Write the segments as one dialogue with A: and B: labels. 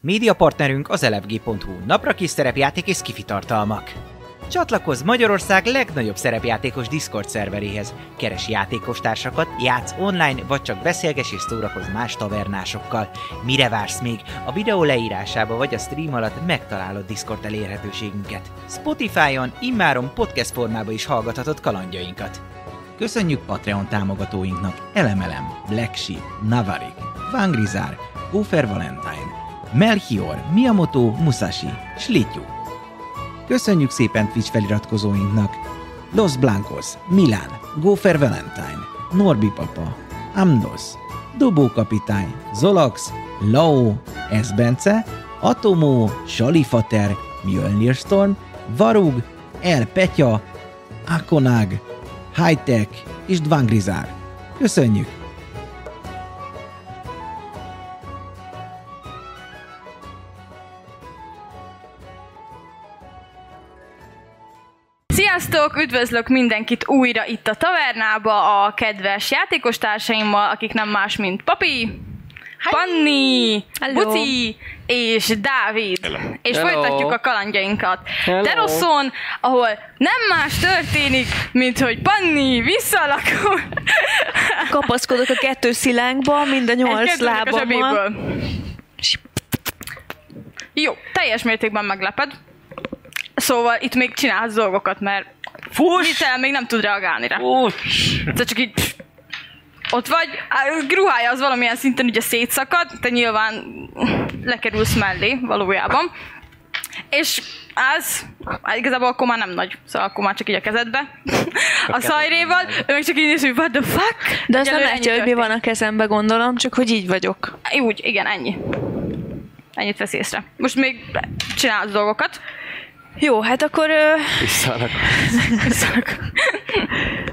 A: Média partnerünk az elefg.hu, napra kis szerepjáték és kifitartalmak. Csatlakozz Magyarország legnagyobb szerepjátékos Discord szerveréhez. Keres játékostársakat, játsz online, vagy csak beszélges és szórakozz más tavernásokkal. Mire vársz még? A videó leírásába vagy a stream alatt megtalálod Discord elérhetőségünket. Spotify-on immáron podcast formában is hallgathatod kalandjainkat. Köszönjük Patreon támogatóinknak Elemelem, Black Sheep, Navarik, Vangrizár, Gófer Valentine, Melchior, Miyamoto, Musashi, Slityu. Köszönjük szépen Twitch feliratkozóinknak! Los Blancos, Milán, Gófer Valentine, Norbi Papa, Amnos, Dobó Kapitány, Zolax, Lao, Esbence, Atomó, Salifater, Mjölnir Storm, Varug, El Petya, Akonag, Hightech és Dvangrizár. Köszönjük!
B: Sziasztok! Üdvözlök mindenkit újra itt a tavernába a kedves játékostársaimmal, akik nem más, mint Papi, Panni,
C: Hello.
B: Buci és Dávid. És
D: Hello.
B: folytatjuk a kalandjainkat.
D: Hello.
B: Teraszon, ahol nem más történik, mint hogy Panni visszalakul.
C: Kapaszkodok a kettő szilánkba, mind a nyolc
B: Egy kezdődik a
C: lábammal.
B: zsebéből. Jó, teljes mértékben megleped. Szóval itt még csinálhatsz dolgokat, mert
D: Fuss!
B: Vitel még nem tud reagálni rá.
D: Fuss!
B: Tehát csak így... pff, Ott vagy, á, ruhája az valamilyen szinten ugye szétszakad, te nyilván lekerülsz mellé valójában. És az, hát igazából akkor már nem nagy, szóval akkor már csak így a kezedbe, a szajréval, ő meg csak így néz, hogy what the fuck?
C: De azt nem
B: Egyelőre ennyi
C: látja, hogy mi
B: történt.
C: van a kezembe, gondolom, csak hogy így vagyok.
B: Úgy, igen, ennyi. Ennyit vesz észre. Most még csinálsz dolgokat.
C: Jó, hát akkor... Ö,
D: Visszállak.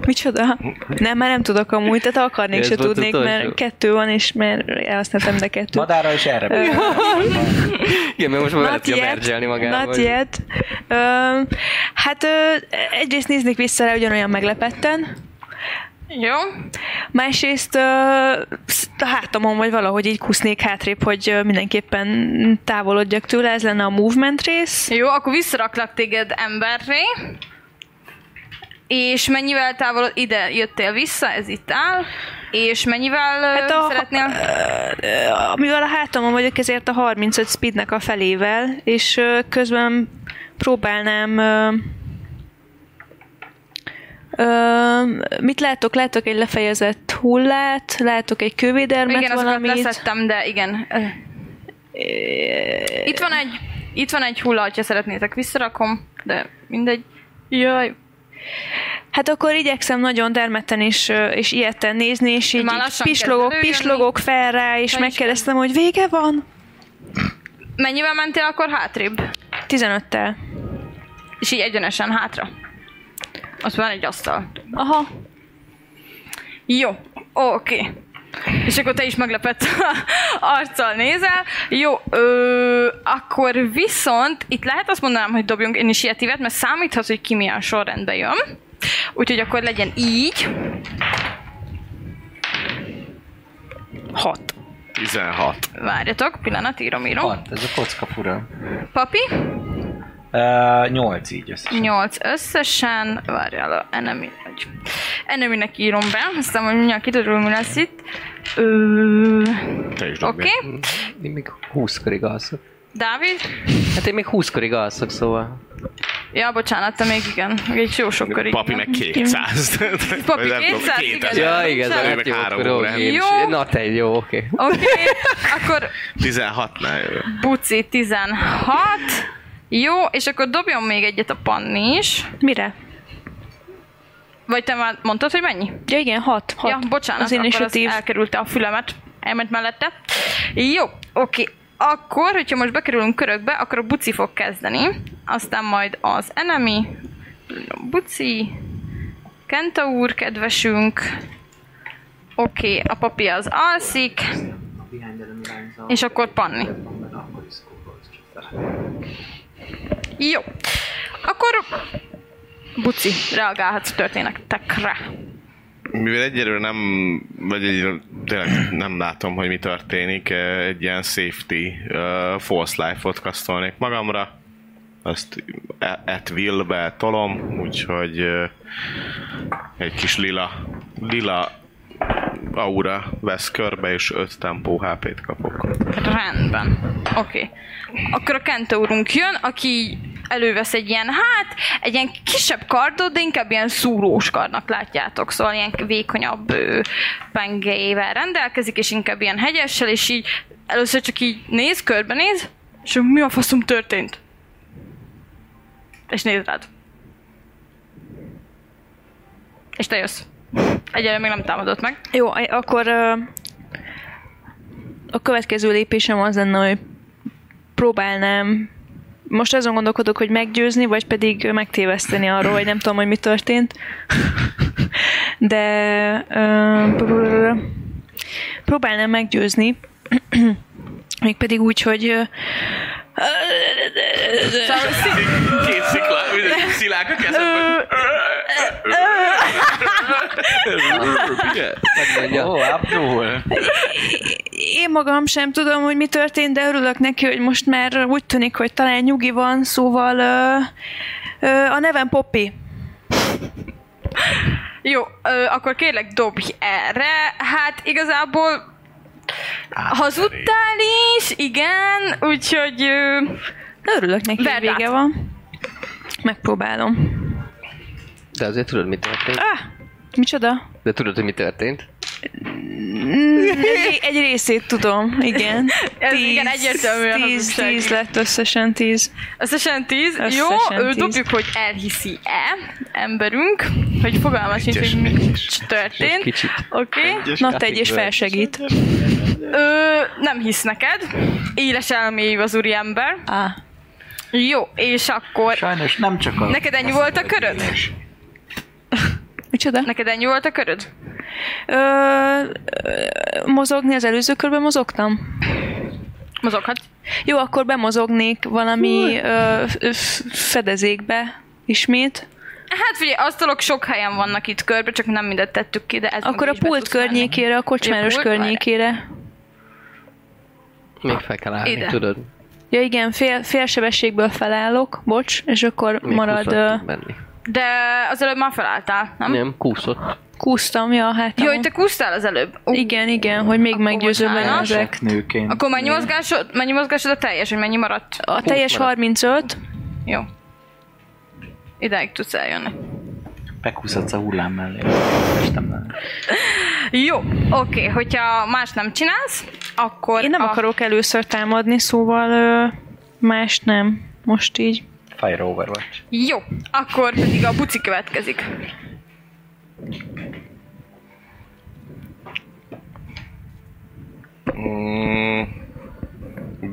C: micsoda? Nem, már nem tudok amúgy, tehát akarnék
D: Ez
C: se
D: volt
C: tudnék,
D: utolsó.
C: mert kettő van, és mert elhasználtam, de kettő.
A: Madára is erre
D: Igen, mert most már lehet mergelni magával.
C: Not
D: hogy-
C: yet. Ö, hát ö, egyrészt néznék vissza rá ugyanolyan meglepetten,
B: Jó?
C: másrészt ö, sz- a hátamon vagy valahogy így kusznék hátrébb, hogy ö, mindenképpen távolodjak tőle, ez lenne a movement rész.
B: Jó, akkor visszaraklak téged emberré. És mennyivel távol ide jöttél vissza, ez itt áll. És mennyivel hát
C: a-
B: szeretnél?
C: Ö, mivel a hátamon vagyok, ezért a 35 speednek a felével, és ö, közben próbálnám... Ö, ö, mit látok? Látok egy lefejezett hullát, látok egy kővédelmet,
B: Igen, azokat
C: valamit.
B: leszettem, de igen. Itt van egy, itt van egy hulla, ha szeretnétek, visszarakom, de mindegy. Jaj,
C: Hát akkor igyekszem nagyon dermedten és, és ilyetten nézni, és így,
B: Már
C: így
B: lassan
C: pislogok,
B: kezd előjönni.
C: pislogok fel rá, és
B: Nagyon
C: megkérdeztem, hogy vége van?
B: mennyivel mentél akkor hátrébb?
C: 15-tel.
B: És így egyenesen hátra. Ott van egy asztal.
C: Aha.
B: Jó, oké. És akkor te is meglepett arccal nézel. Jó, ö, akkor viszont itt lehet azt mondanám, hogy dobjunk én is ilyet, mert számíthat, hogy ki milyen sorrendbe jön. Úgyhogy akkor legyen így.
C: 6.
E: 16.
B: Várjatok, pillanat, írom, írom.
A: Hat, ez a kocka fura.
B: Papi,
A: Uh, nyolc így összesen.
B: 8 összesen. Várjál, enemi, vagy. Eneminek írom be, aztán hogy mindjárt kiderül, mi lesz itt. Ö,
E: Te is dobj.
B: Oké, okay.
D: Én még 20 korig alszok.
B: Dávid?
D: Hát én még 20 korig alszok, szóval.
B: Ja, bocsánat, te még igen. Még egy jó sokkor igen.
E: Papi meg 200. Vagy
B: Papi
E: nem tudom,
B: 200,
E: 2000.
B: igen.
D: Ja, igen,
B: Ő
D: de
E: meg
D: hát jó,
E: három
D: akkor
E: órán.
D: oké.
B: Jó.
D: Na te, jó, oké.
B: Oké, okay, akkor
E: 16-nál jövök.
B: Buci 16. Jó, és akkor dobjon még egyet a Panni is.
C: Mire?
B: Vagy te már mondtad, hogy mennyi?
C: Ja igen, 6.
B: Ja, bocsánat,
C: az
B: az akkor az
C: initiatív.
B: elkerülte a fülemet. Elment mellette. Jó, oké. Akkor, hogyha most bekerülünk körökbe, akkor a Buci fog kezdeni. Aztán majd az Enemy, Buci, Kenta úr, kedvesünk. Oké, a papi az alszik. És akkor Panni. Jó. Akkor Buci, reagálhatsz történetekre.
E: mivel egyelőre nem, vagy egyelőre tényleg nem látom, hogy mi történik, eh, egy ilyen safety uh, false life-ot kasztolnék magamra. Azt e- at will-be tolom, úgyhogy eh, egy kis lila, lila aura vesz körbe, és 5 tempó HP-t kapok.
B: Rendben. Oké. Akkor a Kenta úrunk jön, aki elővesz egy ilyen, hát, egy ilyen kisebb kardot, de inkább ilyen szúrós kardnak látjátok, szóval ilyen vékonyabb ö, pengével rendelkezik, és inkább ilyen hegyessel, és így először csak így néz, körbenéz, és mi a faszom történt? És néz rád. És te jössz. Egyelőre még nem támadott meg.
C: Jó, a- akkor ö, a következő lépésem az lenne, hogy próbálnám most azon gondolkodok, hogy meggyőzni, vagy pedig ö, megtéveszteni arról, hogy nem tudom, hogy mi történt. De ö, próbálnám meggyőzni, mégpedig úgy, hogy ö,
B: Szóval
E: Két sziklá, szilák a kezemben.
D: Megmondja.
E: Ó, Abdul.
C: én magam sem tudom, hogy mi történt, de örülök neki, hogy most már úgy tűnik, hogy talán nyugi van, szóval ö, ö, a nevem Poppy.
B: Jó, ö, akkor kérlek dobj erre. Hát igazából hazudtál is, igen, úgyhogy ö,
C: Örülök neki, hogy
B: Verd át.
C: vége van. Megpróbálom.
D: De azért tudod, mi történt?
C: Ah, micsoda?
D: De tudod, hogy mi történt?
C: Egy, egy részét tudom, igen.
B: Ez igen, egyértelműen
C: tíz,
B: hazugság.
C: tíz lett összesen tíz.
B: összesen tíz.
C: Összesen
B: Jó, ö,
C: tíz.
B: dobjuk, hogy elhiszi-e emberünk, hogy fogalma sincs,
E: Egyes,
B: hogy mi
E: egyes.
D: Egy
B: történt.
D: kicsit.
B: Oké,
C: Na, te egy és felsegít.
B: Ö, nem hisz neked. Éles elmélyű az úriember.
C: Ah,
B: Jó, és akkor
F: Sajnos nem csak a...
B: Neked ennyi volt a köröd?
C: micsoda?
B: neked ennyi volt a köröd?
C: Ö, ö, mozogni az előző körben mozogtam?
B: Mozoghat.
C: Jó, akkor bemozognék valami ö, f- fedezékbe ismét.
B: Hát figyelj, asztalok sok helyen vannak itt körbe, csak nem mindet tettük ki, de ez
C: Akkor
B: maga
C: a
B: is be
C: pult
B: tudsz menni.
C: környékére, a kocsmáros
B: Pult? Várj.
C: környékére.
D: Még fel kell állni,
B: Ide.
D: tudod?
C: Ja igen, fél, fél sebességből felállok, bocs, és akkor
D: Még
C: marad... ö,
D: kúszott Benni.
B: De az előbb már felálltál, nem?
D: Nem, kúszott.
C: Kúsztam, ja, hát...
B: Jó, hogy te kúsztál az előbb. Ú,
C: Igen, igen, hogy még
B: Akkor
C: meggyőzőbb
B: bocsánat.
C: legyen ezek.
F: Ezek nőként.
B: Akkor mennyi mozgásod, mennyi mozgásod a teljes, hogy mennyi maradt?
C: A teljes
D: maradt.
C: 35,
B: Jó. Ideig tudsz eljönni.
F: Bekúszhatsz a hullám mellé. És nem nem.
B: Jó, oké, hogyha más nem csinálsz, akkor...
C: én nem
B: a...
C: akarok először támadni, szóval ö, más nem, most így.
F: Fire Overwatch.
B: Jó, akkor pedig a buci következik.
E: Mm,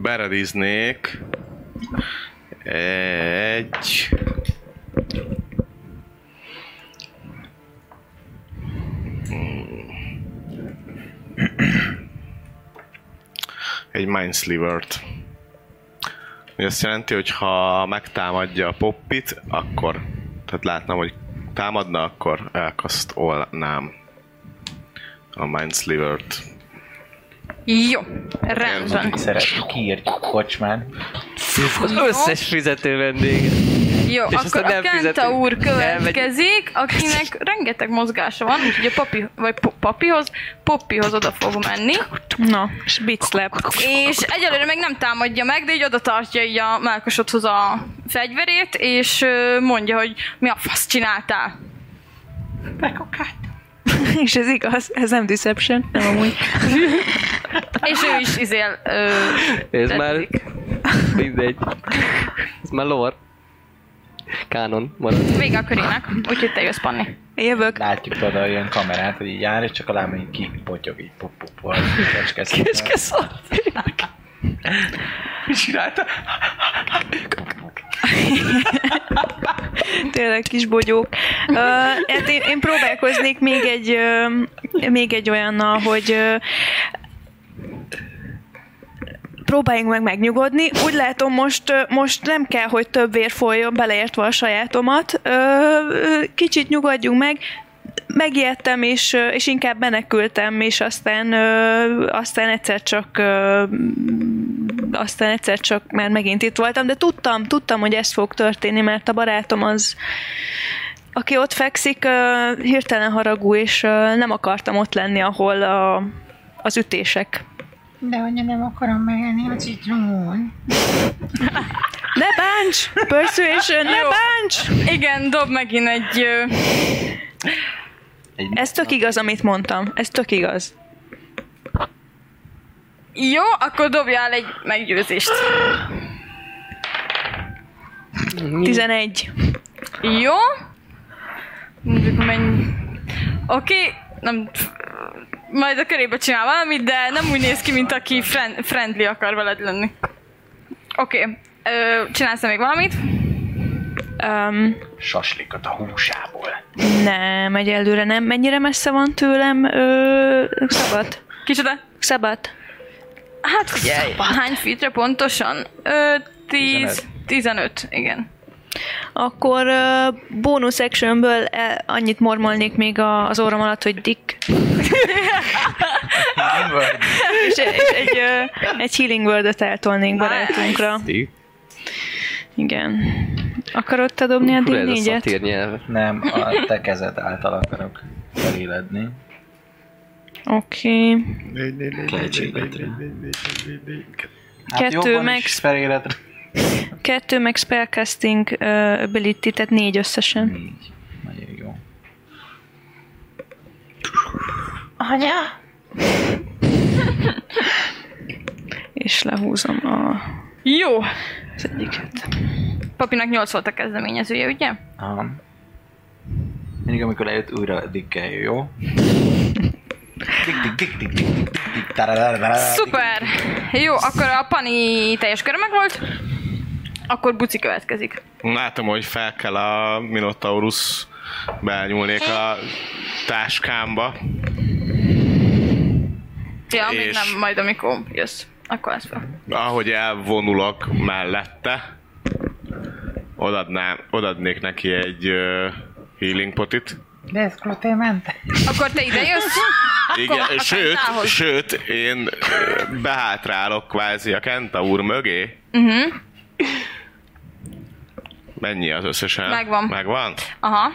E: berediznék egy... Mm. egy Mindsliver-t. Ami azt jelenti, hogy ha megtámadja a poppit, akkor, tehát látnám, hogy támadna, akkor elkasztolnám a Mindsliver-t.
B: Jó,
C: Mm.
B: rendben.
F: Szeret kiírtjuk kocsmán.
D: Az összes fizető vendég.
B: Jó,
D: És
B: akkor
D: aztán
B: a
D: nem
B: Kenta
D: fizetünk.
B: úr
D: Elmegy.
B: következik, akinek rengeteg mozgása van, úgyhogy a papi, vagy po- papihoz, poppihoz oda fog menni,
C: Na, és beat slap.
B: és egyelőre még nem támadja meg, de így oda tartja így a Márkosodhoz a fegyverét, és ö, mondja, hogy mi a fasz csináltál.
C: És ez igaz, ez nem deception, nem amúgy.
B: És ő is izél, ö,
D: Ez
B: Tetszik.
D: már... Mindegy. Ez már lore. Kánon marad.
B: vége a körének, úgyhogy te jössz, Panni.
C: Jövök.
F: Látjuk oda ilyen kamerát, hogy így jár, és csak a láma így kipotyog, így pop pop pop. Kecskeszik.
C: Tényleg kis bogyók. Ö, hát én, én próbálkoznék még egy, ö, még egy olyannal, hogy ö, próbáljunk meg megnyugodni. Úgy látom, most, ö, most nem kell, hogy több vér folyjon beleértve a sajátomat. Ö, ö, Kicsit nyugodjunk meg. megijedtem, és, ö, és inkább menekültem, és aztán, ö, aztán egyszer csak ö, aztán egyszer csak már megint itt voltam, de tudtam, tudtam, hogy ez fog történni, mert a barátom az, aki ott fekszik, ö, hirtelen haragú, és ö, nem akartam ott lenni, ahol a, az ütések.
G: De hogy nem akarom megenni a citromon.
C: Ne bánts! Persuasion, ne
B: Jó.
C: bánts!
B: Igen, dob megint egy... Ö...
C: Ez tök igaz, amit mondtam. Ez tök igaz.
B: Jó, akkor dobjál egy meggyőzést.
C: 11.
B: Jó. Mondjuk mennyi... Oké, nem... Majd a körébe csinál valamit, de nem úgy néz ki, mint aki friend, friendly akar veled lenni. Oké, Ö, csinálsz még valamit?
C: Um,
F: Saslikot a húsából.
C: nem, egyelőre nem. Mennyire messze van tőlem? Ö, szabad.
B: Kicsoda?
C: Szabad.
B: Hát figyelj, hány feetre pontosan? Ö, 10...
F: 15.
B: 15, igen.
C: Akkor ö, bónusz actionből e, annyit mormolnék még a, az orrom alatt, hogy dick. és, és egy, ö, egy healing word eltolnénk barátunkra. Igen. Akarod te dobni a
D: Fú, ez a
C: D4-et?
D: szatír nyelv.
F: Nem, a te kezed által akarok feléledni.
C: Oké. Okay.
F: Hát
C: Kettő
F: jobban
C: meg-
F: is feléledre.
C: Kettő meg spellcasting uh, ability, tehát négy összesen.
F: Négy. Nagyon jó.
G: Anya?
C: És lehúzom a...
B: Jó. Az egyiket. Papinak 8 volt a kezdeményezője, ugye?
F: Aha. Mindig amikor lejött újra dikkel, jó? Dik, dik, dik, dik, dik, dik, dik, dik, tarararara, dik.
B: Szuper! Jó, akkor a pani teljes köre meg volt. Akkor buci következik.
E: Látom, hogy fel kell a Minotaurus belnyúlnék a táskámba.
B: Ja, még
E: És-
B: nem, majd amikor jössz. Akkor lesz fel.
E: Ahogy elvonulok mellette, odadnám, odadnék neki egy ö, healing potit.
G: De ez gluténmente.
B: Akkor te ide jössz?
E: Igen,
B: a
E: sőt,
B: kentához.
E: sőt, én ö, behátrálok kvázi a Kenta úr mögé. Uh-huh. Mennyi az összesen?
B: Megvan.
E: Megvan?
B: Aha.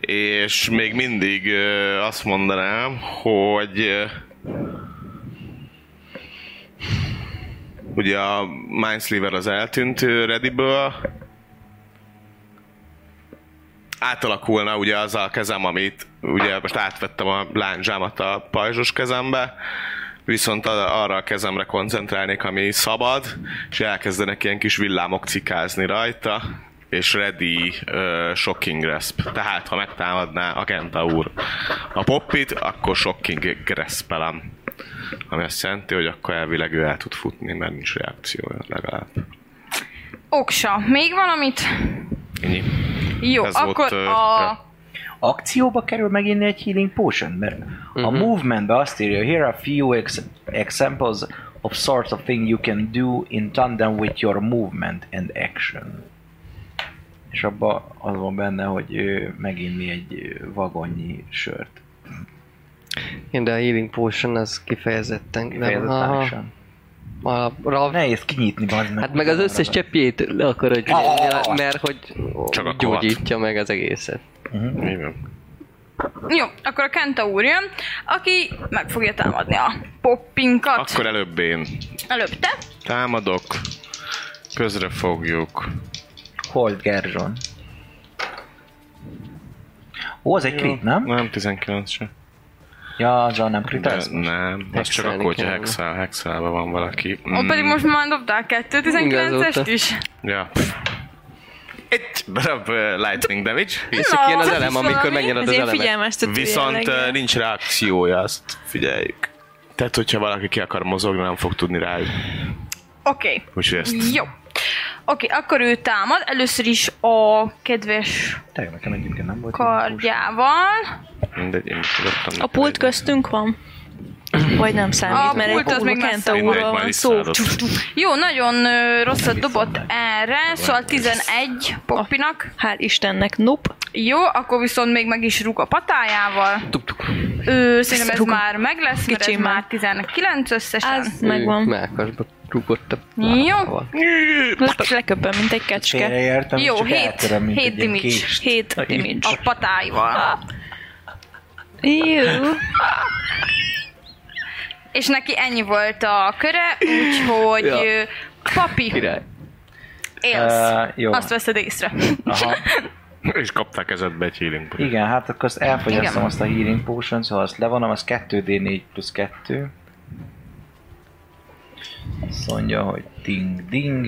E: és még mindig ö, azt mondanám, hogy ö, ugye a Mindsleever az eltűnt ö, Rediből, átalakulna ugye az a kezem, amit ugye most átvettem a lándzsámat a pajzsos kezembe, viszont a- arra a kezemre koncentrálnék, ami szabad, és elkezdenek ilyen kis villámok cikázni rajta, és ready uh, shocking grasp. Tehát, ha megtámadná a Kenta úr a poppit, akkor shocking graspelem. Ami azt jelenti, hogy akkor elvileg ő el tud futni, mert nincs reakciója legalább.
B: Oksa, még valamit?
E: Ennyi.
B: Jó,
E: Ez volt,
B: akkor
E: ö,
B: a...
E: ja.
F: Akcióba kerül megint egy healing potion, mert a
D: Mhm.
F: movementbe azt írja, here are few ex- examples of sorts of thing you can do in tandem with your movement and action. És abba az van benne, hogy ö, meginni egy ö, vagonnyi sört.
D: Igen, de a healing potion az kifejezetten...
F: Kifejezetten
D: aha.
F: action.
D: A, a,
F: Nehéz kinyitni, bazd meg.
D: Hát meg az összes cseppjét le akarod nyelni, mert hogy
E: Oh. Csak a
D: gyógyítja meg az egészet.
E: Igen.
B: Jó, akkor a Kenta úr jön, aki meg fogja támadni a poppinkat.
E: Akkor előbb én
B: Előbb te.
E: Támadok. Közre fogjuk.
F: Hold Gerzson. Ó, az egy crit, nem?
E: Nem, 19 sem.
F: Ja, azzal nem crit
E: De
F: az.
E: nem, az csak
D: Hexelni
E: akkor, hogy
D: kell.
E: hexel, hexelve van valaki.
B: Ó, pedig most már dobtál
D: Igazolta.
B: 2-19-est is.
E: Ja. Egy darab uh, lightning damage.
D: És csak ilyen az
B: az
C: Ah,
D: elem,
B: is
D: amikor
B: valami.
D: megnyeled
C: Ez
D: az
C: én
D: elemet.
C: figyelmeztető
E: Viszont
C: jelleggel.
E: uh, nincs reakciója, azt figyeljük. Tehát, hogyha valaki ki akar mozogni, nem fog tudni rá.
B: Oké.
E: Úgyhogy ezt
B: Jó. Oké, akkor ő támad. Először is a kedves
F: Te, nekem egyébként nem volt.
B: kardjával.
E: mindegy, én is tudottam.
C: A pult köztünk van? Vagy nem számít,
B: A
C: mert
B: pult az
C: egy
B: még messze
C: Kenta
B: van.
C: úrról
E: Mindegy, majd
C: van szó.
E: visszaadott.
C: Csuf, csuf.
B: Jó, nagyon ö, rosszat dobott erre, szóval 11 poppinak.
C: Hál' Istennek, nope.
B: Jó, akkor viszont még meg is rúg a patájával. Ő, szerintem ez
C: Rúg.
B: már meg lesz, mert ez
C: Kicsimmel.
B: már 19 összesen.
C: Az megvan.
D: Melkasba rúgott a
B: Jó.
D: lábával.
C: Most leköpöm, mint egy kecske.
F: Félreértem,
B: Jó,
F: csak
B: hét-
F: eltöröm, mint
B: hét
F: egy ilyen
B: damage.
F: kést.
C: Hét damage.
B: A patáival.
C: Jó.
B: És neki ennyi volt a köre, úgyhogy
D: Ja.
B: ö, papi,
D: Király.
B: élsz.
F: Ö, jó.
B: Azt veszed észre.
F: Aha.
E: És kaptál kezedbe egy healing potion.
F: Igen, hát akkor azt elfogyasztom
B: Igen.
F: azt a healing potion, szóval azt levonom, az 2d4 plusz 2. Azt mondja, hogy ding ding.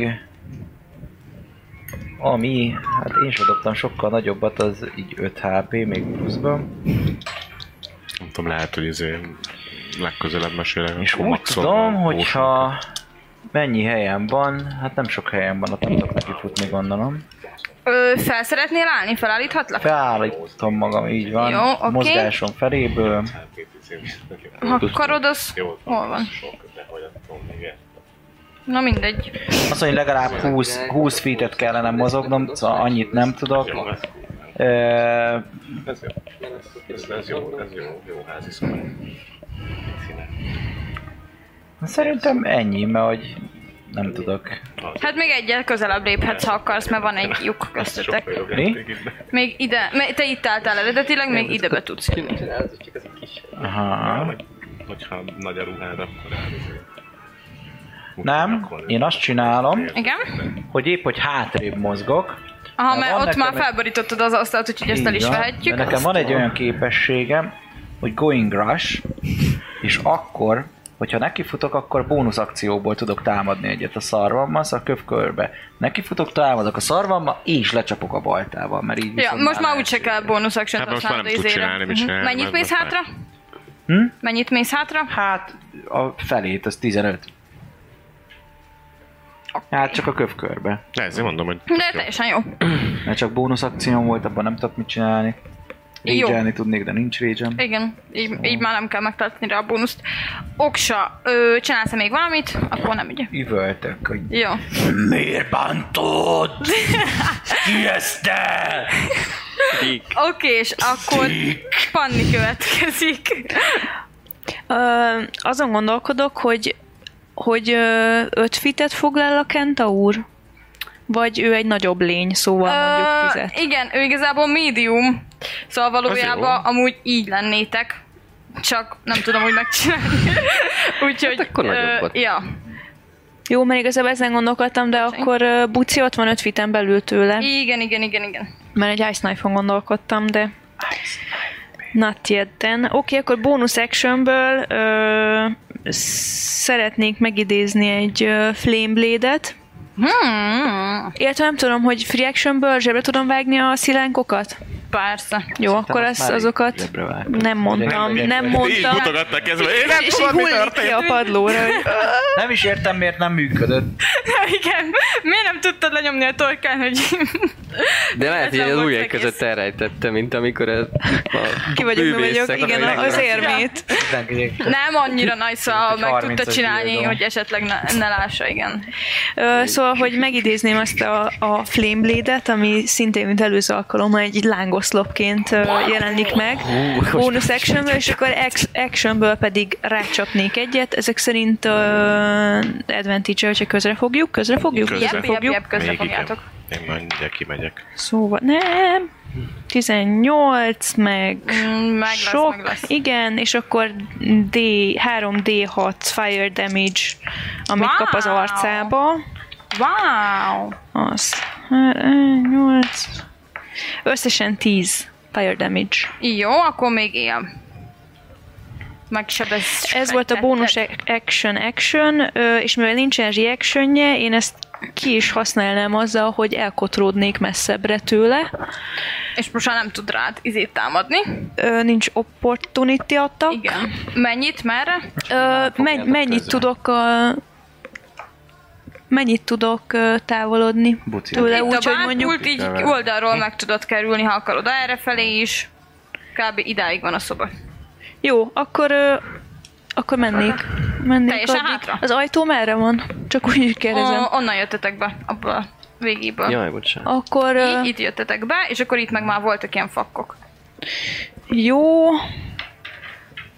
F: Ami, hát én sem dobtam sokkal nagyobbat, az így 5 HP, még pluszban.
E: Nem tudom, lehet, hogy izé legközelebb mesélek.
F: És úgy tudom, hogyha mennyi helyen van, hát nem sok helyen van, ott nem tudok neki futni gondolom.
B: Ö, fel szeretnél állni? Felállíthatlak?
F: Felállítom magam, így van,
B: Jó, oké.
F: mozgásom feléből.
B: Ha karod, az hol van? Na mindegy.
F: Azt mondja, hogy legalább 20, 20 feet-et kellene mozognom, szóval annyit nem tudok. Ö,
E: Ez, ez jó, ez jó, jó házi szabály.
F: szerintem ennyi, mert hogy nem tudok.
B: Hát még egyet közelebb léphetsz, ha akarsz, mert van egy lyuk köztetek.
F: Mi?
B: Még ide, me- te itt álltál eredetileg, még ide be tudsz jönni.
F: Aha.
E: Hogyha nagy a ruhád, akkor elviszél.
F: Nem, én azt csinálom,
B: Igen?
F: hogy épp, hogy hátrébb mozgok.
B: Aha,
F: Na, van
B: mert ott már
F: nekem egy-
B: felborítottad az asztalt, úgyhogy ezt el
F: Így
B: is
F: van,
B: vehetjük.
F: De nekem van egy olyan képességem, hogy going rush, és akkor, hogyha nekifutok, akkor bónusz akcióból tudok támadni egyet a szarvammal, szóval kövkörbe. Nekifutok, támadok a szarvammal, és lecsapok a baltával, mert így
B: Ja,
F: viszont
B: most már
F: lehet.
B: úgyse kell bónusz action
E: Hát most már
B: használnod
E: nem tud
B: izére.
E: csinálni, mit
B: Mhm.
E: csinálni,
B: Mennyit
E: mert
B: mész
E: most már-
B: hátra?
F: Hm?
B: Mennyit mész hátra?
F: Hát, a felét, az 15. Hát csak a kövkörbe.
E: Ne, ezért mondom, hogy...
B: De teljesen jó.
F: Mert csak bónusz akcióm volt, abban nem tudok mit csinálni.
B: Jó.
F: rage tudnék, de nincs rage
B: Igen, így, így már nem kell megtartani rá a bónuszt. Oksa, ö, csinálsz még valamit? Akkor nem ugye.
F: Üvöltök, hogy
B: Jó.
F: miért bántod? Ki ezt te?
B: Oké, és akkor Panni következik.
C: Ö, azon gondolkodok, hogy hogy ö, öt fitet foglal a Kenta úr? Vagy ő egy nagyobb lény, szóval mondjuk
B: Ö,
C: tizet.
B: igen, ő igazából médium. Szóval valójában
E: Az jó.
B: amúgy így lennétek. Csak nem tudom, hogy megcsinálni. Úgyhogy...
D: Hát akkor
B: ö,
D: nagyobbat.
B: Ja,
C: Jó, mert igazából ezen gondolkodtam, de akkor ö, Buci ott van öt fiten belül tőle.
B: igen, igen, igen, igen.
C: Mert egy Ice Knife-on gondolkodtam, de... Not yet then. Oké, okay, akkor bónusz actionből ö, szeretnék megidézni egy ö, Flame Blade-et.
B: Hmm,
C: Illetve nem tudom, hogy free actionből zsebre tudom vágni a szilánkokat?
B: persze.
C: Jó, akkor az, azokat nem mondtam, nem
E: Így
C: mondtam.
E: mutogatnak kezdve, én nem
C: És így
E: tudom, mi
C: hullik
E: történt.
C: ki a padlóra, hogy
F: Nem is értem, miért nem működött.
B: Igen, miért nem tudtad lenyomni a torkán, hogy...
D: De lehet, hogy
B: nem
D: az
B: volt
D: ujjai
B: egész.
D: között elrejtette, mint amikor ez a
C: ki vagyok, mi vagyok,
D: bűvészek,
C: igen,
D: amelyek-
C: az érmét.
B: Nem annyira nagy, szóval
F: Mint egy
B: meg tudta
F: 30-as
B: csinálni,
F: diadal.
B: hogy esetleg ne, ne lássa, igen.
C: Ö, Szóval, hogy megidézném azt a, a Flame Blade-et, ami szintén, mint előző alkalommal, egy lángoszlopként ö, jelenik meg. Bonus actionből, és akkor ex- actionből pedig rácsapnék egyet. Ezek szerint uh, advantage hogyha közre fogjuk, közre fogjuk,
E: Közre.
C: közre
B: Jebb, jebb,
C: fogjuk.
B: jebb, közre
E: Még igen.
B: fogjátok.
E: Én majd mindjárt kimegyek.
C: Szóval nem, 18, meg
B: Mm, Meg lesz,
C: sok,
B: meg lesz.
C: igen, és akkor D, 3D6 fire damage, amit
B: Wow!
C: kap az arcába.
B: Wow!
C: Az 8, összesen 10 fire damage.
B: Jó, akkor még él. Megsebez.
C: Ez volt a bónus
B: Tetted.
C: ac- action action, ö, és mivel nincsen reactionje, én ezt ki is használnám azzal, hogy elkotródnék messzebbre tőle.
B: És most már nem tud rád izét támadni.
C: Ö, Nincs opportunity attack.
B: Igen. Mennyit, merre?
C: Ö, men- mennyit tudok a... Mennyit tudok ö, távolodni
F: Buci.
C: tőle,
B: Itt a
C: úgyhogy mondjuk...
B: bárpult így oldalról meg tudod kerülni, ha akarod. Errefelé is. Kb. idáig van a szoba.
C: Jó, akkor... Ö, akkor mennék. mennék
B: Teljesen
C: addig.
B: hátra?
C: Az ajtó merre van? Csak úgy
B: Ó,
C: kérdezem.
B: onnan jöttetek be, abból a végéből.
D: Jaj, bocsánat.
C: Akkor ö,
B: Így, itt jöttetek be, és akkor itt meg már voltak ilyen fakkok.
C: jó.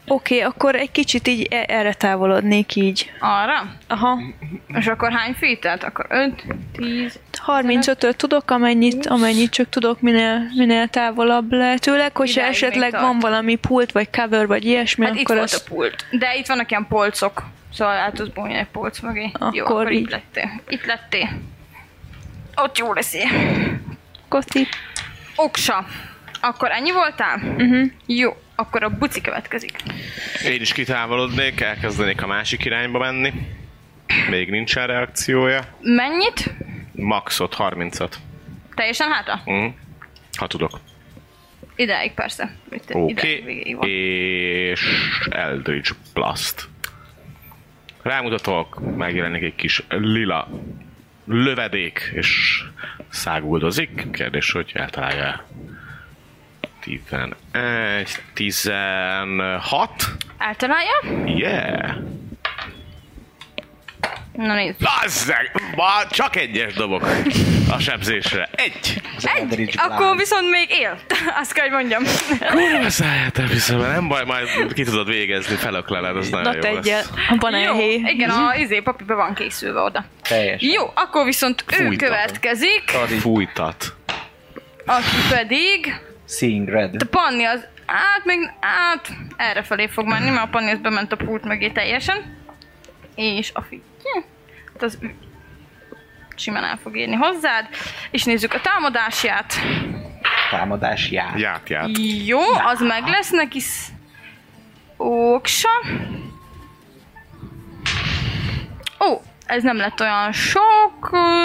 C: Oké, akkor egy kicsit így e- erre távolodnék így.
B: Arra?
C: Aha.
B: És akkor hány feet Akkor 5, 10,
C: 35-öt tudok, amennyit, amennyit csak tudok, minél, minél távolabb lehetőleg. Hogyha
B: Ideig még
C: esetleg
B: tart.
C: van valami pult, vagy cover, vagy ilyesmi,
B: Hát itt
C: akkor
B: volt
C: azt...
B: a pult. De itt vannak ilyen polcok. Szóval el tudsz bújni egy polc mögé. Jó,
C: Akkor
B: akkor
C: így.
B: itt lettél. Itt lettél. Ott jó leszi.
C: Koti.
B: Oksa. Akkor ennyi voltál?
C: Mhm.
B: Uh-huh. Jó, akkor a buci következik.
E: Én is kitávolodnék, elkezdenék a másik irányba menni. Még nincsen reakciója.
B: Mennyit?
E: Maxot, 30-at.
B: Teljesen hátra?
E: Mm. Ha tudok.
B: Ideig persze. Itt,
E: Oké.
B: ideig végéig van.
E: Okay. És Eldridge Blast. Rámutatok, megjelenik egy kis lila lövedék, és száguldozik. Kérdés, hogy eltalálja 11, 16.
B: Eltalálja?
E: Yeah!
B: Na nézd.
E: Bazzeg! Ma csak egyes dobok a sebzésre. Egy!
B: Egy, akkor viszont még él. Azt kell, hogy mondjam.
E: Kurva száját elviszem, nem baj, majd ki tudod végezni, felökleled, az nagyon
C: Na
E: jó
C: tegye.
E: lesz.
C: A banánhéj.
B: Jó, igen, a izé papír be van készülve oda.
F: Teljes.
B: Jó, akkor viszont ő
E: Fújtatom.
B: következik,
E: Fújtat.
B: aki pedig...
F: Seeing
B: A
F: red.
B: Panni az át, még át, errefelé fog menni, mert a Panni az bement a pult mögé teljesen. És a figyelj, hát az ő simán el fog érni hozzád. És nézzük a támadásját.
F: Támadás jár.
E: Ját, ját.
B: Jó, az meg lesz neki sz- oksa. Ó, ez nem lett olyan sok. ö,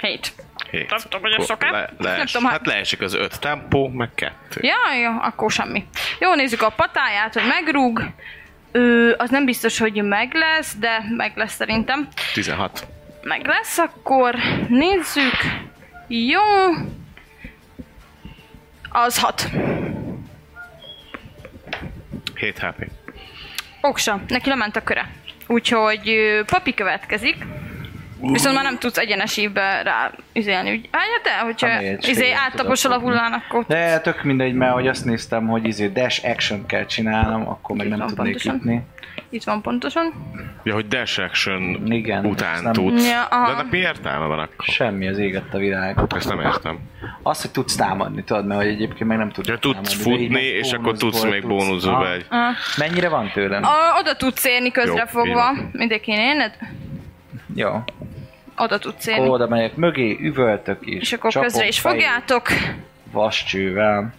B: Hét.
E: Hét.
B: Nem tudom, hogy ez sok-e?
E: Le,
B: Nem
E: lees,
B: tudom,
E: hát leesik az öt tempó, meg kettő.
B: Ja, jó, akkor semmi. Jó, nézzük a patáját, hogy megrúg. Ő, az nem biztos, hogy meg lesz, de meg lesz szerintem.
E: 16.
B: Meg lesz, akkor nézzük. Jó. Az hat.
E: 7 HP.
B: Oksa, neki lement a köre. Úgyhogy ö, papi következik. Viszont már nem tudsz egyenes ívbe rá üzélni. Úgy, hát de, hogyha
F: Ami egy
B: izé
F: segélyt
B: áttaposol a
F: tudok
B: hullán, akkor...
F: De tök mindegy, mert hogy azt néztem, hogy izé dash action kell csinálnom, akkor meg nem
B: Így van,
F: tudnék
B: pontosan.
F: jutni.
B: Itt van pontosan.
E: Ja, hogy dash action
F: Igen, ezt
E: után
F: nem-
E: tudsz.
B: Ja, aha.
E: De ennek mi értelme van akkor?
F: Semmi az égett a világ.
E: Ezt nem értem.
F: Azt, hogy tudsz támadni, tudod, mert hogy egyébként meg nem tudsz
E: Ja, tudsz
F: támadni, de így
E: futni,
F: meg
E: és akkor
F: bónuszból
E: tudsz még
F: Ah,
E: bónuszba egy.
F: Mennyire van tőlem?
B: A, oda tudsz érni
E: Jó,
B: közre
E: így
B: fogva.
E: van.
B: Mindenkinél érned?
F: Jó.
B: Oda tudsz
F: Akkor
B: érni.
F: oda megyek mögé, üvöltök is.
B: És akkor közre is fogjátok.
F: Szóval- Vascsővel.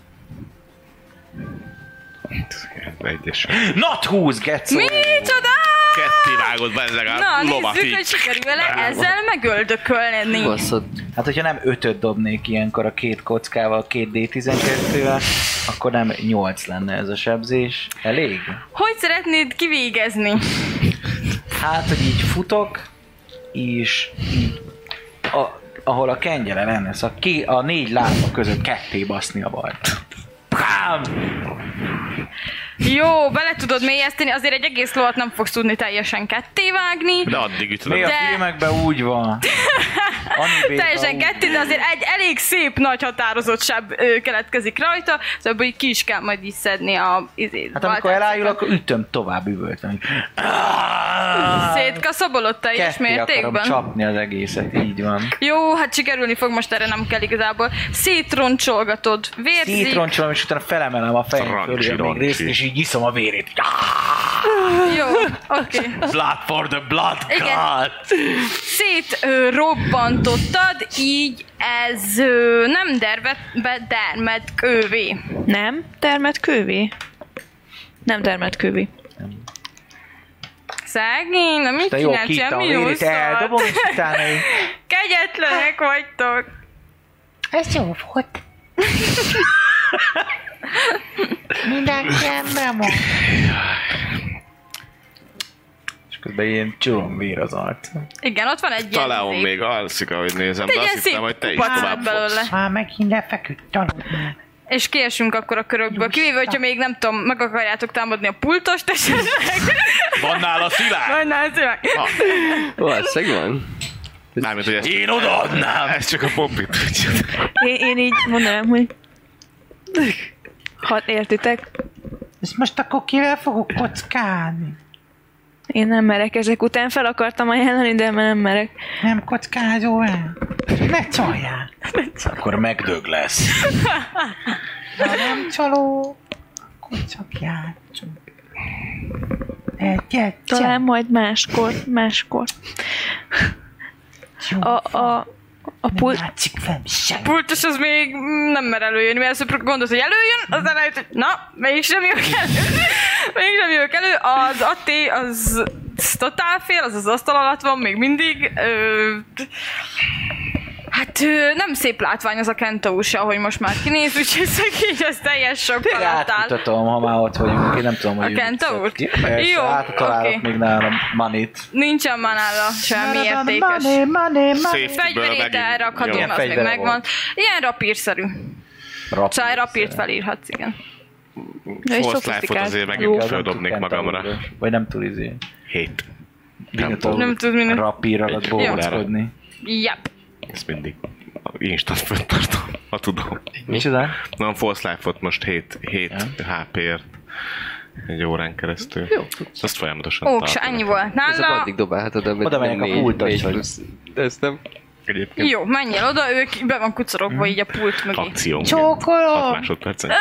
E: Egyes.
F: Not 20, gecó!
B: Micsoda!
E: Ketté vágod be ezek
B: Na,
E: a lovat
B: nézzük, hogy
E: így.
B: sikerül-e ezzel megöldökölni.
D: Baszott.
F: Hát, hogyha nem 5 dobnék ilyenkor a két kockával, két D12-vel, akkor nem 8 lenne ez a sebzés. Elég?
B: Hogy szeretnéd kivégezni?
F: Hát, hogy így futok, és így a, ahol a kengyele lenne, szóval ki a négy lába között ketté baszni a bajt. Pám!
B: Jó, bele tudod mélyezteni, azért egy egész lovat nem fogsz tudni teljesen kettévágni.
E: De addig ütöd.
F: Mi a
E: a-
B: De-
F: filmekben úgy van. Anibéta
B: Teljesen
F: úgy.
B: ketté, de azért egy elég szép, nagy határozottság ö, keletkezik rajta, szóval ebből így ki is kell majd így szedni a izé, izét.
F: Hát amikor elájul, akkor ütöm tovább üvöltem. hogy
B: Szétkaszabolod teljes
F: Ketté akarom
B: mértékben.
F: csapni az egészet, így van.
B: Jó, hát sikerülni fog, most erre nem kell igazából. Szétroncsolgatod, vérzik.
F: Szétroncsolom, és utána felemelem a fejem
E: Rancsi,
F: fölé a még
E: rancsi.
F: részt, és így iszom a vérét.
B: Jó, oké. Okay.
E: Blood for the blood
B: Igen.
E: god!
B: Szét ö, robbantottad, így ez ö, nem dervet, be dermed kővé.
C: Nem? Termet kővé? Nem termet kővé.
B: Szegény, nem mit
F: De jó,
B: csinált
F: kiittam a
B: semmi
F: vérét,
B: rosszat.
F: eldobom, és utána így
B: Kegyetlenek vagytok.
G: Ez jó volt. Mindenki ember mond.
F: és közben ilyen csurom vér az arc.
B: Igen, ott van egy
E: Talán
B: ilyen
E: még alszik, ahogy nézem,
B: Egy
E: de azt
B: ilyen szép
E: hittem, hogy te is
B: kupac
E: tovább
B: lett
E: fogsz.
B: belőle.
G: Már megint lefeküdt tanul.
B: És kiesünk akkor a körökből, kivéve, hogyha még nem tudom, meg akarjátok támadni a pultost esetleg.
E: Van nála szilárd?
B: Vagy nem, szívem.
D: Valószínűleg van.
E: Mármint, hogy ezt... Én odaadnám! Ezt csak a Poppy tudja.
C: Én, én így mondanám, hogy... Ha értitek,
G: És most akkor kivel fogok kockálni?
C: én nem merek ezek után, fel akartam ajánlani, de már nem merek.
G: Nem kockázol el? Ne csaljál!
F: Akkor megdög lesz.
G: Ha nem csaló, akkor csak játszunk. Egyet
C: Talán
G: csak
C: majd máskor, máskor.
G: jó,
C: A, a, a
G: nem
C: pult...
G: látszik velem semmi.
B: pultos az még nem mer előjönni, mert először gondolsz, hogy előjön, aztán rájött, hogy na, mégsem jövök elő. mégsem jövök elő. Az Atté, az totál fél, az az asztal alatt van még mindig. Ö, hát ö, nem szép látvány az a kentausa, ahogy most már kinéz, úgyhogy szegény az teljes sok alatt áll.
F: Átmutatom, ha már ott vagyunk. Én nem tudom,
B: A
F: hogy...
B: Kenta úr? Jó,
F: Jó, hát találok
B: oké.
F: még nálam manit.
B: Nincsen már nála semmi értékes.
G: Money, money, money.
E: Safety-ből
B: Fegyverét elrakhatom,
F: Milyen
B: az még
F: fegyvere
B: megvan.
F: volt?
B: Ilyen rapírszerű.
F: Rapír.
B: Csaj rapírt felírhatsz, igen.
C: egy
E: Force life-ot
C: szofisztikált.
E: azért
C: Jó.
E: megint földobnék magamra.
F: Vagy nem tud izé.
E: Hét.
F: Minotaur
B: Nem tud minden-
F: Rapír alatt
E: Egy
F: bóckodni.
B: Yep.
E: Ezt mindig instant föntartom, ha tudom.
F: Micsoda?
E: Na, a false life-ot most 7, 7 HP-ért egy órán keresztül. Jó. Ezt folyamatosan
B: Óksa,
E: tartom.
B: ennyi volt
D: Ez a
B: nála.
D: addig dobálhatod, amit
F: Oda megyek a
D: négy-
F: pulthoz,
D: négy
F: hogy-
D: plusz. De ezt nem...
E: Egyébként
B: Jó, menjél oda, ők be van
F: Mhm.
B: kucorogva így a pult mögé.
E: akció.
G: Csókolom!
E: 6 másodpercen.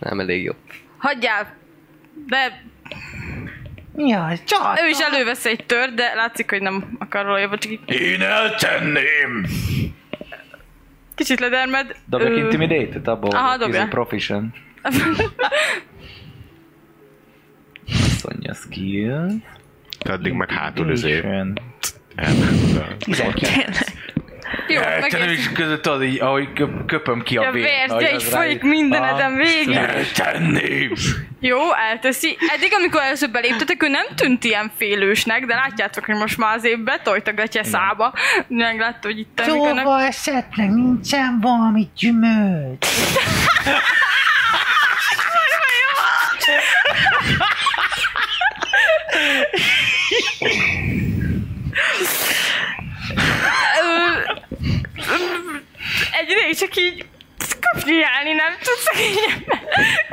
D: Nem elég jó.
B: Hagyjál! De
G: Mi az? Csat!
B: ő is elővesz egy tör, de látszik, hogy nem akar róla jobban, csak így
F: Én eltenném!
B: kicsit ledermed.
F: Dobjak
B: Ö,
F: Intimidate-et abból.
B: Aha,
F: Aha,
B: dobja.
F: dobja. Proficient. Szonya skill.
E: Addig meg hátul izé- Hát, üzé.
F: Proficient.
E: elmentem.
F: 19.
B: Jó,
F: Eltenem
B: megérsz.
F: is között az így, ahogy köp, köpöm ki
B: A
F: a vért.
B: vért,
F: ahogy
B: de így
F: az Ah. rá
B: folyik mindeneden végig.
F: Eltenném!
B: Jó, elteszi. Eddig, amikor először beléptetek, ő nem tűnt ilyen félősnek, de látjátok, hogy most már azért betoltogatja szába. Meglátta, hogy itt amikor
G: Szóval esetleg nincsen valami gyümölcs.
B: egy ideig csak így kapnyálni nem tudsz szegényen.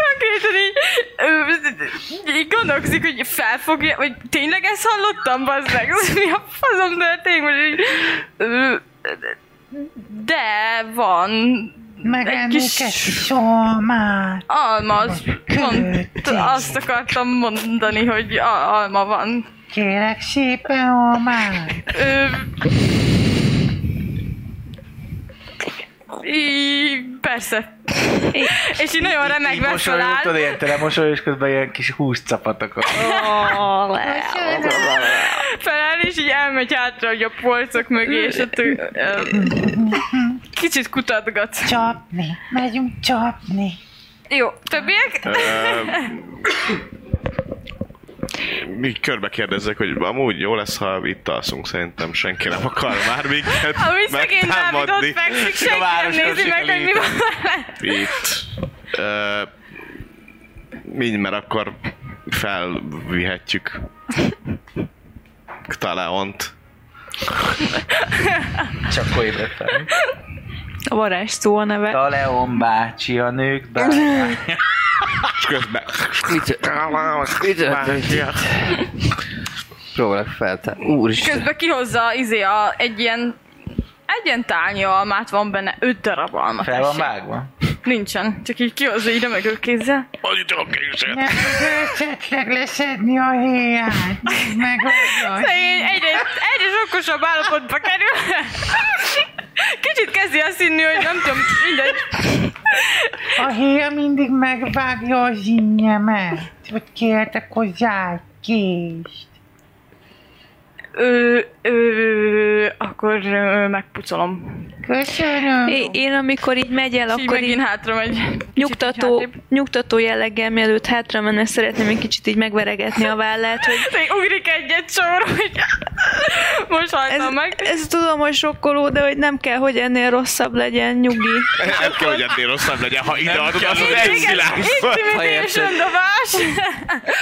B: Konkrétan így, ö, így gondolkozik, hogy felfogja, hogy tényleg ezt hallottam, bazd meg. Mi a fazom történik, hogy így, ö, de van
G: Megennék
B: kis-
G: egy kis almát.
B: almaz. Pont
G: Kötünk.
B: azt akartam mondani, hogy a, alma van.
G: Kérek szépen almát.
B: Ö, így, persze. És így nagyon remegve föláll.
F: Tudod, ilyen telemosolyog, és közben ilyen kis húszcapatok.
B: feláll, és Szóval így elmegy hátra, hogy a polcok mögé, és ott ő, ö, kicsit kutatgat.
G: Csapni. Megyünk csapni.
B: Jó, többiek?
E: Öm, Így körbe kérdezzek, hogy amúgy jó lesz, ha itt alszunk, szerintem senki nem akar már minket
B: Amúgy szegény Dávid ott fekszik, senki nem
F: város
B: nézi meg, hogy mi van.
E: Itt. Ö, Mind, mert akkor felvihetjük Talaont.
F: Csak akkor ébredtem.
C: A varázs szó a neve.
F: A Leon bácsi, a nők bácsi.
E: És közben...
D: Próbálok feltárni. Úristen.
B: Közben kihozza izé a, egy ilyen egy ilyen tálnya almát van benne, öt darab alma.
F: Fel van vágva?
B: Nincsen, csak így kihozza így remegő kézzel.
E: Adjuk a kézet!
G: Nem tudok esetleg leszedni a héját. Megoldod.
B: Szegény egyre, egyre sokosabb állapotba kerül. Kicsit kezdi azt hinni, hogy nem tudom, mindegy.
G: A héja mindig megvágja az ingyemet. Hogy kértek hozzá egy kést.
B: Ö, ö, akkor ö, megpucolom.
G: Köszönöm.
C: É, én amikor így megy el,
B: És így
C: akkor így
B: megint hátra megy. Kicsit
C: nyugtató,
B: így hátrébb.
C: nyugtató jelleggel mielőtt hátra menne, szeretném egy kicsit így megveregetni a vállát, hogy
B: Még Hát, ugrik egyet sorra, hogy most haltam
C: ez,
B: meg.
C: ez tudom, hogy sokkoló, de hogy nem kell, hogy ennél rosszabb legyen, nyugi.
E: Nem kell, Hát hogy ennél rosszabb legyen, ha ide adod, az az egy szilárd.
B: Intimidation dobás.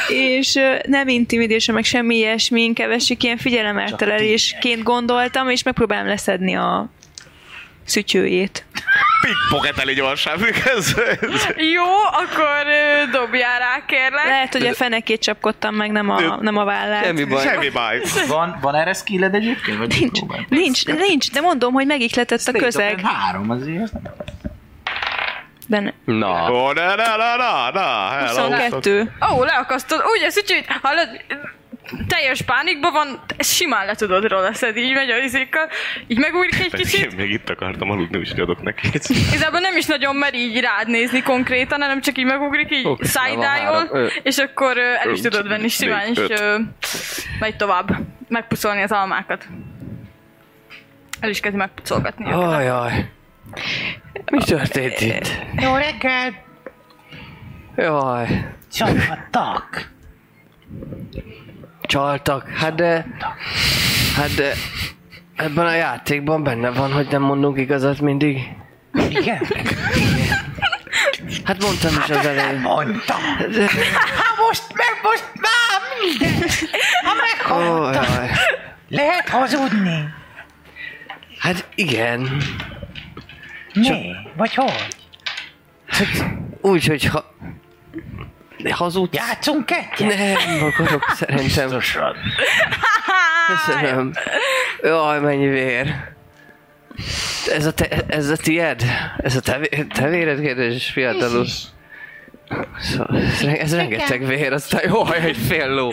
C: És ö, nem intimidése, meg semmi ilyesmi, inkább esik ilyen figyelemeltelelésként gondoltam, és megpróbálom leszedni a szütyőjét.
E: Pickpocket elég gyorsan ez, ez,
B: Jó, akkor ö, dobjál rá, kérlek.
C: Lehet, hogy a fenekét csapkodtam meg, nem a, nem a vállát.
D: Semmi baj.
E: semmi baj.
F: Van, van erre skilled egyébként? Vagy
C: Nincs,
F: próbálj?
C: ninch, nincs, de mondom, hogy megihletett a
F: State of Mind
C: közeg.
F: Három azért, ez nem
C: Benne.
D: Na.
E: Ó, na, na, na, na, na, hello.
C: 22.
B: Ó, leakasztod, úgy az ügyhűt, hallod, teljes pánikban van, ezt simán le tudod róla szedni, így megy a izékkal, így megújik egy
E: Pedig én
B: kicsit.
E: még itt akartam aludni, úgyhogy adok neki.
B: Igazából nem is nagyon mer így rád nézni konkrétan, hanem csak így megugrik, így
D: Ó, Krisztina, van
B: szájdájol,
D: három, ö,
B: és akkor ö, el is
E: öt,
B: tudod venni simán,
E: négy,
B: és
E: öt.
B: ö, megy tovább megpucolni az almákat. El is kezdi megpucolgatni. őket.
D: Ajaj. Mi történt itt?
G: Jó reggelt,
D: Jaj.
G: csapatak!
D: Csaltak. Hát de... Hát de... Ebben a játékban benne van, hogy nem mondunk igazat mindig.
F: Igen?
D: Hát mondtam is az elején.
F: Mondtam.
G: Ha most meg most már minden! Ha meghal,
D: Ó, jaj.
G: lehet hazudni!
D: Hát igen.
G: Mi? Vagy hogy?
D: Hát Úgy, hogy ha... Hazudsz?
G: Játszunk kettje?
D: Nem akarok szerintem. Köszönöm. Jaj, mennyi vér. Ez a, te, ez a tied? Ez a te, te véred kérdés, fiatalul? Szóval, ez, re- ez rengeteg vér, aztán jaj, egy fél ló.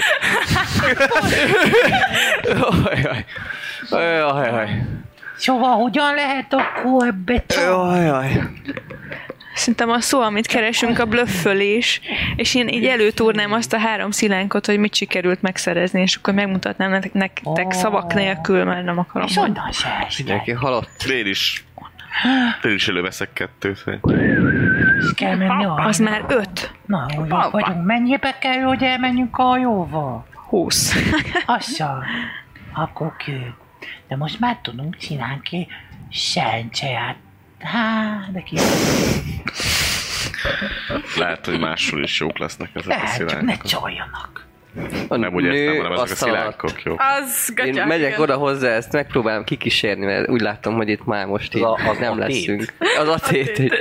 D: Jaj, jaj. Jaj, jaj.
G: Szóval hogyan lehet akkor ebbe csalni?
D: Jaj, jaj.
C: Szerintem a szó, amit keresünk, a blöffölés, és én így előtúrnám azt a három szilánkot, hogy mit sikerült megszerezni, és akkor megmutatnám nek- nektek szavak nélkül, mert nem akarom.
G: És
C: mondani.
G: onnan se esik.
D: Mindenki halott.
E: Én is. Én is előveszek kettőt.
G: És kell menni arra.
C: Az már öt.
G: Na, jó vagyunk. Mennyibe kerül, hogy elmenjünk a jóval?
C: 20.
G: Asszal. Akkor kő. De most már tudunk csinálni ki sencseját. Há, de ki
E: Lehet, hogy máshol is jók lesznek ezek a
G: lehet, csak ne
E: szilánkok.
G: csaljanak.
D: A
E: Nem úgy értem, hanem ezek a szilánkok jók.
B: Az gatya.
D: Én megyek
B: igen.
D: oda hozzá, ezt megpróbálom kikísérni, mert úgy látom, hogy itt már most így
F: a- az
D: nem
F: a tét.
D: leszünk. Az a tét. egy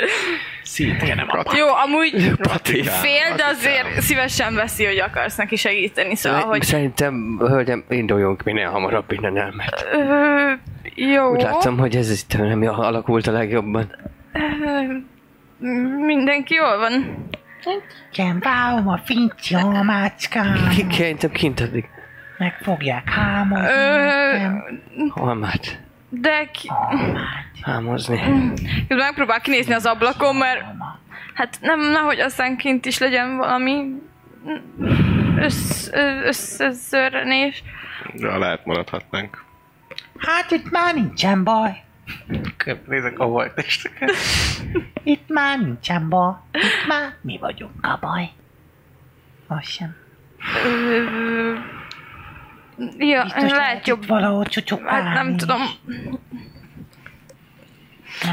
F: Szintén nem a
B: Jó, amúgy
D: patika.
B: fél, de azért szívesen veszi, hogy akarsz neki segíteni, szóval,
D: Szóval,
B: hogy...
D: Szerintem, hölgyem, induljunk minél hamarabb innen el, mert
B: Ö, jó.
D: úgy láttam, hogy ez itt nem jól alakult a legjobban.
B: Mindenki jól van?
G: Igen, várom a fincsi a mácskám.
D: Ki- Szerintem kint addig
G: Meg fogják hámozni.
B: Ö,
G: nekem.
D: almát
B: de ki,
D: hámozni.
B: közben megpróbál kinézni az ablakon, mert hát nem, nehogy aztán kint is legyen valami össz, össz, összörnés.
E: Ja, lehet maradhatnánk.
G: Hát itt már nincsen baj.
F: Nézek a volt testeket.
G: Itt már nincsen baj. Itt már mi vagyunk a baj. Az sem.
B: Ö, Ja,
G: Biztos
B: lehet,
G: lehet
B: jobb.
G: itt valahogy csucsukálni.
B: Hát nem tudom.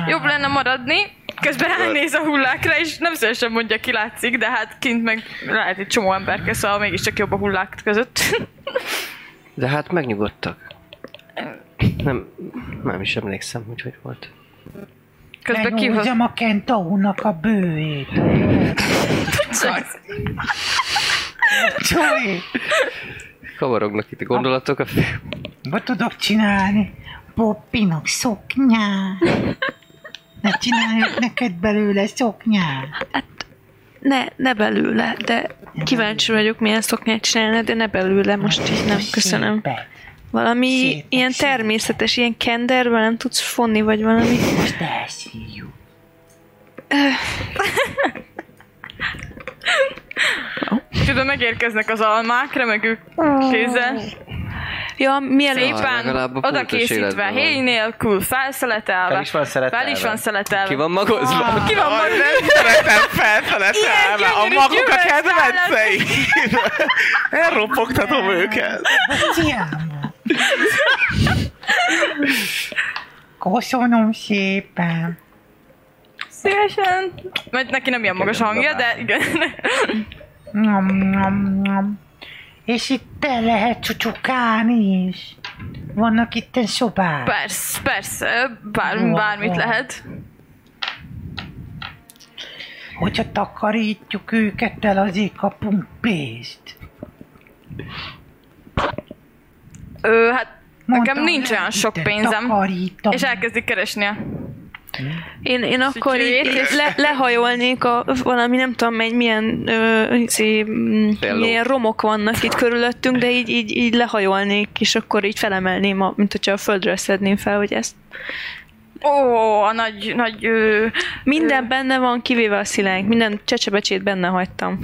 B: Jobb lenne maradni, közben elnéz a hullákra, és nem szívesen mondja, ki látszik, de hát kint meg lehet egy csomó emberke, szóval mégiscsak jobb a hullák között.
D: De hát megnyugodtak. Nem, nem is emlékszem, hogy hogy volt.
B: Közben kihoz.
G: Megúzom a kentónak a bőjét. Csúly,
D: Kavarognak itt a gondolatok, a
G: mit tudok csinálni? Poppinok szoknyát. Ne csináljak neked belőle szoknyát.
C: Ne, ne belőle, de kíváncsi vagyok, milyen szoknyát csinálna, de ne belőle, most így nem, köszönöm.
G: Szépet.
C: Valami
G: Szép,
C: ilyen
G: szép.
C: természetes, ilyen kenderben nem tudsz fonni, vagy valami.
G: Most elszívjuk.
B: Közben megérkeznek az almák, remegő kézzel.
C: Ja, mielőtt
D: Szép.
B: Szépen
D: Szóval legalább a pultos
B: oda készítve,
D: életben van.
B: héj nélkül, felszeletelve.
F: Fel is van szeletelve.
B: Fel is van szeletelve.
D: Ki van magozva?
B: Ah. Ki van
E: Aj,
B: magozva?
E: nem szeretem felfeletelve a
B: gyönyörű
E: maguk a
B: gyümölcs
E: kedvenceim. Elropogtatom őket.
G: Ciámba. Köszönöm szépen.
B: Szívesen. Mert neki nem ilyen magas a hangja, de igen.
G: Nyom, nyom, nyom. És itt el lehet csucsukálni is. Vannak itten szobák.
B: Persze, persze, bár, bármit lehet.
G: Hogyha takarítjuk őket el, azért kapunk pénzt.
B: Ö, hát
G: Mondtam,
B: nekem nincs olyan
G: lehet
B: sok
G: itten
B: pénzem.
G: Takarítani.
B: És elkezdik keresni a
C: Én, én akkor így,
B: Sütőjét
C: így
B: és-
C: le, lehajolnék a valami, nem tudom, egy milyen, ö, izé, mm,
D: Felló.
C: milyen romok vannak itt körülöttünk, de így, így, így lehajolnék, és akkor így felemelném, a, mint hogyha a földről szedném fel, hogy ezt.
B: Ó, a nagy, nagy... Ö,
C: Minden benne van, kivéve a szilánk, minden csecsebecsét benne hagytam.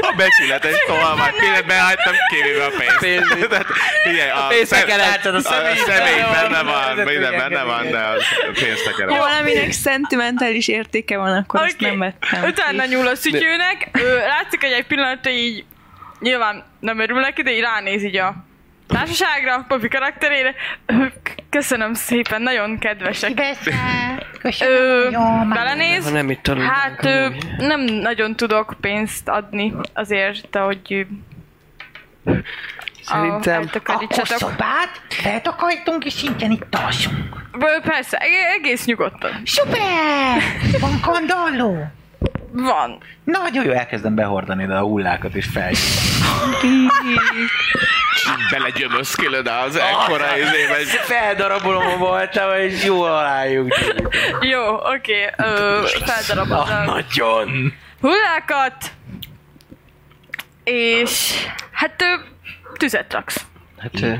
E: A becsületes tolmány, pillanatban hagytam kivéve a pénzt.
D: Pénzt.
E: Tehát, figyelj, a,
D: pénzt
E: szem-
D: tekered.
E: a személy benne van,
F: Ez a
E: minden benne
F: tényleg,
E: van,
F: igen.
E: de az a pénzt
C: Ha
E: tekered.
C: valaminek szentimentális értéke van, akkor okay. ezt
B: Oké.
C: nem vettem.
B: Utána nyúl a szütyőnek, ő, látszik, hogy egy pillanatra így nyilván nem örül neki, de így ránéz így a társaságra, a Poppy karakterére. Ö, k- Köszönöm szépen, nagyon kedvesek.
G: Igazán.
B: Ö,
G: Köszönöm, jó már.
D: Ha
B: belenéz,
D: nem itt tanulnánk.
B: hát ö,
D: amúgy.
B: nem nagyon tudok pénzt adni azért, hogy ö,
D: Szerintem-
G: Akkor
B: eltakarítsatok.
G: szobát letakarítunk, és ingyen itt alszunk.
B: Ö, Persze, eg- egész nyugodtan.
G: Szuper! Van kandalló?
B: Van.
F: Nagyon jó, elkezdem behordani ide a hullákat és fel.
E: Belegyömözkülöd az ekkora izébe, egy
F: Feldarabolom a voltam, és jó alájuk.
B: Jó, oké, okay, feldarabozom.
F: Nagyon!
B: hullákat, és hát ő, tüzet raksz.
D: Hát, ö,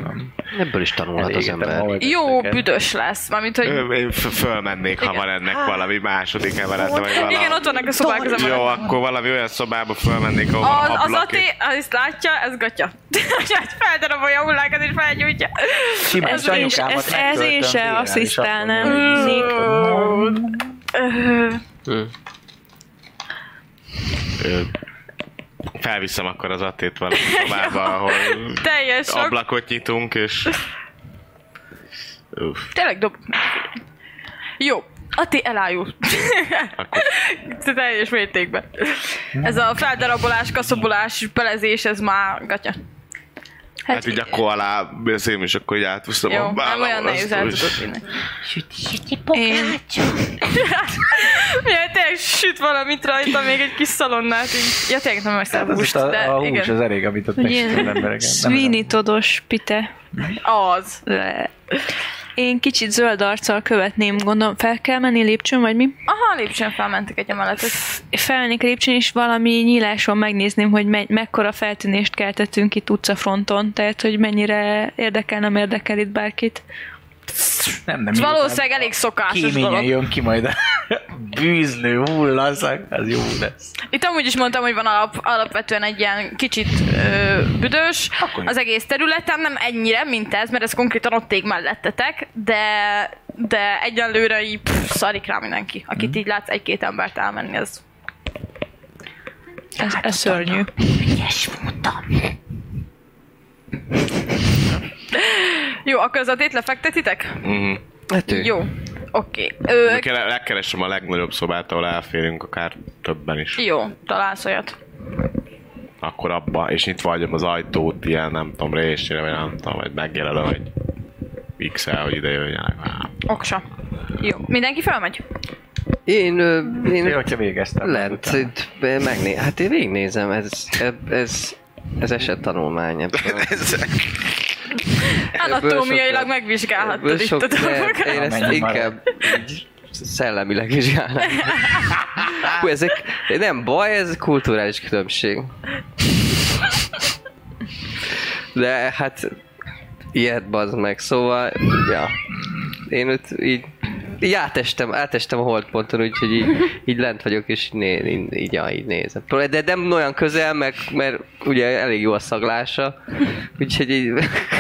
D: ebből is tanulhat az
F: Elégetem
D: ember.
F: a
B: Jó büdös lesz, mármint, hogy
E: Ö, Én f- fölmennék, ha
B: Igen.
E: van ennek valami második emelet, vagy valami.
B: igen, ott vannak a szobák az
E: Jó,
B: emelet.
E: akkor valami olyan szobába fölmennék, ahol
B: az, az
E: ablak
B: Ati, az ezt látja, ez gatya. Hát feldarabolja a hullákat és felgyújtja.
F: Simán
C: Ez én,
F: anyukámat
C: ez, ez én
F: megtöltöm
C: se
F: vérrel, és
C: asszisztálnám.
F: azt mondom, hogy
C: Nick.
B: Ö,
E: Ö, Felviszem akkor az Atét valami szobába, ahol
B: Teljes sok. Hát
E: ablakot nyitunk, és... Uff,
B: Tényleg dob... Jó, Ati elájul.
E: akkor
B: Teljes mértékben. Ez a feldarabolás, kaszobolás, belezés, ez már gatya.
E: hát, így a koalá beszélni, és akkor így átveszem
B: Jó,
E: a
B: nem
E: bállam,
B: olyan nehéz el tudod vinni. Ja, tényleg süt valamit rajta, még egy kis szalonnát így. Ja, tényleg nem eszel
F: Az
B: húst,
F: itt Hát a,
B: de
F: a hús
B: igen.
F: az elég, amit ott megszültem embereket.
C: Sweeney Todos pite.
B: Az.
C: Le. Én kicsit zöld arccal követném, gondolom, fel kell menni lépcsőn, vagy mi?
B: Aha, lépcsőn felmentek egy emeletet.
C: Felmennék lépcsőn, és valami nyíláson megnézném, hogy me- mekkora feltűnést keltettünk itt utcafronton, tehát, hogy mennyire érdekel, nem érdekel itt bárkit.
F: Nem, nem.
B: Ez
F: miután
B: valószínűleg elég szokásos
F: Kéményen
B: dolog.
F: jön ki majd a bűzlő hullaszak, az jó lesz.
B: Itt amúgy is mondtam, hogy van alap, alapvetően egy ilyen kicsit ö, büdös
F: Akkor jó.
B: az egész területen, nem ennyire, mint ez, mert ez konkrétan ott ég mellettetek, de de egyenlőre így pff, szarik rá mindenki. Akit
F: Mhm.
B: így látsz egy-két embert elmenni, az Hát,
C: Ez, ez szörnyű.
B: Jó, akkor az a tét lefektetitek?
D: Hát ő.
B: Jó. Oké. Ö,
E: Ö- Legkeresem a legnagyobb szobát, ahol elférünk, akár többen is.
B: Jó, találsz olyat.
E: Akkor abba, és nyitva hagyom az ajtót, ilyen nem tudom, résére, vagy nem tudom, vagy megjelölöm, hogy x hogy ide jöjjenek.
B: Oksa. Jó. Mindenki felmegy?
D: Én, ö,
F: Én
D: én
F: hogyha végeztem.
D: lent, itt megné... Hát én végignézem, ez, ez, ez eset tanulmány. ebből-
B: Anatómiailag
D: sokat- ebből
B: megvizsgálhattad itt
D: sok-
B: a dolgokat.
D: nem, Én ezt
F: Menjünk már.
D: inkább így szellemileg vizsgálnám. Hú, ezek nem baj, ez kulturális különbség. De hát ilyet bazd meg, szóval, ja. Én ott így, így átestem, átestem a holdponton, úgyhogy így, így lent vagyok, és így, né, így, így, ja, így nézem. Pró- De nem olyan közel, meg, mert ugye elég jó a szaglása, úgyhogy így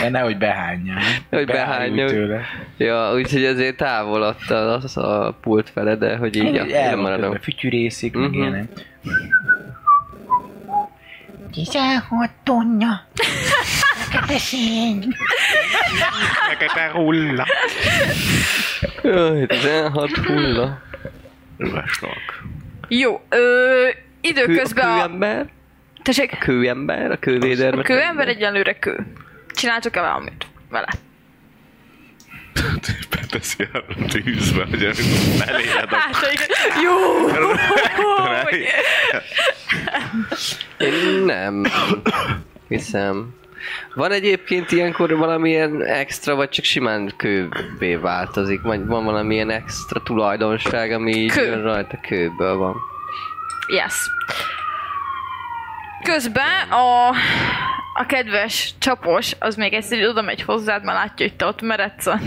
F: Ne, nehogy behányja.
D: Hogy
F: Behányulj
D: behányja.
F: tőle.
D: Ja, úgyhogy azért távol adta az a pult fele, de hogy így
F: Így
D: ja,
F: el van
D: maradom.
F: közben, fütyűrészik, meg
D: Mhm.
F: ilyenek.
G: 16 tonna. Fekete szén.
E: Fekete hulla.
D: Jaj, 16 hulla.
E: Üveslak.
B: Jó. Ö,
D: Hű,
B: időközben
D: a
B: a
D: ember.
C: Tessék?
D: A kőember, a kővéder.
B: A kőember egyelőre kő. Csináltok-e valamit vele?
E: Beteszi a tűzbe, hogy eléred a
B: Hát, igen. Jó!
E: karály.
D: Én nem. Hiszem. Van egyébként ilyenkor valamilyen extra, vagy csak simán kőbé változik? Vagy van valamilyen extra tulajdonság, ami így
B: Kő.
D: jön rajta kőből van?
B: Yes. Közben a, a kedves csapos, az még egyszer így oda megy hozzád, már látja, hogy te ott meredsz a,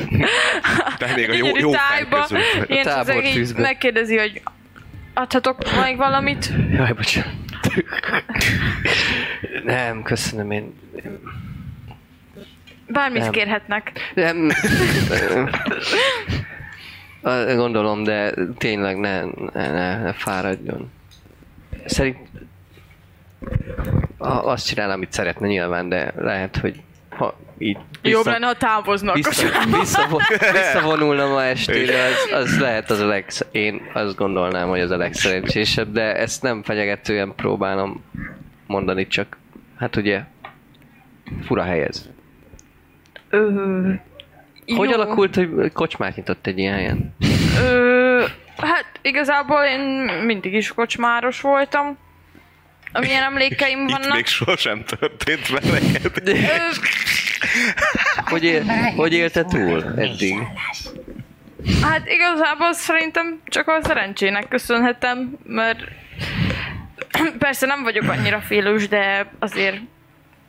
E: Tehát még a jó,
B: gyönyörű
E: jó
B: tájba.
E: fej között.
B: Ilyen
D: tábor
B: az, aki
D: tűzbe.
B: megkérdezi, hogy adhatok még valamit?
D: Jaj, bocsánat. Nem, köszönöm én.
B: Bármit
D: Nem.
B: kérhetnek.
D: Nem. Ö, Gondolom, de tényleg ne, ne, ne, ne fáradjon. Szerint a- azt csinál, amit szeretne nyilván, de lehet, hogy ha így
B: Jobb lenne, ha távoznak.
D: vissza, visszavon, visszavonulna ma estére, az, az lehet az a leg, én azt gondolnám, hogy az a legszerencsésebb, de ezt nem fenyegetően próbálom mondani, csak hát ugye fura helyez.
B: Ö,
D: Hogy
B: jó.
D: alakult, hogy kocsmát nyitott egy ilyen helyen?
B: Ö, hát igazából én mindig is kocsmáros voltam. Amilyen emlékeim
E: Itt
B: vannak.
E: még sosem történt veled.
B: Ö,
D: Hogy, él, hogy élte túl eddig?
B: Hát igazából szerintem csak a szerencsének köszönhetem, mert persze nem vagyok annyira félős, de azért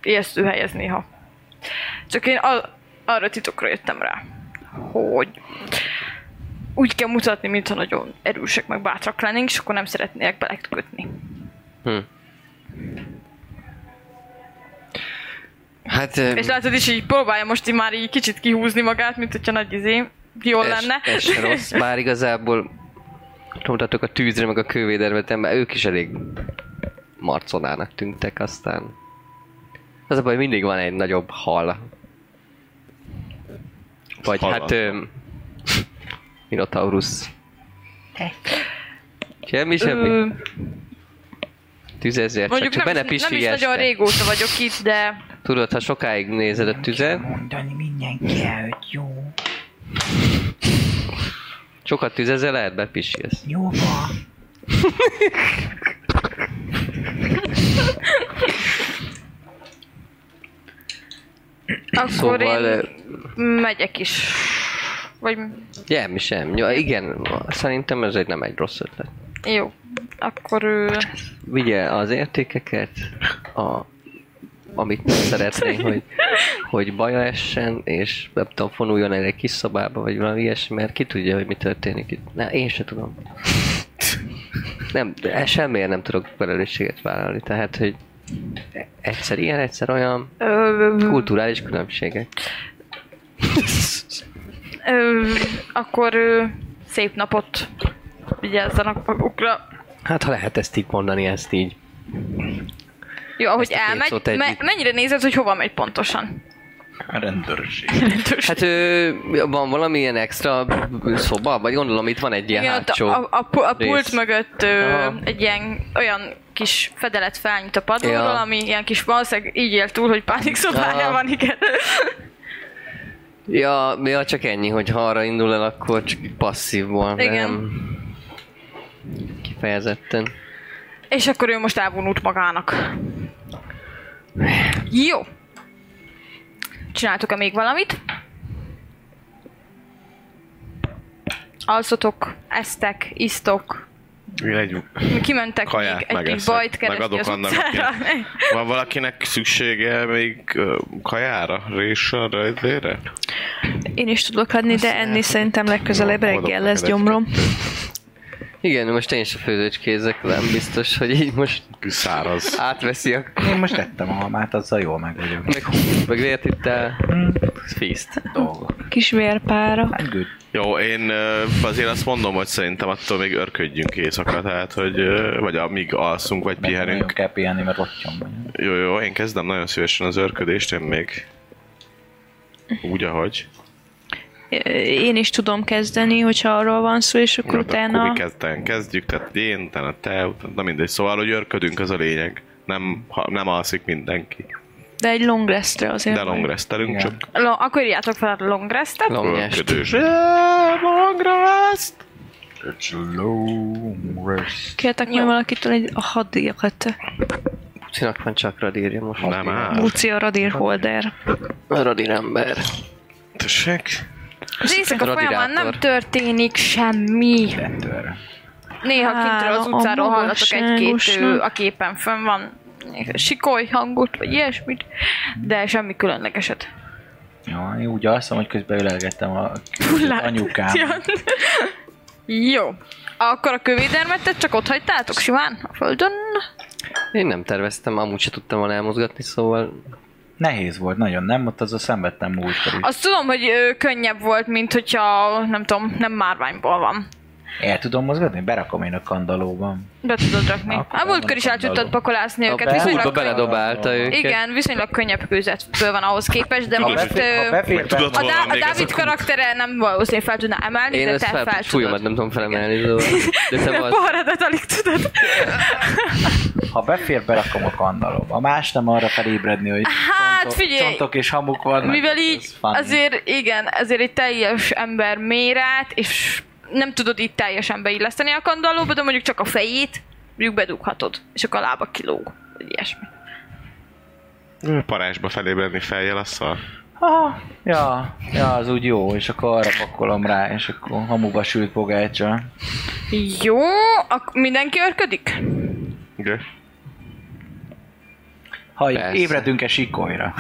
B: ijesztő helyez néha. Csak én a- arra titokra jöttem rá, hogy úgy kell mutatni, mintha nagyon erősek meg bátrak lennénk, és akkor nem szeretnék belekötni.
D: Hát...
B: És látod is, így próbálja most így már így kicsit kihúzni magát, mint hogyha nagy izé jól lenne.
D: Ez se rossz, bár igazából mutatok a tűzre, meg a kővédervetembe, ők is elég marconának tűntek aztán. Az a baj, mindig van egy nagyobb hal. Vagy
E: Halal.
D: hát... Öm, Minotaurus. Semmi, semmi.
B: Ö,
D: Tüzezért, csak,
B: Mondjuk
D: csak
B: nem,
D: benne
B: is- nem is nagyon régóta vagyok itt, de
D: Tudod, ha sokáig nézed a tüzet,
G: Mondani mindenki, hogy jó.
D: sokat tüzezel, lehet bepisílsz.
G: Jó van.
B: Akkor
D: Szóval,
B: én
D: ö,
B: megyek is. Vagy
D: Semmi, semmi. Ja, igen, szerintem ez egy nem egy rossz ötlet.
B: jó. Akkor ő...
D: vigye az értékeket, a, amit nem szeretné, hogy, hogy baja essen, és nem tudom, fonuljon el egy kis szobába, vagy valami ilyesmi, mert ki tudja, hogy mi történik itt. Na, én se tudom. Nem, de semmiért nem tudok felelősséget vállalni, tehát, hogy egyszer ilyen, egyszer olyan
B: Ö,
D: kulturális különbségek.
B: ö, akkor ö, szép napot vigyázzanak magukra.
D: Hát, ha lehet ezt így mondani, ezt így.
B: Jó, ahogy
D: Ezt a két
B: elmegy,
D: szót
B: me-
D: együtt.
B: mennyire nézed, hogy hova megy pontosan?
F: A rendőrség.
D: Hát ö, van valamilyen extra szoba, vagy gondolom itt van egy ilyen
B: Igen, ott
D: hátsó.
B: a, a, pu- a
D: rész.
B: pult mögött ö,
D: Aha.
B: egy ilyen olyan kis fedelet felnyit a padlóról,
D: Ja.
B: ami ilyen kis valószínűleg így él túl, hogy pánik szobája
D: Aha.
B: van, igen.
D: Ja, ja, csak ennyi, hogy ha arra indul el, akkor csak passzívból, de
B: Igen.
D: nem kifejezetten.
B: És akkor ő most elvonult magának. Jó. Csináltok-e még valamit? Alszotok, eztek, isztok,
E: Én egy
B: kimentek
E: Kaját
B: még egy kis
E: megeszek,
B: bajt keresni
E: megadok
B: az
E: annak,
B: utcára.
E: Van valakinek szüksége még ö, kajára, résre, röjdére?
C: Én is tudok adni, de enni szerintem legközelebb
E: Jó, adok
C: reggel
E: neked
C: lesz
E: egy
C: gyomrom.
D: Igen, most én is a főzőcskézek, nem biztos, hogy így most
E: Száraz.
D: átveszi a
F: Én most ettem a hamát, azzal jól meg vagyok.
D: meg húst, meg vért itt el. Fiszt.
F: Dolgok.
C: Kis vérpára.
F: I'm good.
E: Jó, én ö, azért azt mondom, hogy szerintem attól még örködjünk éjszaka, tehát hogy ö, vagy amíg alszunk, vagy
F: Meg nagyon
E: pihenünk.
F: kell pihenni, mert rottyon vagyok.
E: Jó, jó, én kezdem nagyon szívesen az örködést, én még úgy, ahogy.
C: Ö, Én is tudom kezdeni, hogyha arról van szó, és akkor
E: Akkor
C: utána...
E: mi kezdten kezdjük, tehát én, utána te, utána, na mindegy, szóval, hogy örködünk, az a lényeg. Nem, ha, nem alszik mindenki.
C: De egy long restre azért.
E: De long restelünk,
F: Igen.
E: csak
B: Lo- akkor írjátok fel a long restet.
D: Long rest.
E: ködös. Long rest!
F: It's long rest.
C: Kértek majd valakitől egy a hadíjakat.
D: Pucinak van csak radírja most.
B: Hát
E: Nem áll.
C: Buci a radír
E: hát-
C: holder.
D: A radír ember.
E: Tessék.
B: Az éjszaka
D: Radirátor.
B: folyamán nem történik semmi.
F: Rendőr.
B: Néha kintről az
C: Á,
B: utcáról
C: a
B: hallatok egy-két,
C: magasságosnak.
B: ö, aki éppen fönn van, sikoly hangot, vagy ilyesmit, de semmi különlegeset.
F: Jó, én úgy alszom, hogy közben ölelgettem a
B: Hullát.
F: anyukám.
B: Ja. Jó. Akkor a kövédermetet csak ott hagytátok simán a földön?
D: Én nem terveztem, amúgy se tudtam volna elmozgatni, szóval
F: Nehéz volt nagyon, nem? Ott az a szenvedtem múltkor is.
B: Azt tudom, hogy ö, könnyebb volt, mint hogyha, nem tudom, nem márványból van.
F: El tudom mozgatni? Berakom én a kandalóban.
B: Be tudod rakni.
F: Akkor
B: A
F: el
B: múltkor
F: van
B: is
F: a
B: el tudtad
F: kandalló.
B: pakolászni
D: a
B: őket. Viszonylag
D: kurva
B: könnyebb,
D: beledobálta őket.
B: igen, viszonylag könnyebb kőzetből van ahhoz képest, de
E: Tudod,
B: most...
E: hogy-
B: ö,
F: Ha befér,
E: Tudod,
B: A,
E: Hol
B: Dá-
E: van
B: a
E: még ez
B: Dávid
E: a kút?
B: karaktere nem valószínűleg fel tudná emelni,
D: Én
B: de
D: ezt
B: te fel,
D: fel,
B: tudod.
D: súlyomat nem tudom felemelni, de, de te
B: A
D: vagy.
B: poharadat alig tudod.
F: ha befér, berakom a kandalóba. A más nem arra felébredni, hogy
B: Hát,
F: csontok,
B: figyelj!
F: csontok és hamuk vannak. Hát
B: Mivel
F: Ez
B: így
F: funny.
B: azért, igen, azért egy teljes ember méret, és nem tudod így teljesen beilleszteni a kandallóba, de mondjuk csak a fejét mondjuk bedughatod, és akkor a lába kilóg, vagy ilyesmi. Hm.
E: Parázsba felébredni fejjel a szar.
F: Ah, ja, ja, az úgy jó, és akkor arra pakolom rá, és akkor hamuba sült pogácsa.
B: Jó, akkor mindenki örködik?
E: Igen.
F: Ha
D: Persze.
F: ébredünk-e sikolyra?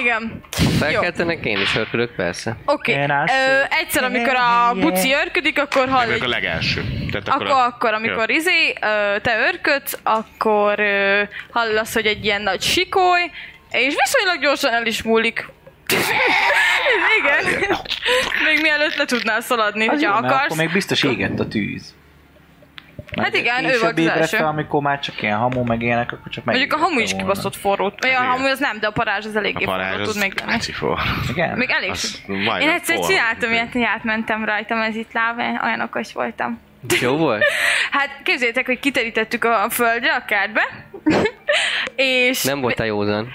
B: Igen. Jó.
D: Felkeltenek, én is örkülök, persze.
B: Oké.
F: Én
B: Okay.
F: azt-
B: Egyszer, amikor a buci örködik, akkor hall
E: Meg
B: egy
E: a legelső. Tehát
B: Hm. Akkor,
E: a-
B: akkor amikor izé, ö, te örködsz, akkor ö, hallasz, hogy egy ilyen nagy sikoly, és viszonylag gyorsan el is múlik. Igen. Még mielőtt le tudnál szaladni,
F: Az
B: ha
F: jó, mert
B: akarsz.
F: akkor még biztos égett a tűz.
B: Hát igen, ő
F: később
B: volt az
F: ébredt
B: első.
F: fel, amikor már csak ilyen hamu meg ilyenek, akkor csak meg.
B: Mondjuk a hamu is kibaszott forrót. Vagy a
E: Hát Igen.
B: hamu az nem, de a parázs az eléggé
E: A parázs
B: forró tud
E: az
B: még lenni.
E: cifó.
F: Igen?
B: Még elég
E: Az
B: Én
E: majdnem
B: egyszer
E: forró.
B: csináltam ilyet, hogy átmentem rajtam, ez itt láve, olyan okos voltam.
D: Jó volt?
B: Hát képzeljétek, hogy kiterítettük a földre, a kertbe, és...
D: Nem voltál józan.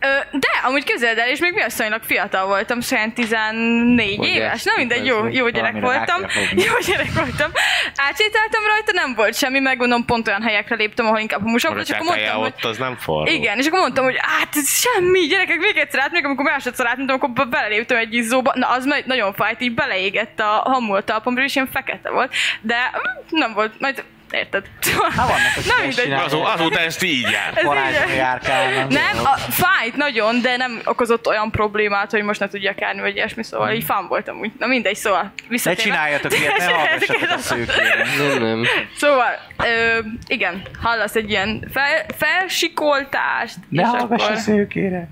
B: Ö, de, amúgy képzeld el, és még viszonylag fiatal voltam, saján 14
D: Vagy
B: éves,
D: ezt
B: na mindegy, jó,
D: tudod,
B: jó gyerek
F: valamire rá
B: voltam,
F: kell fogni.
B: jó gyerek voltam. Átsétáltam rajta, nem volt semmi, megmondom, pont olyan helyekre léptem, ahol inkább a musabb,
E: Akkor
B: volt, és
E: a
B: akkor
E: csákája
B: mondtam, hogy
E: ott az nem forró.
B: igen, és akkor mondtam, hogy hát ez semmi, gyerekek, még egyszer át, még amikor másodszor átmentem, akkor be- beleléptem egy izzóba, na az majd nagyon fájt, így beleégett a hamul a talpamra, és ilyen fekete volt, de mm, nem volt, majd érted.
F: Hát vannak, akik
B: Na
F: ezt
B: mindegy.
F: csinálják.
E: Azó, azóta ezt így jár.
B: Ez
F: Parázsra
B: így-
F: járkálnak.
B: nem, a, fájt nagyon, de nem okozott olyan problémát, hogy most ne tudjak járni, vagy ilyesmi, szóval így fán voltam úgy. Na mindegy, szóval
F: Ne
B: visszatérve.
F: csináljatok ilyet, ne hallgassatok a szőkére.
D: Nem, nem.
B: Szóval, ö, igen, hallasz egy ilyen fel, felsikoltást,
F: Ne
B: és
F: hallgass
B: akkor...
F: a szőkére.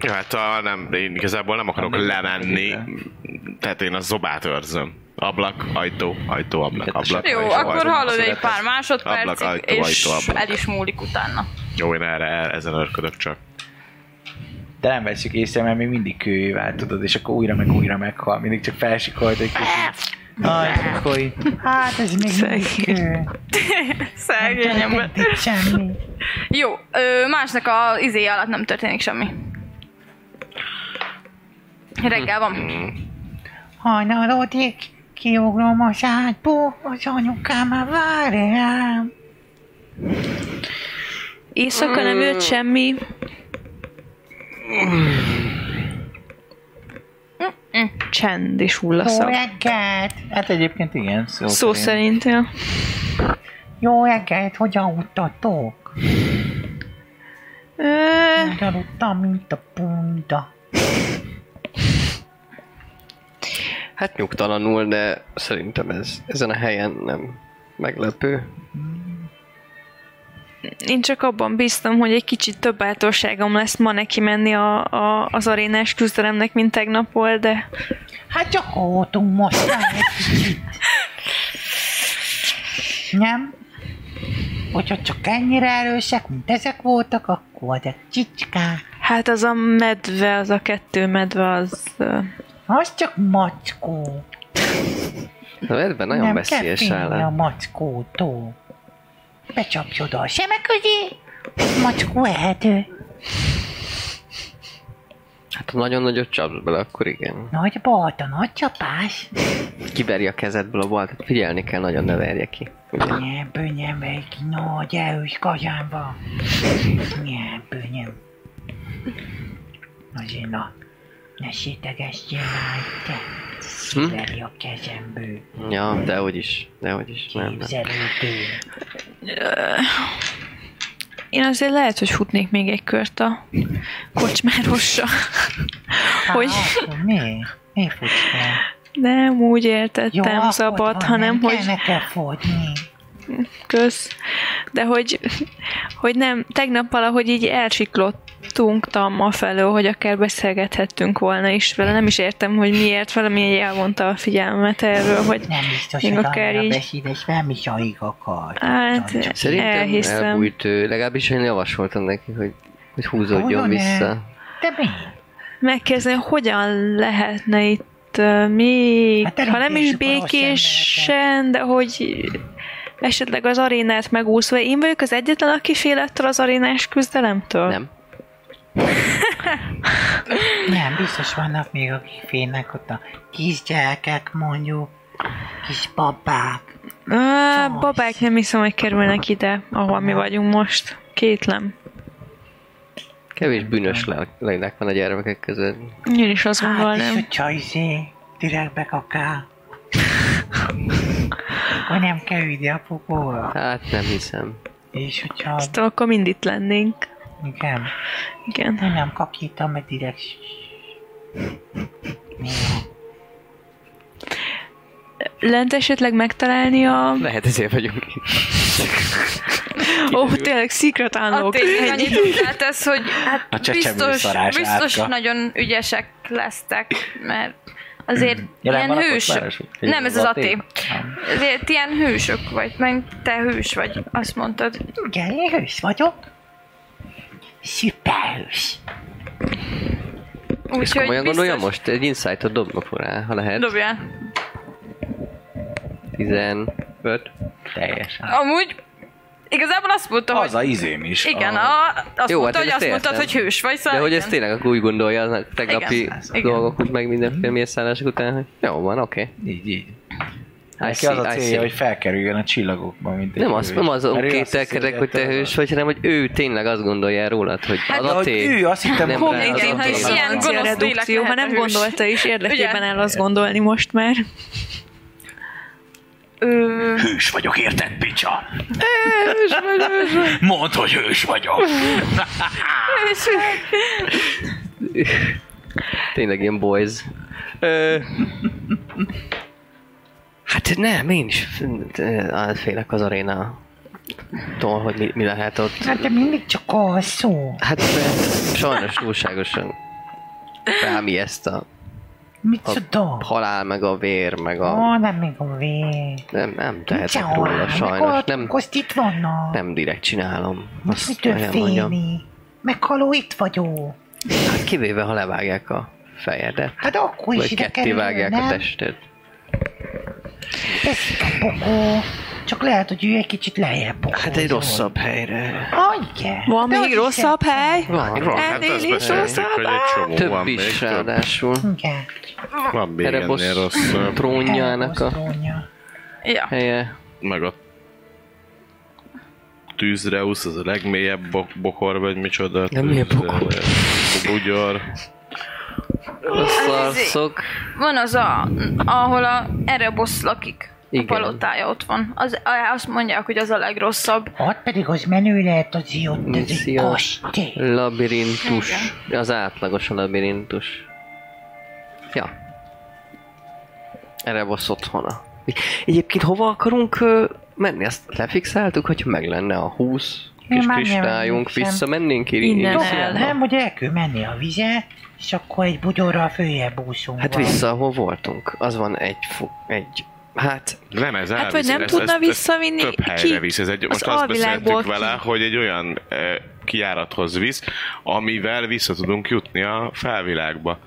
E: Jó, hát a, nem, én igazából nem akarok
F: Amíg
E: lemenni. Tehát én a zobát őrzöm. Ablak, ajtó, ajtó, ablak, ablak.
B: Jó,
E: ajtó,
B: akkor
E: ajtó.
B: hallod egy pár
E: Ablak,
B: másodpercig,
E: ajtó,
B: és
E: ajtó, ablak.
B: el is múlik utána.
E: Jó, én erre, erre ezen örködök csak.
F: De nem veszük észre, mert még mindig kővé vált, tudod, és akkor újra meg újra meghal, mindig csak felsikolt egy kicsit. Aj, sikoly.
G: Hát ez még mindig
C: Szegény.
G: kő.
B: Szegény ember.
G: Történt itt semmi.
B: Jó, ö, másnak a izé alatt nem történik semmi. Reggel van.
G: Hajnalodik, kiugrom a ágyból, az anyukám már vár rám.
C: Éjszaka nem
G: Mm.
C: jött semmi. Csend és
G: Jó
C: hullaszag.
G: reggelt!
F: Hát egyébként igen, szó,
C: Szó szerint, ja.
G: Jó reggelt, hogy aludtatok?
C: Ö,
G: Úgy aludtam, mint a bunda.
D: Hát nyugtalanul, de szerintem ez ezen a helyen nem meglepő.
C: Én csak abban bíztam, hogy egy kicsit több bátorságom lesz ma neki menni a, a, az arénás küzdelemnek, mint tegnap volt, de
G: Hát gyakoroltunk most rá egy kicsit. Nem? Hogyha csak ennyire erősek, mint ezek voltak, akkor de csicskák.
C: hát az a medve, az a kettő medve, az... ö,
G: Az csak mackó.
D: Na, ebben nagyon
G: Nem kell
D: veszélyes
G: félni a
D: állam.
G: mackótól. Becsapj oda a semek közé, macskó ehető.
D: Hát ha nagyon nagyot csapsz bele, akkor igen.
G: Nagy balta, nagy csapás.
D: Kiveri a kezedből a baltát, figyelni kell, nagyon ne verje ki. Ugye?
G: Nyem, bönyem, egy nagy erős kazánba. Nyem, bönyem. Azért na, ne sétegessél már, te. Kiveri a kezemből,
D: Ja, dehogy is, dehogy is, nem, nem.
G: képzelődő.
C: Én azért lehet, hogy futnék még egy kört a kocsmárossal. hogy
G: Á, akkor mi? Mi futsz fel?
C: nem úgy értettem
G: akkor
C: szabad,
G: van,
C: hanem
G: nem
C: hogy
G: kell nekem futni.
C: köz. De hogy, hogy nem, tegnap valahogy így elsiklottunk tam afelől, hogy akár beszélgethettünk volna is vele. Nem is értem, hogy miért valami így elvonta a figyelmet erről, hogy
G: Nem biztos,
C: Még
G: hogy
C: akár
G: annyira
C: így.
G: beszédes, nem is alig akar.
C: hát
D: Szerintem
C: elhiszem.
D: elbújt ő, legalábbis én javasoltam neki, hogy, hogy húzódjon
G: Húzod el.
D: vissza.
G: De mi?
C: megkérdezni, hogy hogyan lehetne itt ö, még,
G: Hát
C: hát ha nem is
G: elindítsuk a rossz
C: békésen, de hogy esetleg az arénát megúszva. Én vagyok az egyetlen, aki fél ettől az arénás küzdelemtől?
D: Nem.
G: Nem, biztos vannak még, akik félnek ott a kisgyerekek, mondjuk, kis babák.
C: Á,
G: Csaj.
C: babák nem hiszem, hogy kerülnek ide, ahol mi vagyunk most. Kétlem.
D: Kevés bűnös le- lélek van a gyermekek között.
C: Én is azt
G: Hát is,
C: gondolnám.
G: hogy csajzé, direkt bekakál. Akkor nem kell ide a pokóra.
D: Hát nem hiszem.
G: És hogyha,
C: Azt akkor mind itt lennénk.
G: igen,
C: Igen.
G: nem, nem kakítom, mert direkt...
C: Lent esetleg megtalálni a...
D: Lehet ezért vagyunk itt.
C: Ó, oh, tényleg Secret
B: A
C: Unlock.
B: tény
C: Ennyi.
B: annyit hozzátesz, hogy hát
F: A csecsemő
B: biztos,
F: szarás
B: biztos
F: átka.
B: nagyon ügyesek lesztek, mert azért
D: Hmm.
F: Jelen
B: ilyen
F: van a
B: hősök.
F: kocsmáros? Egy
B: Nem, ez az
F: laté?
B: Até. Ezért ilyen hősök vagy, mert te hős vagy, azt mondtad.
G: Igen, én hős vagyok. Szuperhős.
D: És
B: Úgyhogy
D: komolyan gondolja
B: biztos...
D: most? Egy insightot dobnak rá, ha lehet.
B: Dobjál.
D: 15.
F: Teljesen.
B: Amúgy igazából azt mondta,
F: Az
B: hogy...
F: a izém is.
B: Igen,
F: a...
B: a, azt
D: Jó,
B: mondta,
D: hát én
B: hogy azt
D: ezt
B: mondtad,
D: értem.
B: hogy hős vagy, szóval
D: De hogy
B: igen.
D: ezt tényleg akkor úgy gondolja, a tegnapi
B: Igen, igen.
D: dolgok, úgy meg
F: Mhm.
D: mindenféle mérszállások után, hogy jó van, oké.
F: Így, így.
D: I
F: Neki
D: see,
F: az a
D: I
F: célja,
D: see.
F: hogy felkerüljön a csillagokban, mint egy
D: Nem, az,
F: hős.
D: nem azon
F: Mert ő azt hiszi,
D: kételkedek, hogy te
F: te
D: hős vagy, hanem hogy ő tényleg azt gondolja rólad, hogy
B: Hát,
D: az
F: De
D: a
F: hogy
D: té.
F: ő, azt
D: Nem
F: hittem, nem
D: rá.
F: komolyan.
B: Komolyan.
C: Konkrétan
B: Ez
C: az
B: ilyen
C: ilyen
B: gonosz
C: redukció,
B: lélek
C: ha
B: lehet
C: nem
B: a hős.
C: gondolta is, érdekében
B: Ugye?
C: áll azt gondolni most már.
B: Ö,
F: Hős vagyok, érted, picsa? Hős vagyok. Mondd, hogy hős vagyok.
D: Tényleg ilyen boys. Ö, Hát nem, én is f- ö, félek az aréna tól, hogy mi, mi lehet ott.
G: Hát de mindig csak alszol.
D: Hát mert sajnos túlságosan rám ezt a
G: Mit
D: A-
G: tudom?
D: halál, meg a vér, meg a...
G: Ó, nem még a vég.
D: Nem, nem tehetek róla, sajnos. Nem,
G: Azt itt vannak.
D: nem direkt csinálom. Azt
G: Mitől
D: nem mondjam.
G: félni? Meghaló itt vagyok.
D: Hát kivéve, ha levágják a fejedet.
G: Hát akkor is
D: Vagy
G: ide
D: ketté
G: kerül,
D: vágják a
G: nem?
D: tested.
G: Teszik a pokó. Csak lehet, hogy ő egy kicsit lejjebb pokó.
D: Hát egy rosszabb helyre.
G: Ah, igen.
C: Van
G: De az
C: még
G: is
C: rosszabb
G: lehet.
C: hely?
D: Van.
E: Van,
D: Van.
E: hát
C: Ennél
E: azt
C: is
E: beszéltük, hogy egy csomó van
D: Több
E: még.
D: is
E: több.
D: ráadásul.
G: Igen.
E: Van még ennél
D: Erebos
E: rosszabb.
D: trónjának a
G: Elmozdulja.
B: ja.
D: helye.
E: Meg a Tűzreusz, az a legmélyebb bo- bokor, vagy micsoda.
D: Nem, milyen
E: Tűzre-
D: bokor?
E: Bugyor.
D: Szarszok.
B: Van az a, ahol a Erebos lakik.
D: Igen.
B: A palotája ott van. Az, azt mondják, hogy az a legrosszabb.
G: Ott Hát pedig az menő lehet az ott, ez egy
D: Misszió.
G: kastély.
D: Labirintus.
G: Hát,
D: Az átlagos a labirintus. Ja. Erebos otthona. Egyébként hova akarunk ö, menni? Azt lefixáltuk, hogyha meg lenne a 20 kis
G: már nem
D: kristályunk,
G: emlékszem.
D: visszamennénk Iri-
C: Innen
D: Irisiába?
C: el.
G: Nem, hogy el kell menni a vize, és akkor egy bugyorral följebb úszunk.
D: Hát vissza, ahol voltunk. Az van egy, fo- egy hát
E: Nem, ez
C: Hát, vagy nem
E: elvisz,
C: tudna
E: ez, ez,
C: visszavinni
E: több
C: ki
E: helyre visz. Ez egy,
C: az
E: most azt
C: alvilágból
E: beszéltük vele, hogy egy olyan e, kijárathoz visz, amivel vissza tudunk jutni a felvilágba.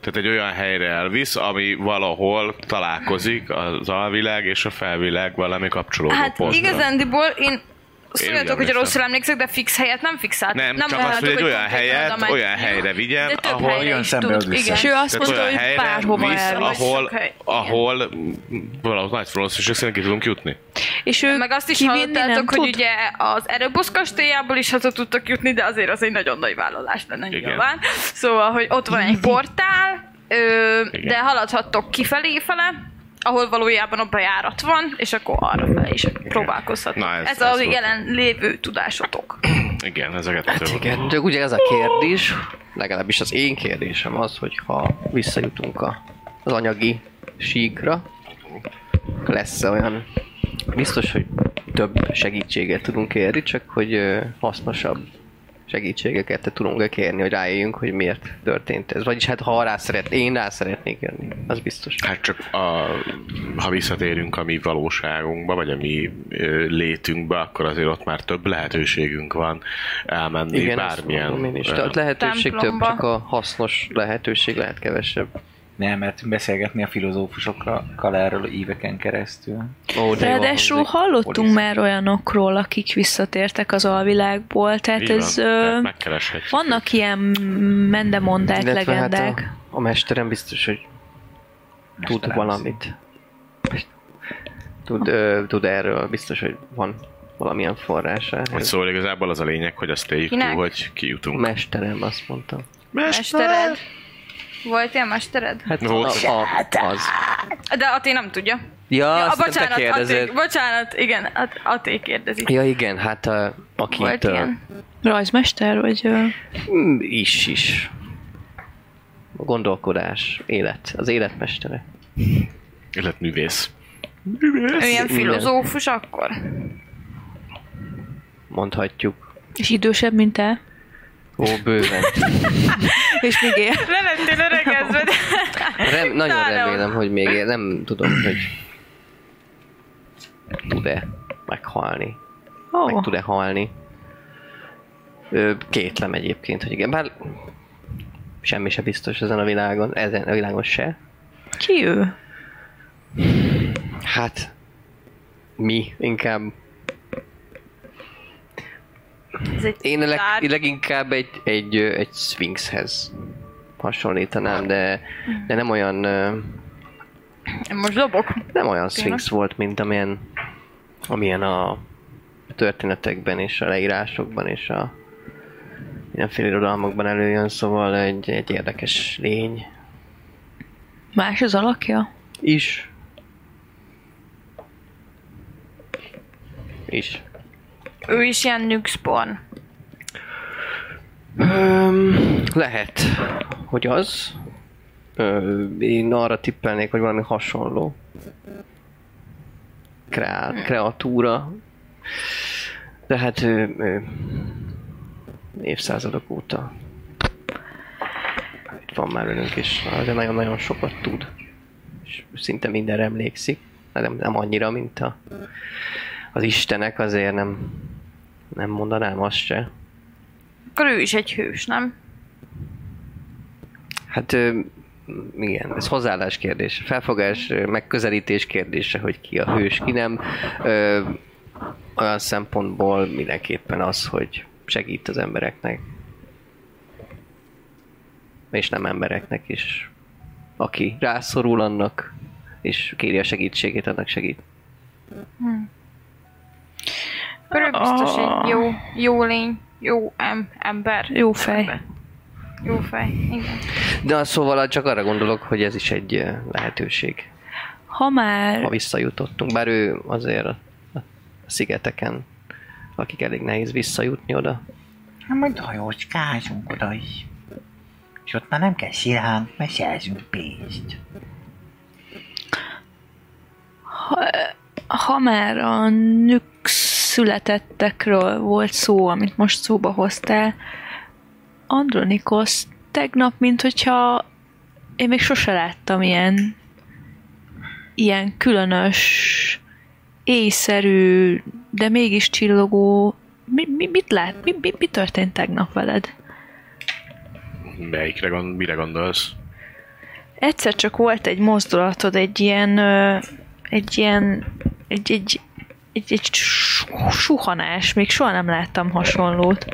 E: Tehát egy olyan helyre elvisz, ami valahol találkozik az alvilág és a felvilág valami kapcsolódó
B: Hát
E: pontban.
B: igazándiból én Szóljatok, hogy
E: emlékszem.
B: rosszul emlékszek, de fix helyet nem fixált.
E: Nem, csak azt, hogy egy olyan
B: konkrétan
E: helyet,
B: oda megy.
E: olyan helyre vigyen,
B: de több
E: ahol
B: helyre
F: jön
B: is
F: szembe
B: tud,
F: az vissza.
B: igen.
C: És ő azt
E: Tehát
C: mondta,
E: olyan
C: hogy
E: helyre
C: bárhova
E: visz,
C: elvisz.
E: ahol,
B: Sok hely-
E: ahol m, valahogy nagy valószínűség szerint ki tudunk jutni.
C: És ő
B: Meg azt is
C: kivinni
B: hallottátok, hogy
C: tud?
B: ugye az erőbusz kastélyából is haza tudtak jutni, de azért az egy nagyon nagy vállalás lenne
E: Igen.
B: nyilván. Szóval, hogy ott van egy portál, ö,
E: Igen.
B: de haladhattok kifelé fele, ahol valójában a bejárat van, és akkor arra fel is próbálkozhatok.
E: Na,
B: ez,
E: ez-
B: ez,
E: ez
B: a
E: volt.
B: jelen lévő tudásotok.
E: Igen, ezeket
D: Hát igen, csak ugye ez a kérdés, legalábbis az én kérdésem az, hogy ha visszajutunk a, az anyagi síkra, lesz olyan, biztos, hogy több segítséget tudunk kérni, csak hogy ö, hasznosabb segítségeket tudunk kérni, hogy rájöjjünk, hogy miért történt ez. Vagyis hát ha rá szeret, én rá szeretnék jönni, az biztos.
E: Hát csak a, ha visszatérünk a mi valóságunkba, vagy a mi ö, létünkbe, akkor azért ott már több lehetőségünk van elmenni
D: Igen, azt
E: bármilyen.
D: mondom én is.
E: ö,
D: Tehát lehetőség több,
B: templomba.
D: csak a hasznos lehetőség lehet kevesebb.
F: Nem, mert beszélgetni a filozófusokkal erről éveken keresztül.
D: Ó, de jó
C: Ráadásul
D: hangzik.
F: Policy.
C: hallottunk már olyanokról, akik visszatértek az alvilágból, tehát
E: így
C: ez...
E: van,
C: ö,
E: tehát megkereshetjük.
C: Vannak ilyen mendemondák,
D: Illetve
C: legendák.
D: Hát a, a mesterem biztos, hogy tud
F: Mesterem
D: valamit. Tud, ö, tud erről, biztos, hogy van valamilyen forrása.
E: Hogy szóval igazából az a lényeg, hogy azt éljük
B: Kinek?
E: túl, hogy kijutunk.
D: Mesterem, azt mondtam.
B: Mestered? Volt ilyen mestered?
D: Hát
E: Volt.
D: a, a, az.
B: De Ati nem tudja.
D: Ja,
B: Ja,
D: azt bocsánat, te
B: bocsánat, Ati,
D: kérdezed.
B: bocsánat, igen, At- Ati kérdezi.
D: Ja igen, hát a, akit
B: Volt
D: ö,
B: ilyen?
C: Rajzmester, vagy... ö,
D: mm, is is. A gondolkodás, élet, az életmestere.
E: Életművész.
B: Ő ilyen
D: minden.
B: filozófus akkor?
D: Mondhatjuk.
C: És idősebb, mint te.
D: Ó, bőven.
C: És még él.
B: Le lettél öregezve, de...
D: Rem, nagyon
B: Nálam.
D: remélem, hogy még él. Nem tudom, hogy tud-e meghalni. meg
C: Oh.
D: tud-e halni. Ö, kétlem egyébként, hogy igen, bár semmi se biztos ezen a világon, ezen a világon se.
C: Ki ő?
D: Hát, mi inkább,
B: Ez egy
D: én a leg,
B: tárgy.
D: leginkább egy, egy, ö, egy Sphinxhez hasonlítanám, de, de nem olyan, ö,
B: Én Mm. most dobok.
D: nem olyan Sphinx volt, mint amilyen, amilyen a történetekben és a leírásokban és a mindenféle irodalmakban előjön, szóval egy, egy érdekes lény.
C: Más az alakja?
D: Is. Is.
B: Ő is ilyen nükszporn.
D: Öm, lehet, hogy az. Ö, én arra tippelnék, hogy valami hasonló. Kreá- kreatúra. De hát ö, ö, évszázadok óta itt van már velünk, és már azért nagyon-nagyon sokat tud. És szinte mindenre emlékszik. Hát Nem, nem annyira, mint a, az istenek, azért nem, nem mondanám azt se.
B: Akkor ő is egy hős, nem?
D: Hát ö, igen, ez hozzáállás kérdés, felfogás, ö, megközelítés kérdése, hogy ki a hős, ki nem. Ö, olyan szempontból mindenképpen az, hogy segít az embereknek. És nem embereknek is. Aki rászorul annak, és kéri a segítségét, annak segít.
B: Akkor ő biztos
C: Ah.
B: egy jó, jó lény, jó em, ember.
C: Jó fej.
B: Jó fej, igen.
D: De az szóval csak arra gondolok, hogy ez is egy ö, lehetőség,
C: Ha
D: ha
C: már...
D: visszajutottunk. Bár ő azért a a szigeteken, akik elég nehéz visszajutni oda,
G: Hát majd hajócskázunk oda is. És ott már nem kell sírhánk, mert szerzünk pénzt.
C: Ha már a nük születettekről volt szó, amit most szóba hoztál, Andronikos tegnap, mint hogyha én még sose láttam ilyen ilyen különös éjszerű, de mégis csillogó mi, mi, mit lát? Mi, mi, mi történt tegnap veled?
E: Melyikre gond, mire gondolsz?
C: egyszer csak volt egy mozdulatod, egy ilyen, ö, egy ilyen, egy, egy, egy, egy su- suhanás, még soha nem láttam hasonlót.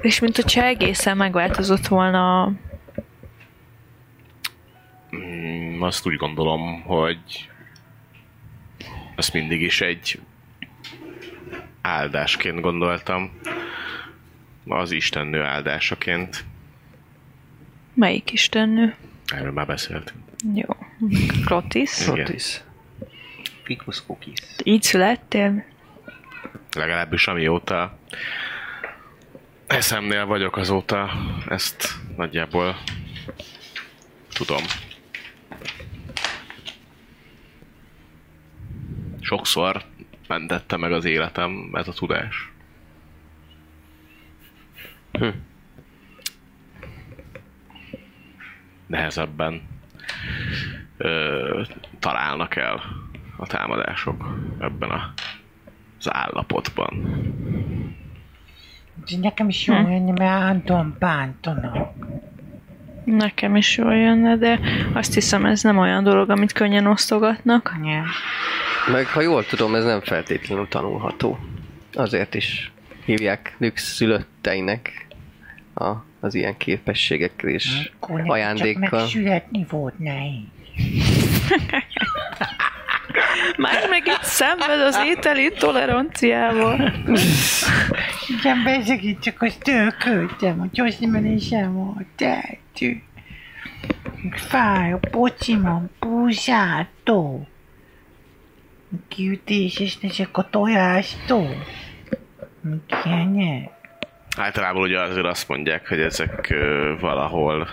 C: És mint hogyha egészen megváltozott volna a
E: Mm, Azt úgy gondolom, hogy ezt mindig is egy áldásként gondoltam. Az istennő áldásaként.
C: melyik istennő.
E: Erről már beszéltünk.
C: Jó. Krotis.
E: Igen.
F: Ficus cookies.
C: Így születtél?
E: Legalábbis amióta eszemnél vagyok azóta, ezt nagyjából tudom. Sokszor mentette meg az életem ez a tudás. Hm. Nehezebben ö, találnak el a támadások ebben a, az állapotban.
G: De nekem is jó lenne, mert Anton bántanak.
C: Nekem is jól jönne, de azt hiszem ez nem olyan dolog, amit könnyen osztogatnak.
G: Nem.
D: Meg ha jól tudom, ez nem feltétlenül tanulható. Azért is hívják lux szülötteinek a, az ilyen képességekkel és
G: Akkor neki Csak
D: ajándékkal.
G: megsületni volt nehéz.
C: Már meg itt szenved az ételi toleranciával.
G: Igen, bezegít, csak azt tölködtem, hogy hozni menésem volt, tehető. Fáj a pocimon, búzától. A Kiütéses ne csak a tojástól. Meg Ilyenek.
E: Általában ugye azért azt mondják, hogy ezek ö, valahol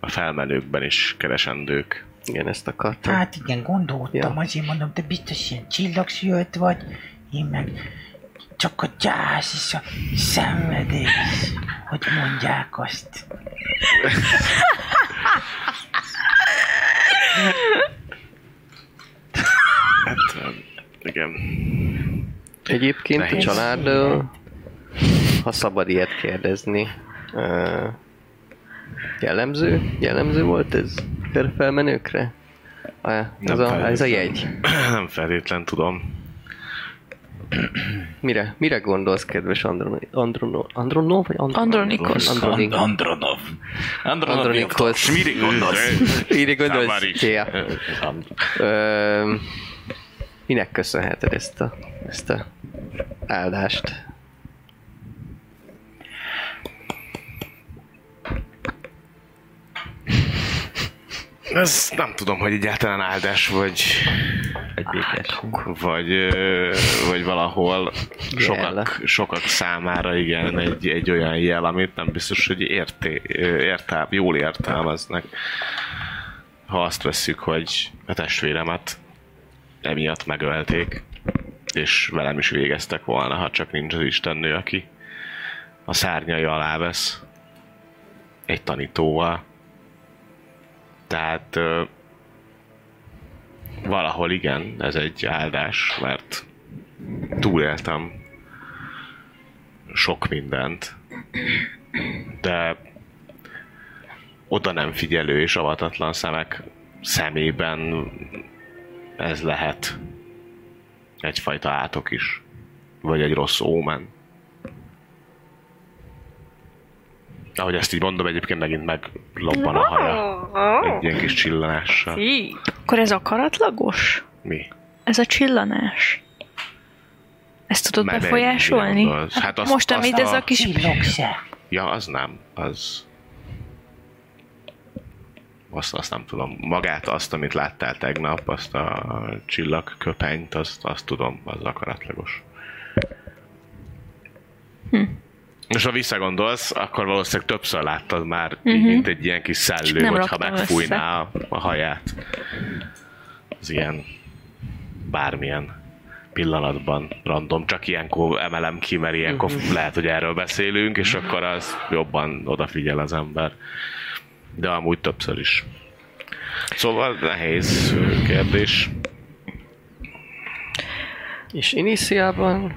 E: a felmenőkben is keresendők.
D: Igen, ezt akartam.
G: Hát igen, gondoltam,
D: Ja.
G: azért mondom, te biztos ilyen csillagszülött vagy, én meg csak a gyász és a szenvedés, hogy mondják azt.
E: Hát, ö, igen.
D: Egyébként a
E: Nehéz.
D: család, ö, ha szabad ilyet kérdezni, ö, jellemző? Jellemző volt ez fel- felmenőkre? A, ez, a, ez a
E: feltétlen.
D: jegy.
E: Nem feltétlen tudom.
D: Mire, mire gondolsz, kedves Andron, Andron, Andronó? Vagy Andron,
C: Andronikos.
D: Andronik,
F: Andronov.
D: Andronikos.
E: Mire gondolsz?
D: Mire gondolsz?
E: Tavarik.
D: Yeah. Ö, minek köszönheted ezt a, ezt a áldást?
E: Ez nem tudom, hogy egyáltalán áldás vagy... Egy békés. Vagy, ö, vagy valahol sokak, sokak számára igen, egy, egy olyan jel, amit nem biztos, hogy érté, ö, értel, jól értelmeznek. Ha azt vesszük, hogy a testvéremet emiatt megölték, és velem is végeztek volna, ha csak nincs az istennő, aki a szárnyai alá vesz egy tanítóval. Tehát ö, valahol igen, ez egy áldás, mert túléltem sok mindent, de oda nem figyelő és avatatlan szemek szemében ez lehet egyfajta átok is, vagy egy rossz ómen. Ahogy ezt így mondom, egyébként megint meglobban a haja. Egy ilyen kis csillanással.
B: Így.
C: Akkor ez akaratlagos?
E: Mi?
C: Ez a csillanás? Ezt tudod
E: Már nem,
C: befolyásolni?
E: mire gondolsz? Hát azt-
C: Most,
E: azt
C: amit ez
E: a-
C: a kis...
G: Csillagse.
E: Ja, az nem. Az... Azt, azt nem tudom. Magát, azt, amit láttál tegnap, azt a csillagköpenyt, azt, azt tudom, az akaratlagos. Hm. És ha visszagondolsz, akkor valószínűleg többször láttad már, mm-hmm. így, mint egy ilyen kis
C: Mhm. Csak
E: szellő,
C: nem
E: hogyha
C: raktam
E: megfújná a, a haját. Az ilyen bármilyen pillanatban random, csak ilyenkor emelem ki, mert ilyenkor lehet, hogy erről beszélünk, és akkor az jobban odafigyel az ember. De amúgy többször is. Szóval nehéz kérdés.
D: És Inisziában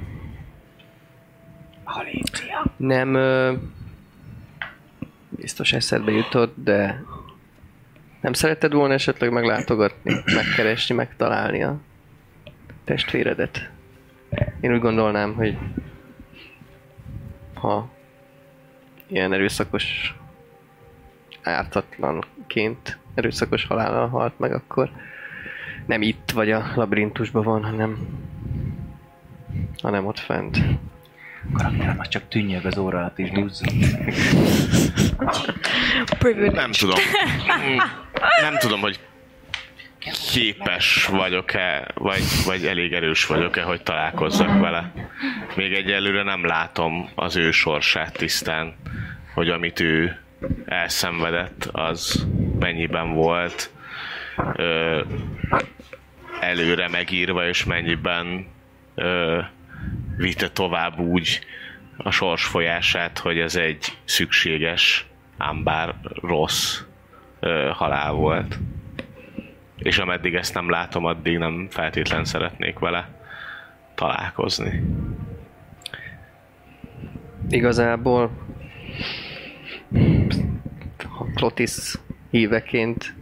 D: nem ö, biztos eszedbe jutott, de nem szeretted volna esetleg meglátogatni, megkeresni, megtalálni a testvéredet? Én úgy gondolnám, hogy ha ilyen erőszakos ártatlanként erőszakos halállal halt meg, akkor nem itt vagy a labirintusban van, hanem hanem ott fent.
F: Karakterem az csak tűnjeg az óra alatt és duzzog.
C: Privilege.
E: Nem tudom. Mm. Nem tudom, hogy képes vagyok-e, vagy, vagy elég erős vagyok-e, hogy találkozzak vele. Még egyelőre nem látom az ő sorsát tisztán, hogy amit ő elszenvedett, az mennyiben volt ö, előre megírva, és mennyiben ö, vitte tovább úgy a sors folyását, hogy ez egy szükséges, ám bár rossz ö, halál volt. És ameddig ezt nem látom, addig nem feltétlen szeretnék vele találkozni.
D: Igazából a Clotis híveként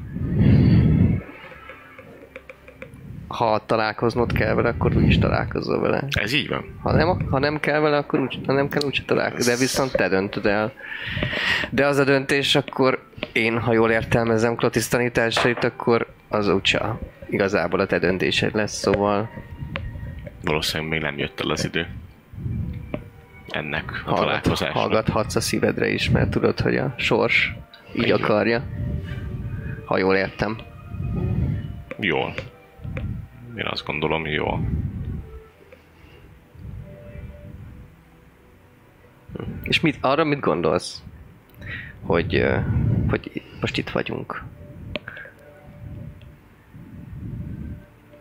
D: ha találkoznod kell vele, akkor úgyis találkozol vele.
E: Ez így van.
D: Ha nem, ha nem kell vele, akkor úgy, ha nem kell, úgyse találkozni. De viszont te döntöd el. De az a döntés, akkor én, ha jól értelmezem Klotis tanításait, akkor az úgyse igazából a te döntésed lesz, szóval
E: Valószínűleg még nem jött el az idő. Ennek a
D: hallgat,
E: találkozásnak.
D: hallgathatsz a szívedre is, mert tudod, hogy a sors így
E: Igen.
D: akarja. Ha jól értem.
E: Jól. Én azt gondolom, jól.
D: És mit, arra mit gondolsz? Hogy, ö, hogy itt- most itt vagyunk.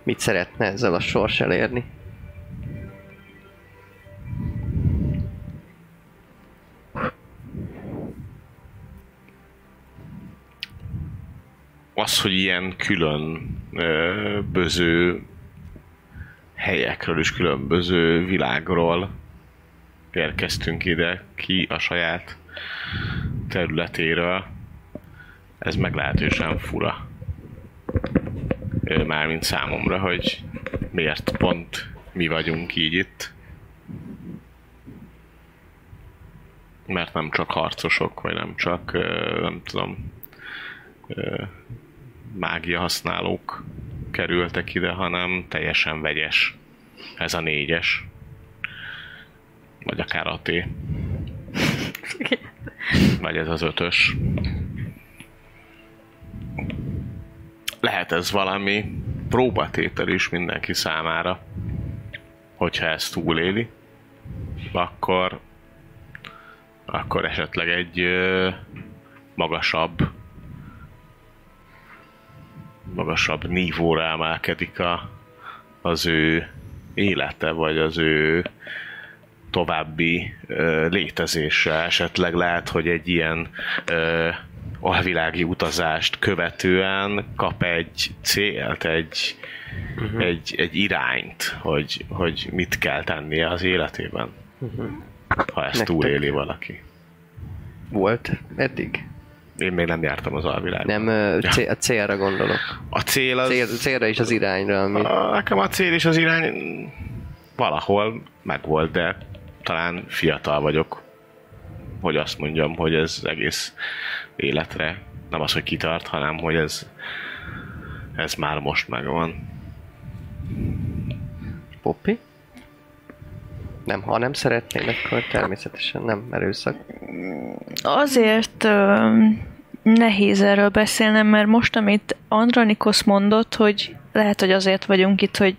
D: Mit szeretne ezzel a sors elérni?
E: az, hogy ilyen külön ö, böző helyekről és különböző világról érkeztünk ide ki a saját területéről, ez meglehetősen fura. Ö, Mármint számomra, hogy miért pont mi vagyunk így itt. Mert nem csak harcosok, vagy nem csak, ö, nem tudom, mágia használók kerültek ide, hanem teljesen vegyes. Ez a négyes. Vagy akár a T. Vagy ez az ötös. Lehet ez valami próbatétel is mindenki számára. Hogyha ezt túléli, akkor akkor esetleg egy ö, magasabb magasabb nívóra emelkedik a, az ő élete, vagy az ő további ö, létezése. Esetleg lehet, hogy egy ilyen ö, alvilági utazást követően kap egy célt, egy, uh-huh. egy, egy irányt, hogy, hogy mit kell tennie az életében. Uh-huh. Ha ezt
D: Nektek.
E: túléli valaki.
D: Volt eddig?
E: Én még nem jártam az alvilágban.
D: Nem, ö, cél, a célra gondolok.
E: A cél az...
D: Cél, célra és az irányra, ami...
E: A, nekem a cél és az irány valahol megvolt, de talán fiatal vagyok, hogy azt mondjam, hogy ez egész életre nem az, hogy kitart, hanem hogy ez ez már most megvan.
D: Poppy? Nem, ha nem szeretnél, akkor természetesen nem erőszak.
C: Azért ö, nehéz erről beszélnem, mert most, amit Andronikos mondott, hogy lehet, hogy azért vagyunk itt, hogy,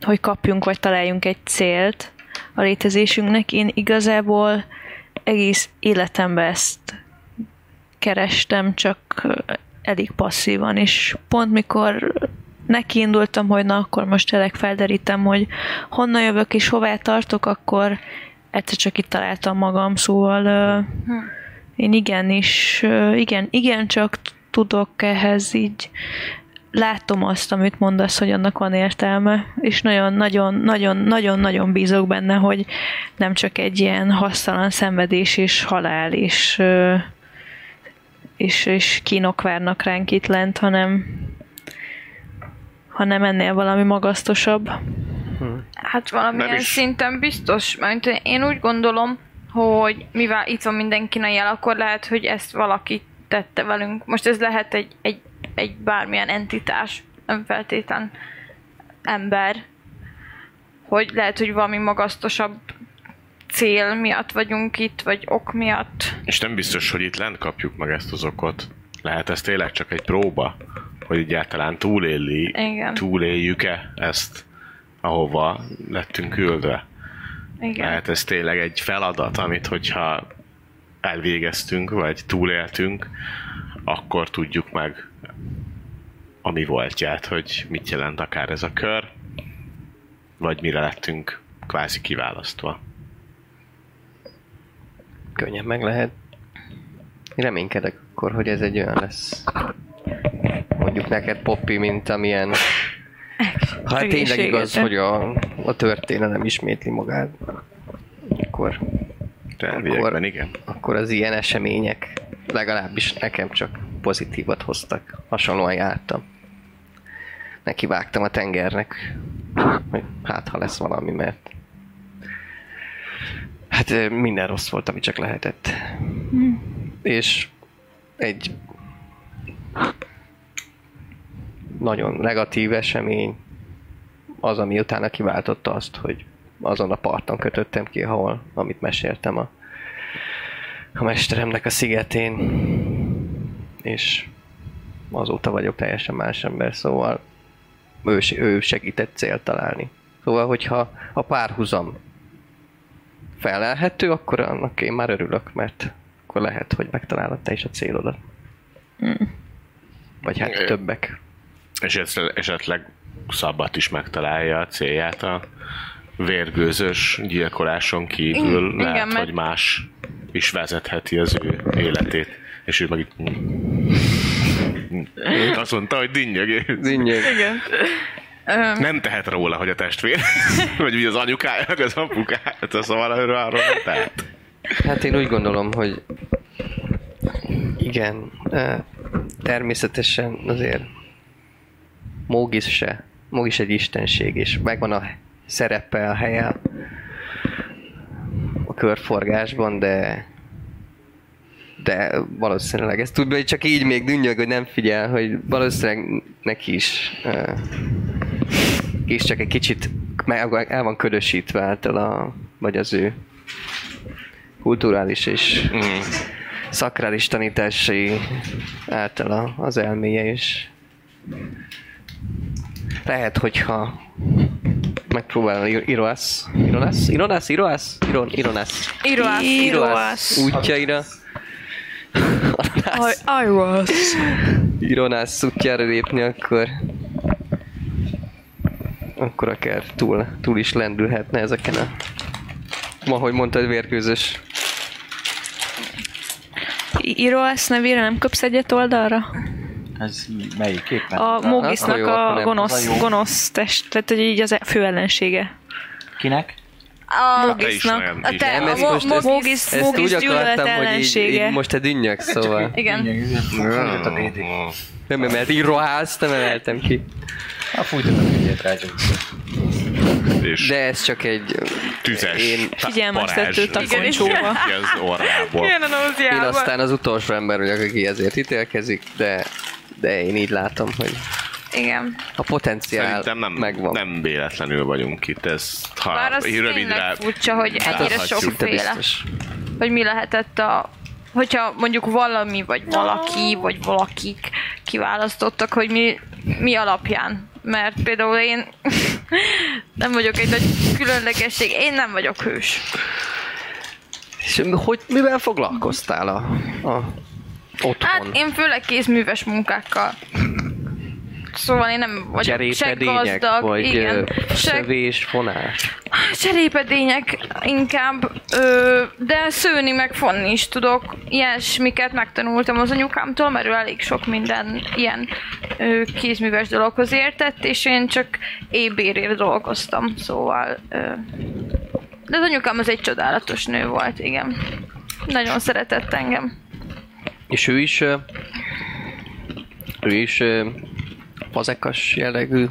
C: hogy kapjunk vagy találjunk egy célt a létezésünknek, én igazából egész életemben ezt kerestem, csak ö, elég passzívan, és pont mikor nekiindultam, hogy na, akkor most tényleg felderítem, hogy honnan jövök és hová tartok, akkor egyszer csak itt találtam magam, szóval ö, én igenis, ö, igen, igen, csak tudok ehhez így látom azt, amit mondasz, hogy annak van értelme, és nagyon-nagyon-nagyon-nagyon-nagyon bízok benne, hogy nem csak egy ilyen hasztalan szenvedés és halál és, ö, és, és kínok várnak ránk itt lent, hanem, hanem ennél valami magasztosabb.
B: Hát valamilyen
E: is.
B: szinten biztos, mert én úgy gondolom, hogy mivel itt van mindenki a jel, akkor lehet, hogy ezt valaki tette velünk. Most ez lehet egy, egy, egy bármilyen entitás, nem feltétlen ember, hogy lehet, hogy valami magasztosabb cél miatt vagyunk itt, vagy ok miatt.
E: És nem biztos, hogy itt lent kapjuk meg ezt az okot. Lehet ez tényleg csak egy próba, hogy egyáltalán túléli,
B: Igen.
E: túléljük-e ezt, ahova lettünk küldve.
B: Igen.
E: Lehet ez tényleg egy feladat, amit hogyha elvégeztünk, vagy túléltünk, akkor tudjuk meg a mi voltját, hogy mit jelent akár ez a kör, vagy mire lettünk kvázi kiválasztva.
D: Könnyen meg lehet. Reménykedek akkor, hogy ez egy olyan lesz. Mondjuk neked Poppy, mint amilyen... Ha hát tényleg igaz,
C: Hülyeségedre.
D: hogy a, a történelem ismétli magát, akkor,
E: Elviekben, igen.
D: akkor az ilyen események legalábbis nekem csak pozitívat hoztak. Hasonlóan jártam. Neki vágtam a tengernek, hogy hát ha lesz valami, mert hát ö, minden rossz volt, ami csak lehetett. És egy nagyon negatív esemény az, ami utána kiváltotta azt, hogy azon a parton kötöttem ki, ahol, amit meséltem a, a mesteremnek a szigetén. És azóta vagyok teljesen más ember, szóval ő, se- ő segített célt találni. Szóval, hogyha a párhuzam felelhető, akkor annak én már örülök, mert akkor lehet, hogy megtalálod te is a célodat. Vagy hát
E: Ö.
D: többek.
E: És ezzel esetleg Szabbat is megtalálja a célját a vérgőzös gyilkoláson kívül.
B: Igen,
E: Igen, lehet,
B: mert-
E: hogy más is vezetheti az ő életét. És ő meg itt... Azt mondta, hogy dinnyög.
D: Zinnyeg.
E: Nem tehet róla, hogy a testvér, vagy mi az anyukája, meg az apukája, Hát szóval arról arról nem tehet.
D: Hát én úgy gondolom, hogy igen, eh, természetesen azért Mógis se, Mógis egy istenség, és megvan a szerepe, a helye a körforgásban, de de valószínűleg ezt tudja, hogy csak így még dünnyög, hogy nem figyel, hogy valószínűleg neki is eh, és csak egy kicsit meg- el van ködösítve által a, vagy az ő kulturális és szakrális tanításai által a- az elméje is. Lehet, hogyha megpróbál Iroász, Ironász, Ironász, Iroász, Iron, Ironász,
B: Íróász.
C: Iroász.
D: útjaira.
C: I, I was.
D: Ironász útjára lépni, akkor akkor akár túl, túl is lendülhetne ezeken a ma, hogy mondtad, vérkőzös
C: Iroász nevére nem köpsz egyet oldalra?
F: Ez melyik képen?
C: A Mógisznak
D: akkor jó, akkor
C: a
D: nem.
F: Az a
C: gonosz,
F: jó.
C: gonosz test, tehát hogy így az e- fő ellensége.
F: Kinek?
B: A,
E: Hát, Te is
C: Mógisznak.
E: nagyon
B: a
E: is.
B: te,
D: Nem,
B: a
D: ez
B: mo-
D: most ez-
B: Mogis.
C: ez- Mógis gyűlölet
D: hogy így,
C: ellensége.
D: így most te dünnyöksz, szóval.
B: Igen.
F: Fújtott a DD.
D: Nem emelt, így rohálsz, nem emeltem ki.
F: Hát fújtott a DD-t rágyom.
E: És
D: De ez csak egy...
E: tüzes
D: Én-
E: ta-
C: Figyelmeztető
E: parázs
C: takoncsóba.
E: vonjuk ki az orrából.
B: Ilyen a
D: Én
B: nóziába.
D: aztán az utolsó ember vagyok, aki ezért ítélkezik, de, de én így látom, hogy
B: Igen.
D: a potenciál
E: Szerintem nem,
D: megvan.
E: nem véletlenül vagyunk itt, ez
B: Bár
E: ha
B: az
E: így rövidre
B: tényleg furcsa, hogy
E: Hát
B: ennyire
E: az-
D: Szinte
B: sokféle.
D: biztos.
B: Hogy mi lehetett a... Hogyha mondjuk valami, vagy valaki, vagy valakik kiválasztottak, hogy mi, mi alapján. Mert például én nem vagyok egy nagy különlegesség, én nem vagyok hős.
D: És hogy, mivel foglalkoztál a, a otthon?
B: Hát én főleg kézműves munkákkal. szóval én nem vagyok se
D: Cserépedények,
B: gazdag,
D: vagy
B: igen,
D: ö,
B: se
D: szövés, vonás.
B: Ah, Cserépedények inkább, ö, de szőni meg fonni is tudok. Ilyesmiket megtanultam az anyukámtól, mert ő elég sok minden ilyen ö, kézműves dologhoz értett, és én csak ébérért dolgoztam, szóval... Ö, de az anyukám az egy csodálatos nő volt, igen. Nagyon szeretett engem.
D: És ő is... ö, Ő is ö, fazekas jellegű.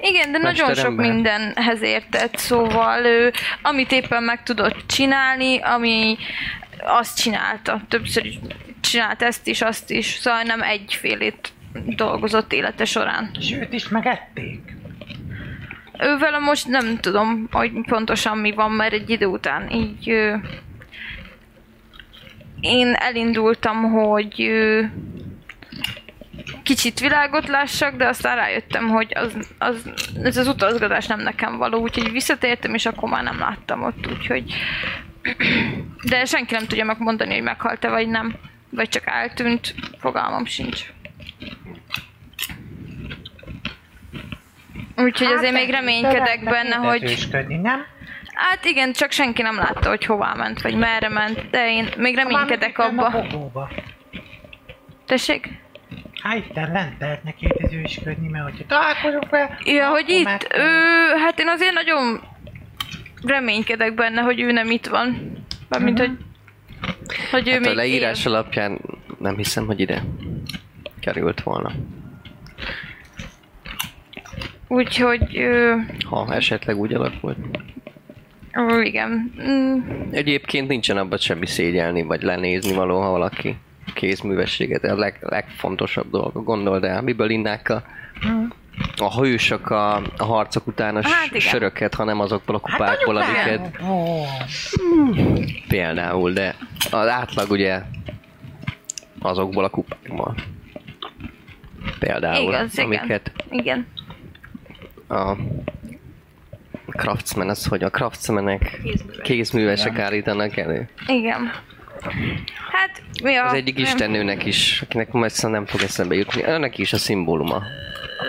B: Igen, de nagyon sok
D: Mesterember.
B: mindenhez értett, szóval ő, amit éppen meg tudott csinálni, ami azt csinálta, többször is csinált ezt is, azt is, szóval nem egyfélét dolgozott élete során.
G: Sőt, is megették.
B: Ővel most nem tudom, hogy pontosan mi van, mert egy idő után így... Ö, én elindultam, hogy ö, kicsit világot lássak, de aztán rájöttem, hogy az, az, ez az utazgatás nem nekem való, úgyhogy visszatértem, és akkor már nem láttam ott, úgyhogy... De senki nem tudja megmondani, hogy meghalt-e vagy nem. Vagy csak eltűnt, fogalmam sincs. Úgyhogy
G: Hát
B: azért még
G: lehet,
B: reménykedek
G: szeretnek
B: benne, hogy...
G: hirdetősködni, nem?
B: Hát igen, csak senki nem látta, hogy hová ment, vagy merre ment, de én még reménykedek
G: Valamit Szóval nem
B: abba.
G: A bogóba.
B: Tessék?
G: Há, itt lent lehetne hirdetősködni, mert hogyha találkozunk vele...
B: Ja,
G: akkor
B: hogy itt,
G: megtanuljuk.
B: ő, hát én azért nagyon reménykedek benne, hogy ő nem itt van. Mármint,
C: Mhm.
B: hogy, hogy ő
D: Hát
B: még
D: a leírás
B: él.
D: alapján nem hiszem, hogy ide került volna.
B: Úgyhogy, ö,
D: Ha esetleg úgy alakult.
B: ó, igen. Mm,
D: Egyébként nincsen abban semmi szégyelni, vagy lenézni való, ha valaki kézművességet. A leg, legfontosabb dolog. Gondold el, miből innák a, a hősök a, a harcok után a
B: Hmm. Hát
D: hát
B: igen. Hát
D: söröket, ha nem azokból a kupákból,
G: Anyukám!
D: amiket
G: Ó,
D: például, de az átlag ugye azokból a kupákból. Például,
B: igaz, igen.
D: amiket
B: Igen.
D: a craftsman, az hogy a craftsmanek
C: Kézművesek.
D: kézművesek állítanak elő.
B: Igen. Hát, mi a...
D: Az egyik
B: nem-
D: istennőnek is, akinek majd szóval nem fog eszembe jutni. Önnek is a szimbóluma.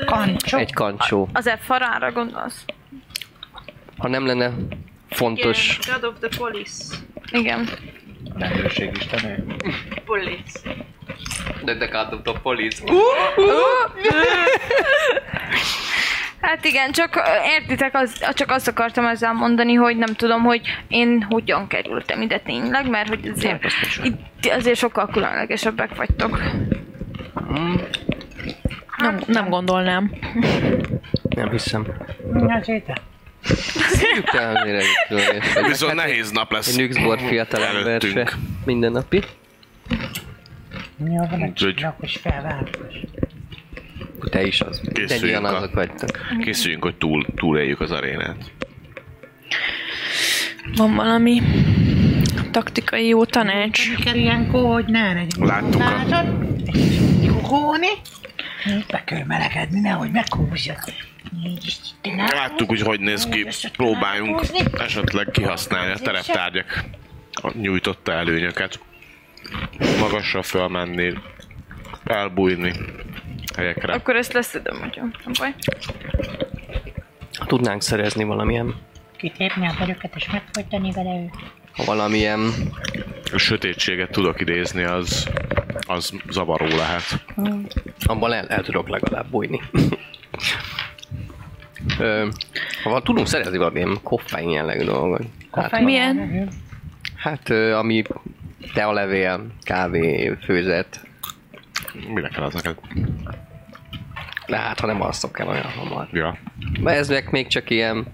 G: kancsó.
D: Egy kancsó.
B: Az e farára gondolsz?
D: Ha nem lenne fontos,
C: God of the police.
B: Igen.
F: A rendőrség istenő.
C: Police.
D: de de God of the police.
B: Hát igen, csak ö, értitek, az, csak azt akartam ezzel mondani, hogy nem tudom, hogy én hogyan kerültem ide tényleg, mert hogy
D: Hát,
B: azért, itt azért sokkal különlegesebbek vagytok.
C: Nem, nem gondolnám.
D: Nem hiszem.
G: Mi az ide?
D: Te azért egy különleges vagy.
E: Viszont nehéz nap lesz.
D: Egy nőxbor fiatal ember
E: Előttünk.
D: se minden napi.
G: Mi a van a
E: Úgyhogy-
G: csillagos felváltás?
D: Te is az. Mindegyen
E: Készüljünk a-
D: azok vagytok.
E: Készüljünk, hogy túl, túléljük az arénát.
C: Van valami taktikai jó tanács.
G: Mi kell ilyenkor, hogy ne legyünk
E: Láttuk a-
G: szólásod? Egy Jogolni? Be kell melegedni, nehogy meghúzjad. Így is itt
B: Hát,
G: látod?
E: Láttuk, hogy hogy néz ki, próbáljunk esetleg kihasználni a
B: hát,
E: tereptárgyak nyújtotta előnyöket. Magasra fölmenni, elbújni helyekre.
B: Akkor ezt leszedem, hogyha nem baj.
D: Tudnánk szerezni valamilyen,
G: Kitépni a bőröket és megfojtani vele őt.
D: ha valamilyen
E: A sötétséget tudok idézni, az, az zavaró lehet.
D: Abban el, el tudok legalább bújni. Ö, ha van- tudunk szerezni valamilyen koffein jellegű dolgot. Hát,
C: Milyen?
D: hát ö, ami tealevél, kávé, főzet.
E: Mire kell az neked?
D: De hát, ha nem alszok el olyan hamar.
E: Ja.
D: Mert ezek még csak ilyen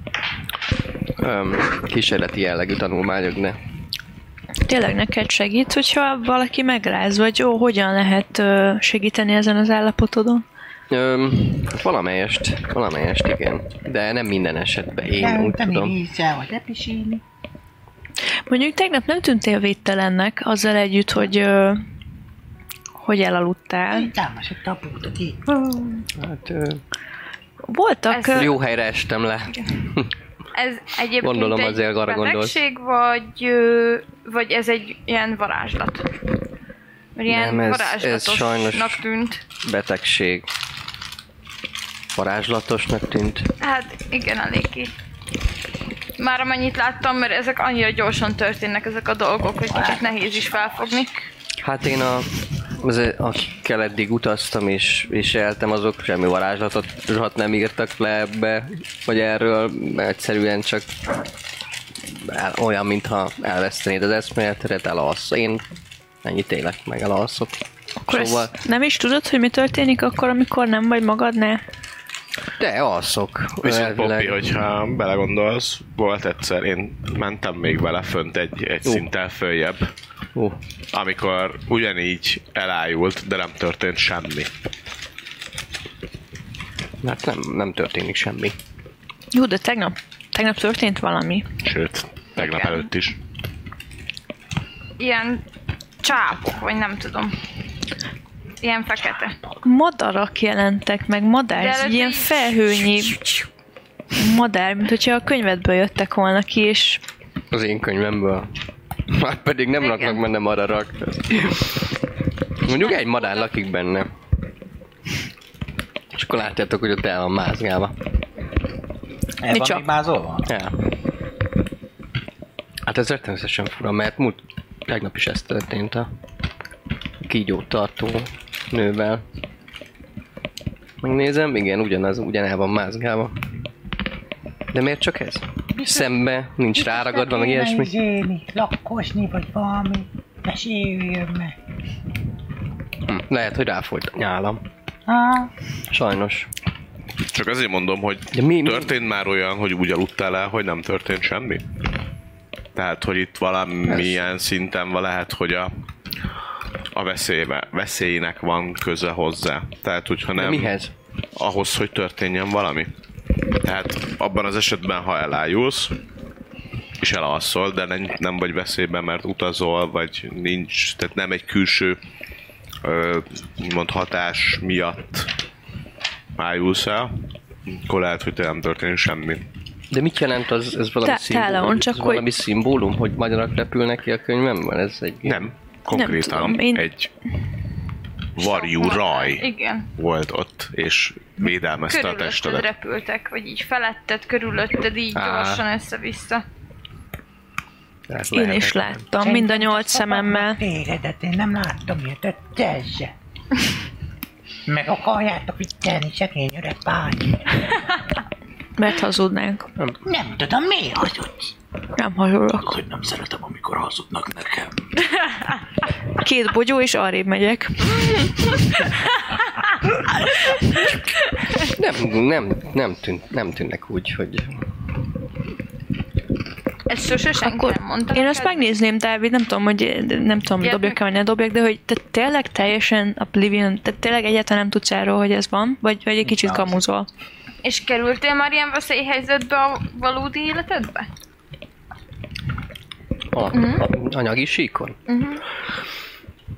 D: öm, kísérleti jellegű tanulmányok, de
C: Tényleg neked segít, hogyha valaki megráz, vagy jó, hogyan lehet ö, segíteni ezen az állapotodon?
D: öm, hát valamelyest, valamelyest igen. De nem minden esetben, én úgy
G: Jelenteni
D: tudom.
G: vízzel, vagy lepisíni.
C: Mondjuk tegnap nem tűntél védtelennek, azzal együtt, hogy ö, hogy elaludtál.
G: Támas egy tabútot így.
D: Hát, ö,
C: Voltak...
B: Ez-
C: ö,
D: jó helyre estem le.
B: Ez egyébként
D: Gondolom,
B: egy
D: azért arra gondolsz.
B: betegség, vagy, ö, vagy ez egy ilyen varázslat? Vagy Ilyen
D: Nem, ez- ez
B: varázslatosnak
D: sajnos-
B: tűnt.
D: betegség. varázslatosnak tűnt.
B: Hát igen, eléggé. Már amennyit láttam, mert ezek annyira gyorsan történnek ezek a dolgok, hogy kicsit nehéz is felfogni.
D: Hát én a, az, akikkel eddig utaztam és, és éltem, azok semmi varázslatot rohadt nem írtak le ebbe, vagy erről, mert egyszerűen csak el, olyan, mintha elvesztenéd az eszméletedet, elalsz. Én ennyit élek, meg elalszok.
C: Akkor szóval... nem is tudod, hogy mi történik akkor, amikor nem vagy magadnál?
D: De alszok.
E: Viszont Poppy,
D: elvileg.
E: hogyha belegondolsz, volt egyszer, én mentem még vele fönt egy, egy szinttel följebb,
D: Ó,
E: amikor ugyanígy elájult, de nem történt semmi.
D: hát nem, nem történik semmi.
C: Jó, de tegnap, tegnap történt valami.
E: Sőt, tegnap
B: Igen.
E: előtt is.
B: Ilyen csápok, vagy nem tudom. Ilyen fekete.
C: Madarak jelentek meg,
B: De
C: madár,
B: előtte
C: ilyen
B: így-
C: felhőnyi madár, mint hogyha a könyvedből jöttek volna ki, és
D: Az én könyvemből. Már pedig nem
B: Igen.
D: raknak benne madarak. Mondjuk egy madár lakik benne. És akkor látjátok, hogy ott el van mázgálva.
F: El
C: Micsa?
F: E, van még mázolva?
D: Ja. Hát ez rettenetesen fura, mert múlt tegnap is ez történt a kígyót tartó nővel. Megnézem, igen, ugyanaz, ugyan el van mázgálva. De miért csak ez? Szembe, nincs ráragadva, meg ilyesmi.
G: Zéni, lakkosni, vagy valami. Meséljön meg.
D: Hm, Lehet, hogy ráfolyt a nyálam.
G: Ha?
D: Sajnos.
E: Csak azért mondom, hogy
D: De mi- mi-
E: történt már olyan, hogy úgy aludtál el, hogy nem történt semmi. Tehát, hogy itt valamilyen szinten van- lehet, hogy a, a veszélybe, veszélynek van köze hozzá. Tehát, hogyha
D: De
E: nem...
D: mihez?
E: ahhoz, hogy történjen valami. Tehát abban az esetben, ha elájulsz, és elalszol, de nem, nem vagy veszélyben, mert utazol, vagy nincs, tehát nem egy külső ö, úgymond hatás miatt ájulsz el, akkor lehet, hogy te nem történik semmi.
D: De mit jelent az, ez valami
C: Tá-
D: szimbólum?
C: tálalon, csak
D: ez valami
C: hogy-
D: szimbólum, hogy magyarak repülnek ki a könyvemben? Ez egy...
E: Nem, konkrétan
C: tudom, én-
E: egy varjú raj
B: Igen.
E: volt ott, és védelmezte a
B: Körülötted
E: testedet.
B: repültek, vagy így feletted, körülötted, így
D: Á.
B: gyorsan össze-vissza.
D: Ez
C: én is
D: lehetetlen.
C: láttam, mind a nyolc szememmel.
G: Téredet, én nem láttam ilyet, tehát te se. Meg akarjátok itt tenni szegény öreg bány.
C: Mert hazudnánk.
G: Nem tudom, mi hazudsz.
C: Nem hazudok.
F: Hogy nem szeretem, amikor hazudnak nekem.
C: Két bogyó, és arrébb megyek.
D: Nem, nem, nem, tűnt, nem tűnnek úgy, hogy...
B: Ezt sose senki nem mondta.
C: Én azt
B: neked?
C: megnézném, Dávid, nem tudom, hogy nem tudom,
B: Gyertek.
C: dobjak-e, vagy ne dobjak, de hogy te tényleg teljesen oblivion, tehát tényleg egyáltalán nem tudsz erről, hogy ez van, vagy, vagy egy kicsit kamuzol.
B: És kerültél már ilyen veszélyhelyzetbe a valódi életedbe?
D: A, a, anyagi síkon?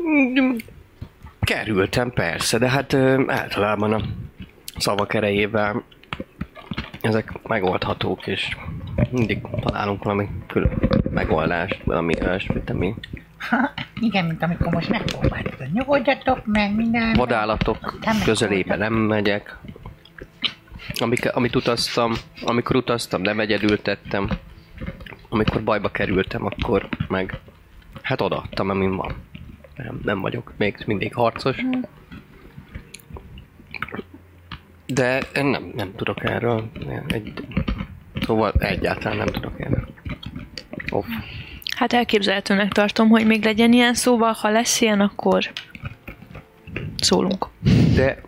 D: Mm, Kerültem persze, de hát ö, általában a szavak erejével ezek megoldhatók, és mindig találunk valami külön megoldást, valami olyasmit, ami
G: Ha, igen, mint amikor most megpróbáltad. Nyugodjatok meg, minden.
D: vadállatok közelébe nem megyek. Amik, amit utaztam, amikor utaztam, nem egyedül tettem. Amikor bajba kerültem, akkor meg hát odaadtam, amin van. Nem, nem vagyok még mindig harcos. De én nem, nem tudok erről. Egy, szóval egyáltalán nem tudok erről. Off.
C: Hát elképzelhetőnek tartom, hogy még legyen ilyen, szóval ha lesz ilyen, akkor szólunk.
D: De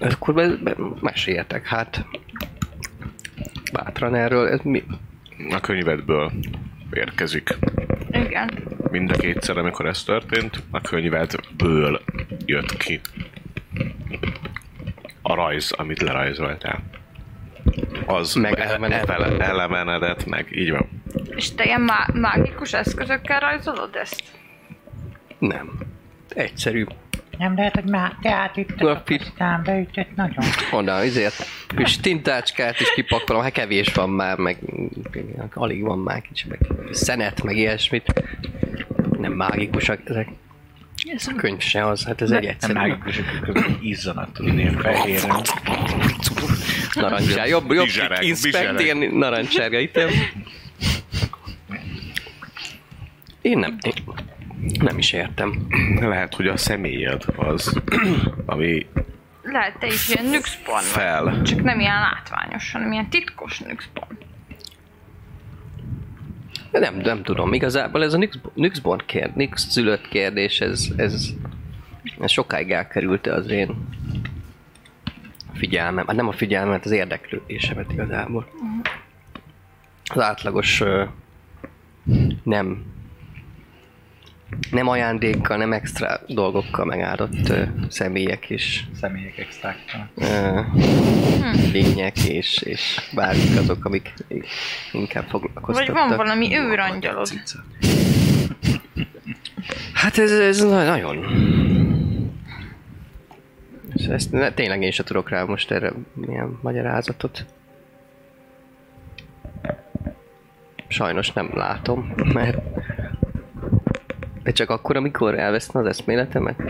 D: akkor be, be, meséljetek, hát bátran erről, ez mi?
E: A könyvedből érkezik.
B: Igen.
E: mind a kétszer, amikor ez történt, a könyvedből jött ki a rajz, amit lerajzoltál. Az
D: Meg
E: meg ele-
D: elevenedett.
E: ele- elevenedett meg, így van.
B: És te ilyen má- mágikus eszközökkel rajzolod ezt?
D: Nem. Egyszerű.
G: Nem lehet, hogy már te átütött,
D: Graffiti.
G: aztán beütött nagyon.
D: Oda, ezért kis tintácskát is kipakolom, hát kevés van már, meg alig van már kicsi, meg szenet, meg ilyesmit. Nem mágikusak ezek. Ez a könyv se az, hát ez egy
F: Nem
D: egyszerű.
F: mágikus, hogy izzanat tudni, fehérre.
D: Narancsár. Jobb, jobb
E: Bizsereg,
D: klik inspect,
E: bizsereg.
D: ilyen narancsárga item. Én nem, én nem is értem.
E: Lehet, hogy a személyed az, ami
B: Lehet te is ilyen nükszpon vagy.
E: fel.
B: Csak nem ilyen látványos, hanem ilyen titkos nükszpon.
D: Nem, nem tudom, igazából ez a Nix- Nixborn kérd, Nix szülött kérdés, ez, ez, ez sokáig elkerülte az én figyelmem, hát nem a figyelmet, az érdeklődésemet igazából. Az átlagos ö, nem nem ajándékkal, nem extra dolgokkal megáldott ö, személyek és
F: Személyek extrákkal.
D: ö,
B: Hm.
D: lények és, és bármik azok, amik inkább foglalkoztattak.
B: Vagy van valami őrangyalod.
D: Cica. Hát ez, ez na- nagyon... Ezt- Ezt ne, tényleg én sem tudok rá most erre milyen magyarázatot. Sajnos nem látom, mert... De csak akkor, amikor elveszne az eszméletemet?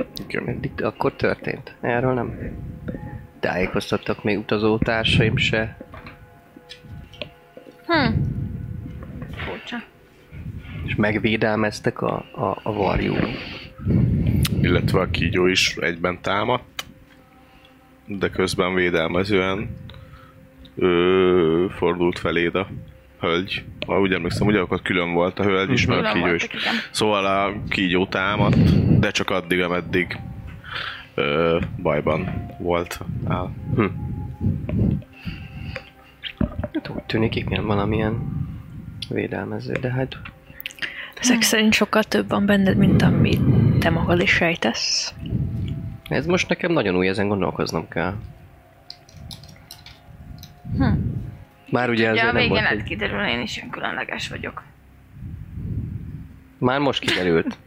D: Eddig, akkor történt. Erről nem tájékoztattak még utazótársaim se.
B: Furcsa.
D: És megvédelmeztek a, a, a varjú.
E: Illetve a kígyó is egyben támadt, de közben védelmezően ö, fordult feléd a hölgy. Ha úgy emlékszem, ugye akkor külön volt a hölgy is, meg a
B: Külön
E: kígyó is.
B: voltak, igen.
E: Szóval a kígyó támadt, de csak addig, ameddig ö, bajban volt. Áll.
D: Hát úgy tűnik, igen, valamilyen védelmező, de hát
B: Hm.
C: Ezek szerint sokkal több van benned, mint amit te magad is sejtesz.
D: ez most nekem nagyon új, ezen gondolkoznom kell.
G: Hm.
D: Már
B: Ugye
D: ugye ezzel
B: a
D: nem
B: végén
D: volt,
B: lehet
D: egy...
B: kiderül, én is ilyen különleges vagyok.
D: Már most kiderült.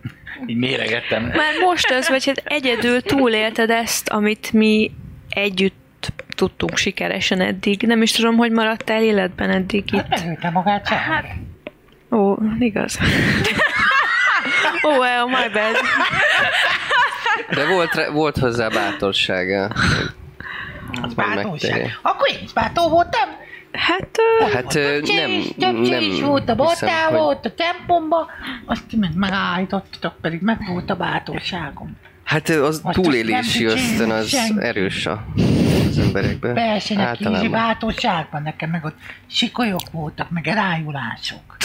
F: Így méregettem.
C: Már most az, vagy hát egyedül túlélted ezt, amit mi együtt tudtunk sikeresen eddig. Nem is tudom, hogy maradtál életben eddig itt.
G: Előtte magát sem.
C: Ó, igaz. Ó, oh, well, my bad.
D: De volt, re- volt hozzá bátorsága.
G: Az
D: meg
G: bátorság.
D: megtegye.
G: Akkor én is bátó voltam.
C: Hát, ö,
D: Hát ö,
G: Több
D: nem,
G: csős, több
D: nem
G: csős volt a
D: hiszem,
G: botával,
D: hogy...
G: ott a tempomba, azt ti meg megállítottatok, pedig meg volt a bátorságom.
D: Hát ö, az
G: Most azt
D: túlélési
G: nem
D: ösztön
G: dicsérem
D: az
G: senki.
D: erős a, az emberekben.
G: Persze, neki is
D: Általában.
G: bátorságban, nekem meg ott sikolyok voltak, meg rájulások.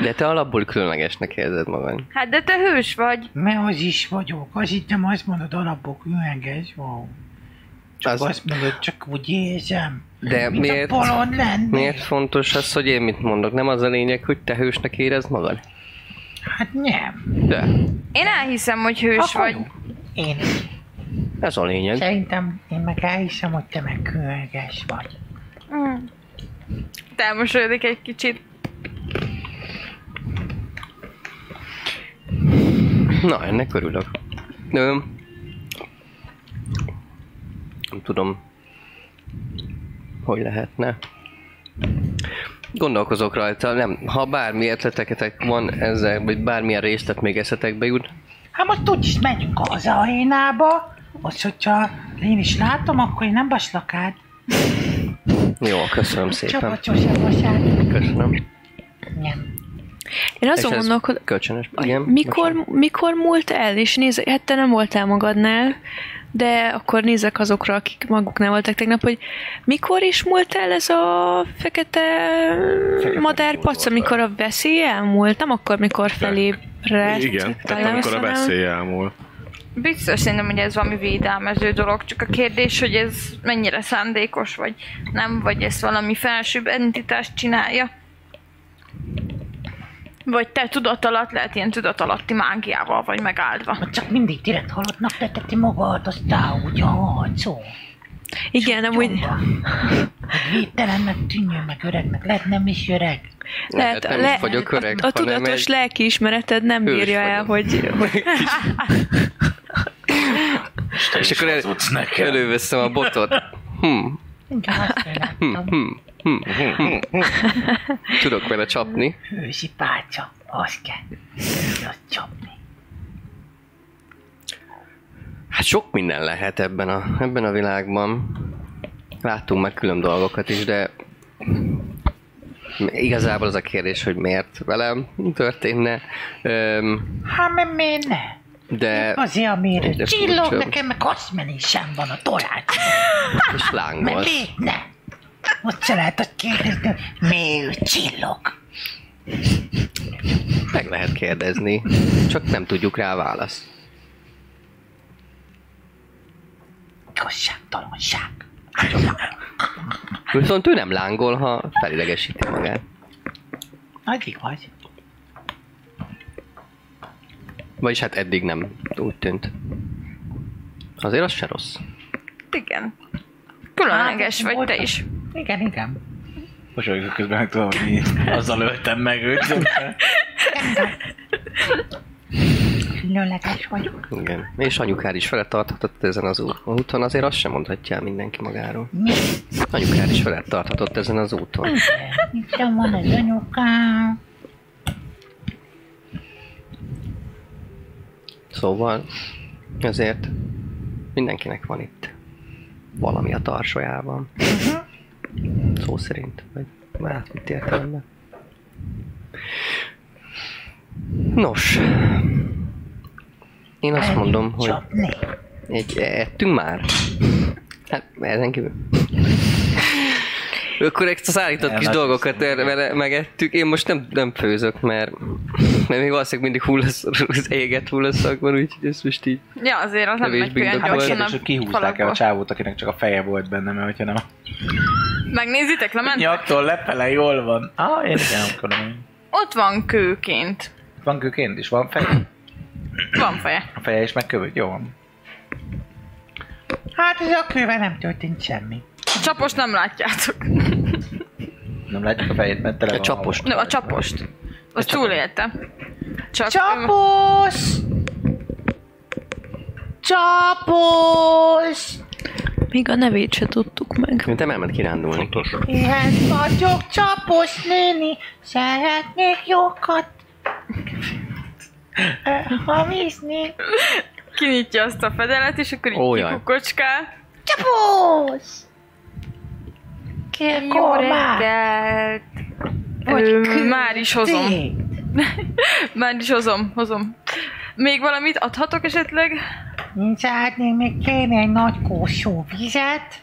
D: De te alapból különlegesnek érzed magad.
B: Hát de te hős vagy.
G: Mert az is vagyok, az itt nem azt mondod alapból különleges, wow. Csak
D: Az-
G: az... azt mondod, csak úgy érzem.
D: De
G: Mint
D: miért,
G: a bolond lennék.
D: miért fontos az, hogy én mit mondok? Nem az a lényeg, hogy te hősnek érezd magad?
G: Hát nem.
D: De,
B: Én elhiszem, hogy hős
G: Akkor
B: vagy.
G: jó. Én is.
D: ez a lényeg.
G: Szerintem én meg elhiszem, hogy te meg különleges vagy.
B: Támosolyodik egy kicsit.
D: Na, ennek örülök. Ö, nem tudom, hogy lehetne. Gondolkozok rajta, nem, ha bármi ötleteketek van ezzel, vagy bármilyen részlet még eszetekbe jut,
G: Hát most úgyis megyünk az arénába, most hogyha én is látom, akkor én nem baslak át.
D: jó, köszönöm
G: Csaba
D: szépen.
G: sosem vasárnap.
D: Köszönöm.
G: Nem.
C: én
D: És
C: azon
D: ez
C: gondolkodom,
D: kölcsönös. Igen,
C: mikor,
D: bocsánat.
C: mikor múlt el, és néz, hát te nem voltál magadnál, de akkor nézek azokra, akik maguknál voltak tegnap, hogy mikor is múlt el ez a fekete, fekete madárpac, amikor a veszély elmúlt, nem akkor, mikor felébredt.
E: Igen, tehát
C: talán,
E: amikor a
C: hanem-
E: beszélj elmúl.
B: Biztos szerintem, hogy ez valami védelmező dolog, csak a kérdés, hogy ez mennyire szándékos vagy nem, vagy ezt valami felsőbb entitás csinálja. Vagy te tudat alatt, lehet ilyen tudat alatti mágiával vagy megáldva.
G: Ott csak mindig direkt halottnak teteti magad, aztán úgy a harcó.
C: Igen, amúgy
G: Hogy védtelennek tűnjön, meg öregnek, lehet nem is öreg.
D: Lehet, nem is vagyok öreg,
C: a
D: hanem
C: tudatos
D: egy-
C: lelkiismereted nem
D: Hős
C: bírja el, hogy, hogy
D: És akkor el,
F: Tudsz nekem.
D: előveszem a botot. Hm,
G: Inkább azt én láttam.
D: tudok vele csapni.
G: Hősi pálca, azt kell. Azt csapni.
D: Hát sok minden lehet ebben a, ebben a világban. Láttunk meg külön dolgokat is, de igazából az a kérdés, hogy miért velem történne. Öm,
G: Hát, mert miért ne?
D: de
G: Azért,
D: Egyre
G: amiért csillog,
D: furcsább.
G: nekem meg haszmenésem van a tojács.
D: és
G: Mert
D: lángos.
G: miért ne? Ott se lehetett kérdezni, hogy miért csillog.
D: Meg lehet kérdezni, csak nem tudjuk rá a választ.
G: Igazságtalanság.
D: Viszont ő nem lángol, ha felidegesíti magát.
G: Nagy vagy.
D: Vagyis hát eddig nem úgy tűnt. Azért az se rossz.
B: Igen. Különleges
G: Hát,
B: vagy te is.
G: Igen, igen.
F: Mosolyogok közben, meg tudom, hogy így azzal öltem meg őt.
G: Különleges vagyok.
D: Igen. És anyukád is fele tarthatott ezen az ú- úton, azért azt sem mondhatja el mindenki magáról.
G: Mi?
D: Anyukád is fele tarthatott ezen az úton.
G: Itt van az anyukám.
D: Szóval ezért mindenkinek van itt valami a tarsajában. Szó szerint, vagy már mit értelemben. Nos, én azt mondom, hogy
G: Csapni.
D: egy, ettünk már. Hát, ezen kívül. Akkor ezt az állított kis
F: Ellátom.
D: dolgokat erre vele megettük. Én most nem, nem főzök, mert, mert még valószínűleg mindig hullasz, az éget hullaszak van, úgyhogy ezt most így
B: Ja, azért az nem
D: Kevés
B: megy olyan
D: bindok volt.
B: gyorsan
F: És
B: a
F: Hát hogy kihúzták el
B: falakból.
F: a csávót, akinek csak a feje volt benne, mert hogyha nem a
B: Megnézitek, lement?
F: nyaktól lefele jól van. Ah, én igen, nem tudom.
B: Ott van kőként.
F: Van kőként is, van feje.
B: Van feje.
F: A feje is megkövött, jó van.
G: Hát ez a kővel nem történt semmi.
B: A csapos nem látjátok.
F: Nem látjuk a fejét, mert tele
D: A
F: van
D: csapost.
F: hal.
B: No, a csapost. Az túlélte. Csak
G: Csapos! Csapos!
C: Még a nevét se tudtuk meg.
D: Mint elment kirándulni.
G: Ilyen vagyok, csapos néni, szeretnék jókat ö, hamizni.
B: kinyitja azt a fedelet, és akkor így
D: Ó,
B: oh,
D: jaj.
B: kikukocskál.
G: Csapos! Kérj jó
B: reggelt! Ö, már is hozom. Már is hozom, hozom. Még valamit adhatok esetleg?
G: Szeretnék még kérni egy nagy kósó vizet.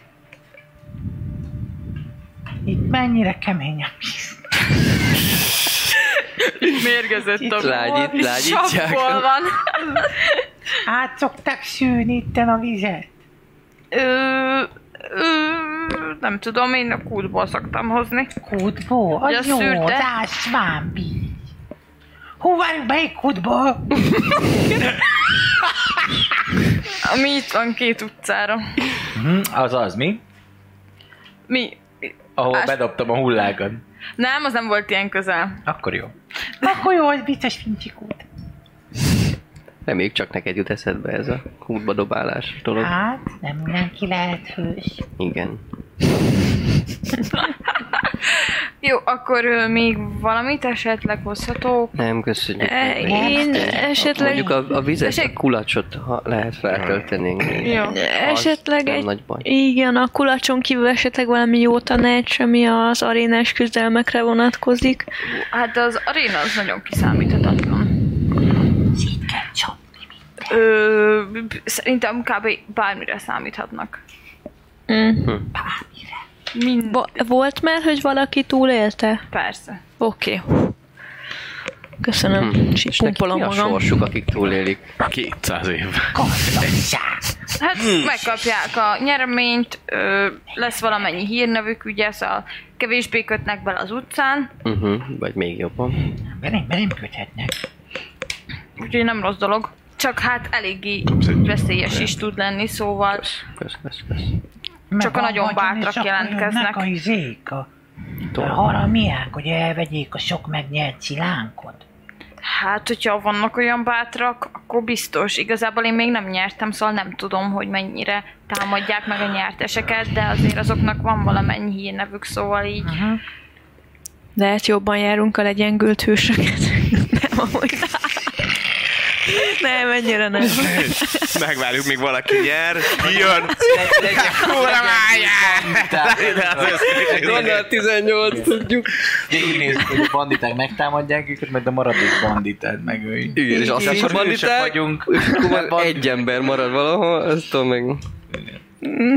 G: Itt mennyire kemény a víz.
B: Mérgezett a
D: Lágyít-
B: bor,
D: lágyítják.
B: sapból van.
G: Át szokták szűrni itten a vizet.
B: Ö, ö, nem tudom, én a kútból szoktam hozni.
G: Kútból?
B: Ja,
G: Az jó,
B: szűrte.
G: az ásván víz. Hú, várjuk, melyik kútból?
B: Ami itt van két utcára.
F: Hm, az az, mi?
B: Mi?
F: Ahol
B: Ás-
F: bedobtam a hullákat.
B: Nem, az nem volt ilyen közel.
F: Akkor jó.
G: Akkor jó, az biztos fincsik út.
D: Reméljük csak neked jut eszedbe ez a kútba dobálás dolog.
G: Hát, nem mindenki lehet hős.
D: Igen.
B: Jó, akkor ö, még valamit esetleg hozhatok?
D: Nem, köszönjük.
C: E,
D: meg.
C: Én esetleg,
D: Mondjuk a, a vizet,
B: Tessék?
D: a kulacsot, ha lehet feltöltenénk.
B: Jó.
C: esetleg
D: nem
C: egy,
D: nagy baj.
C: igen, a kulacson kívül esetleg valami jó tanács, ami az arénás küzdelmekre vonatkozik.
B: Hát az aréna az nagyon kiszámíthatatlan.
G: Szét kell csapni.
B: Ö, b- szerintem kb. bármire számíthatnak.
C: Mm.
B: Mind.
C: Bo- volt már, hogy valaki túlélte?
B: Persze.
C: Oké. Köszönöm.
D: Hm.
C: Hmm.
D: És neki
C: Csippumpolom
D: mi a
C: magam.
D: sorsuk, akik túlélik?
E: 200 év.
G: Gazdagság.
B: Hát megkapják a nyereményt, ö, lesz valamennyi hírnevük, ugye, szóval kevésbé kötnek bele az utcán,
D: Uh-huh, vagy még jobban.
G: Velem, velem köthetnek.
B: úgyhogy nem rossz dolog. Csak hát eléggé veszélyes is tud lenni, szóval
D: Kösz, kösz, kösz.
G: Meg
B: Csak a
G: van
B: nagyon
G: vagyon,
B: bátrak
G: és akkor
B: jelentkeznek.
G: jönnek A izék, a, a
D: Tovább.
G: haramiák, hogy elvegyék a sok megnyert szilánkot.
B: Hát, hogyha vannak olyan bátrak, akkor biztos. Igazából én még nem nyertem, szóval nem tudom, hogy mennyire támadják meg a nyerteseket, de azért azoknak van valamennyi hírnevük, szóval így.
C: Lehet hát jobban járunk a legyengült hősöket. nem, amúgy. nem, ennyire nem.
E: Megvárjuk, míg valaki nyer, kijön. Kurva májá!
D: Gondolat 18, tudjuk.
F: Végignézzük, hogy a banditák megtámadják őket, mert a maradék banditát megöljük.
D: Igen, és azt
F: Így,
D: mondja,
F: akkor
D: hogy
F: ügyesek
D: vagyunk. Akkor egy ember marad valahol, azt tudom meg.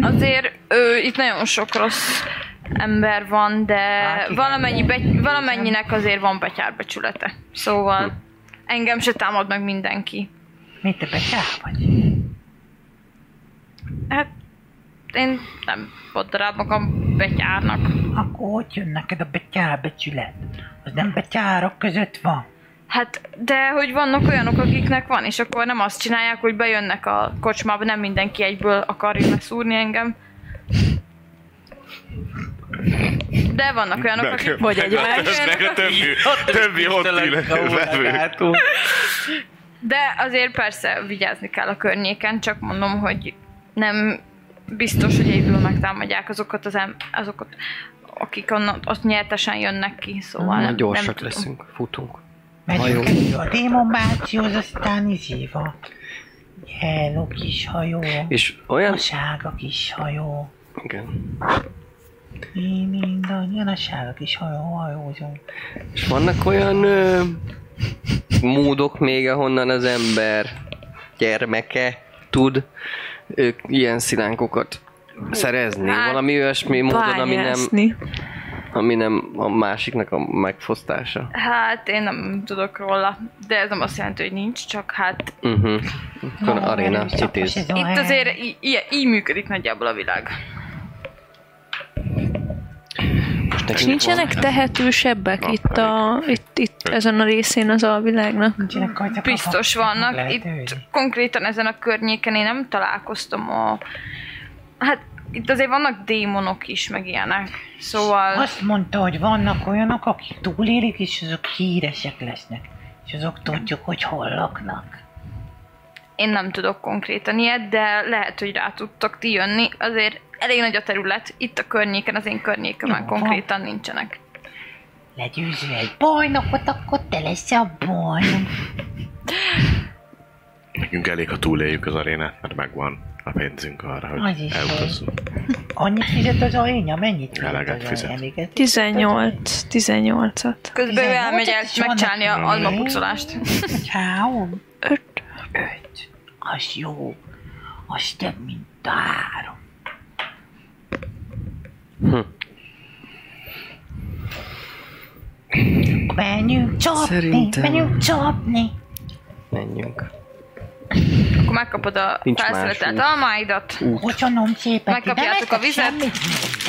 B: Azért ő, itt nagyon sok rossz ember van, de
F: igen.
B: valamennyi be, valamennyinek azért van betyárbecsülete. Szóval engem se támad meg mindenki.
G: Mit te betyár vagy?
B: Hát én nem podrád magam betyárnak.
G: Akkor hogy jön neked a betyár becsület? Az nem betyárok között van.
B: Hát, de hogy vannak olyanok, akiknek van, és akkor nem azt csinálják, hogy bejönnek a kocsmába, nem mindenki egyből akarja leszúrni engem. De vannak olyanok, akik...
C: Vagy egy más.
E: Meg a többi, többi ott ül. vevő.
B: De azért persze vigyázni kell a környéken, csak mondom, hogy nem biztos, hogy egyből megtámadják azokat az em- azokat, akik onnan, ott nyertesen jönnek ki, szóval nem,
D: Már
B: nem
D: gyorsak
B: tudom.
D: leszünk, futunk.
G: Megyünk elő a démon bácsihoz, aztán izéva. Hello kis hajó.
D: És olyan...
G: A sága kis hajó.
D: Igen.
G: Mi mindannyian a sága kis hajó hajózunk.
D: És vannak olyan ö, módok még, ahonnan az ember gyermeke tud ők ilyen szilánkokat szerezni.
B: Hát,
D: Valami olyasmi módon, ami nem,
C: Bányászni.
D: ami nem a másiknak a megfosztása.
B: Hát én nem tudok róla, de ez nem azt jelenti, hogy nincs, csak hát
D: Uh-huh. Akkor aréna
G: És
D: citéz.
G: ez a
B: itt
G: hely.
B: azért í- ilyen- így működik nagyjából a világ.
C: És nincsenek tehetősebbek itt, a, itt, itt ezen a részén az alvilágnak?
G: Nincsenek rajta kapok.
B: Biztos vannak.
G: Lehet
B: Itt
G: őrizni.
B: konkrétan ezen a környéken én nem találkoztam a... Hát itt azért vannak démonok is, meg ilyenek. Szóval...
G: Azt mondta, hogy vannak olyanok, akik túlélik, és azok híresek lesznek. És azok tudjuk, hogy hol laknak.
B: Én nem tudok konkrétan ilyet, de lehet, hogy rá tudtak ti jönni. Azért elég nagy a terület. Itt a környéken, az én környékemen
G: Jó,
B: konkrétan nincsenek.
G: Legyőző egy bajnokot, akkor te lesz a bajnok.
E: Nekünk elég, ha túléljük az arénát, mert megvan a pénzünk arra,
G: Az
E: hogy
G: is
E: elutazzunk.
G: Annyit fizet az arénya? Mennyit
E: Eleget
G: az
E: fizet.
G: arénya? Igen.
C: 18, 18-at.
B: Közben ő
G: Tizennyolcat
B: elmegy el
G: is vannak
B: megcsinálni a
G: még.
B: almapucolást.
G: Ciao.
C: Öt.
G: Öt. Az jó. Az több, mint a három. Hm. Menjünk csapni,
D: Szerintem-
G: menjünk csapni.
D: Menjünk.
B: Akkor megkapod a
D: Nincs más
B: felszeretelt
D: út.
B: almáidat.
G: Bocsanom szépen, ti nem
B: Megkapjátok a
G: ettek
B: vizet?
G: semmit?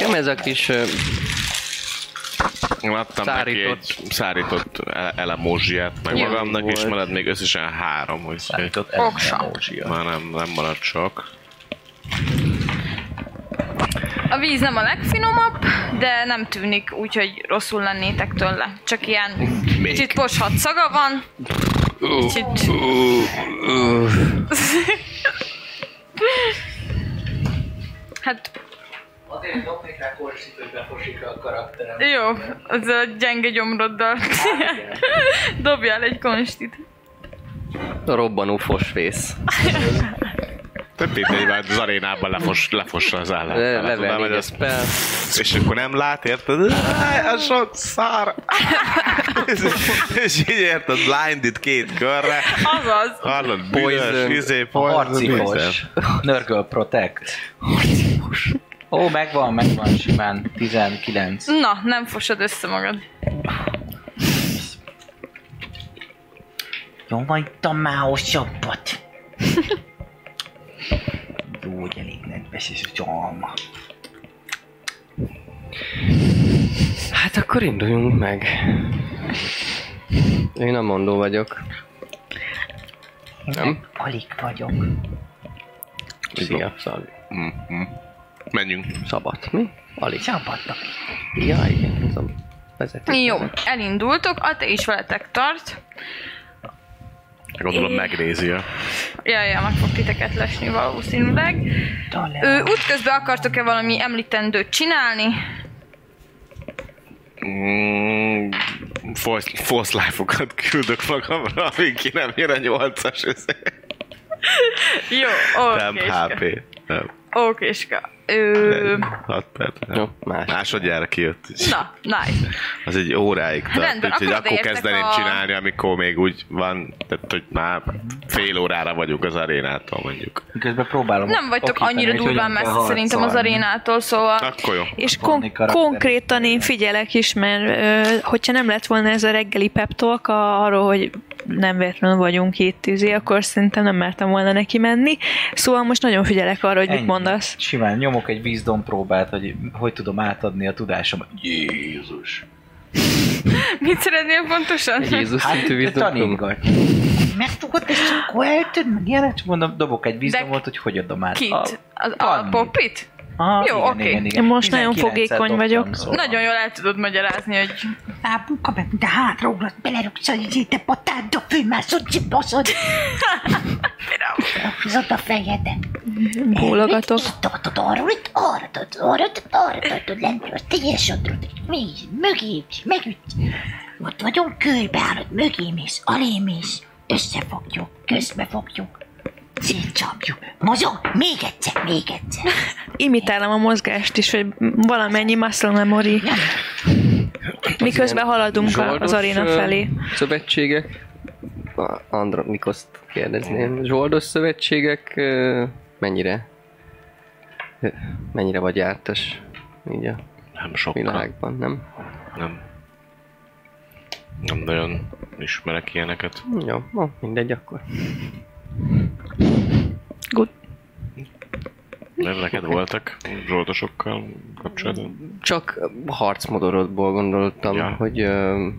D: Nem ez a kis ö,
E: Én Adtam neki egy
D: Szárított.
E: szárított ele- elemózsiát, meg
B: Jó.
E: magamnak is,
D: Volt.
E: marad még összesen három, úgyhogy
B: Oksa.
E: már nem, nem marad sok.
B: A víz nem a legfinomabb, de nem tűnik úgy, hogy rosszul lennétek tőle. Csak ilyen kicsit poshat szaga van. Kicsit... hát... Jó, az a gyenge gyomroddal. Dobjál egy konstit.
D: robbanó fosfész.
E: Több mindegy, már az arénában lefos, lefossa az
D: Le-
E: állat.
D: Level
E: Tudom, hogy
D: 4
E: az-
D: spell.
E: És akkor nem lát, érted? Áj, a sok szar! És így érted, blinded két körre,
B: Azaz.
E: hallod, bűnös,
D: Poison.
E: izé,
F: Harcikos. Nörgöl Protect. Ó, megvan, megvan simán. 19.
B: Na, nem fosod össze magad.
G: Jó, majd ittam már hosszabbat. Jó, hogy elég nedves és a csalma.
D: Hát akkor induljunk meg. Én nem mondó vagyok. Nem?
G: Alig vagyok.
D: Szia, szag.
E: Mhm. Menjünk.
D: Szabad, mi? Alig.
G: Szabadnak.
D: Ja, igen, tudom. Vezetik.
B: Jó, elindultok, a te is veletek tart.
E: Gondolom megnézi a
B: Jaj, jaj, meg fog titeket lesni valószínűleg.
G: Talán.
B: Ő, útközben akartok-e valami említendőt csinálni?
E: Mm, false, false life-okat küldök magamra, amíg ki nem jön a nyolcas. ez-
B: Jó,
E: Temp
B: oké.
F: hát.
E: HP. Nem,
B: Okéska. Ö,
E: 6 perc. nem.
D: Jó, más.
E: Másodjára kijött.
B: na, nice.
E: Az egy óráig tart,
B: Rendben,
E: úgyhogy
B: akkor
E: akkor
B: odaértek
E: kezdeném
B: a-
E: csinálni, amikor még úgy van, tehát hogy már fél órára vagyunk az arénától mondjuk.
F: Miközben próbálom.
B: Nem vagytok
F: okítani,
B: annyira
F: hogy
B: durván
F: hogyan kell
B: messze szerintem az
F: harcolni.
B: arénától, szóval...
E: Akkor jó.
C: És
F: Vanni
C: kon-
F: karakterek.
C: konkrétan én figyelek is, mert ö, hogyha nem lett volna ez a reggeli pep talk a, arról, hogy nem véletlenül vagyunk itt tűzi, akkor szerintem nem mertem volna neki menni. Szóval most nagyon figyelek arra, hogy mit
F: Ennyi.
C: mondasz.
F: Simán nyomok egy vízdom próbát, hogy hogy tudom átadni a tudásomat. Jézus.
B: Mit szeretnél pontosan?
D: Egy Jézus
E: Hát,
D: szintű
F: te
D: vízdokom.
F: tanítgat. Megfogod ezt, akkor eltöd, meg ilyenek, hát csak mondom, dobok egy vízdomot, hogy hogy adom át.
B: Kit?
F: A-
B: Az
F: Panni.
B: a popit?
F: Aha,
B: Jó,
F: igen,
B: oké.
F: igen, igen.
C: Most nagyon
F: 19-et
C: fogékony
F: dobtam,
C: vagyok.
F: szóval.
B: Nagyon jól el tudod magyarázni, hogy
G: Á, buka meg, de hátra ugrott, belerugsz a izéte patáddal, főmászod, csimbaszod. Fizod a fejedet.
C: Bólogatok.
G: Itt tartod, arról, itt arra tartod, arra tartod, arra tartod, lentről, tegyél sodrod, mész, mögé, megüt. Ott vagyunk, körbeállod, mögé mész, alé mész, összefogjuk, közbefogjuk, szétcsapjuk, mozog, még egyszer, még egyszer.
C: Imitálom a mozgást is, hogy valamennyi muscle memory. Miközben haladunk a- az
D: Zsoldos,
C: aréna
D: ö,
C: felé.
D: Szövetségek. A- Andra, Mikoszt kérdezném. Zsoldos szövetségek ö, mennyire? ö, Mennyire vagy jártas? Így a
E: Nem sokkal.
D: világban, nem?
E: Nem. Nem nagyon ismerek ilyeneket.
D: Jó, no, mindegy akkor.
C: Good.
E: Nem neked voltak zsoltosokkal kapcsolatban?
D: Csak harcmodorodból gondoltam,
E: Ja.
D: ja. hogy ö,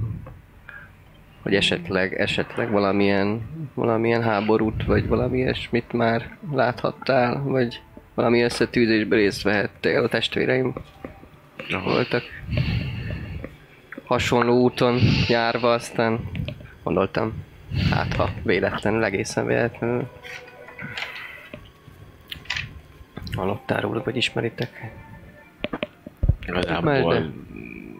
D: hogy esetleg, esetleg valamilyen, valamilyen háborút, vagy valami ilyesmit már láthattál, vagy valami összetűzésben részt vehettél a testvéreim
E: Ahol
D: voltak. Hasonló úton járva, aztán gondoltam, hát ha véletlenül, egészen véletlenül hallottál róla, vagy ismeritek.
E: igazából
D: Mesd.
E: mm,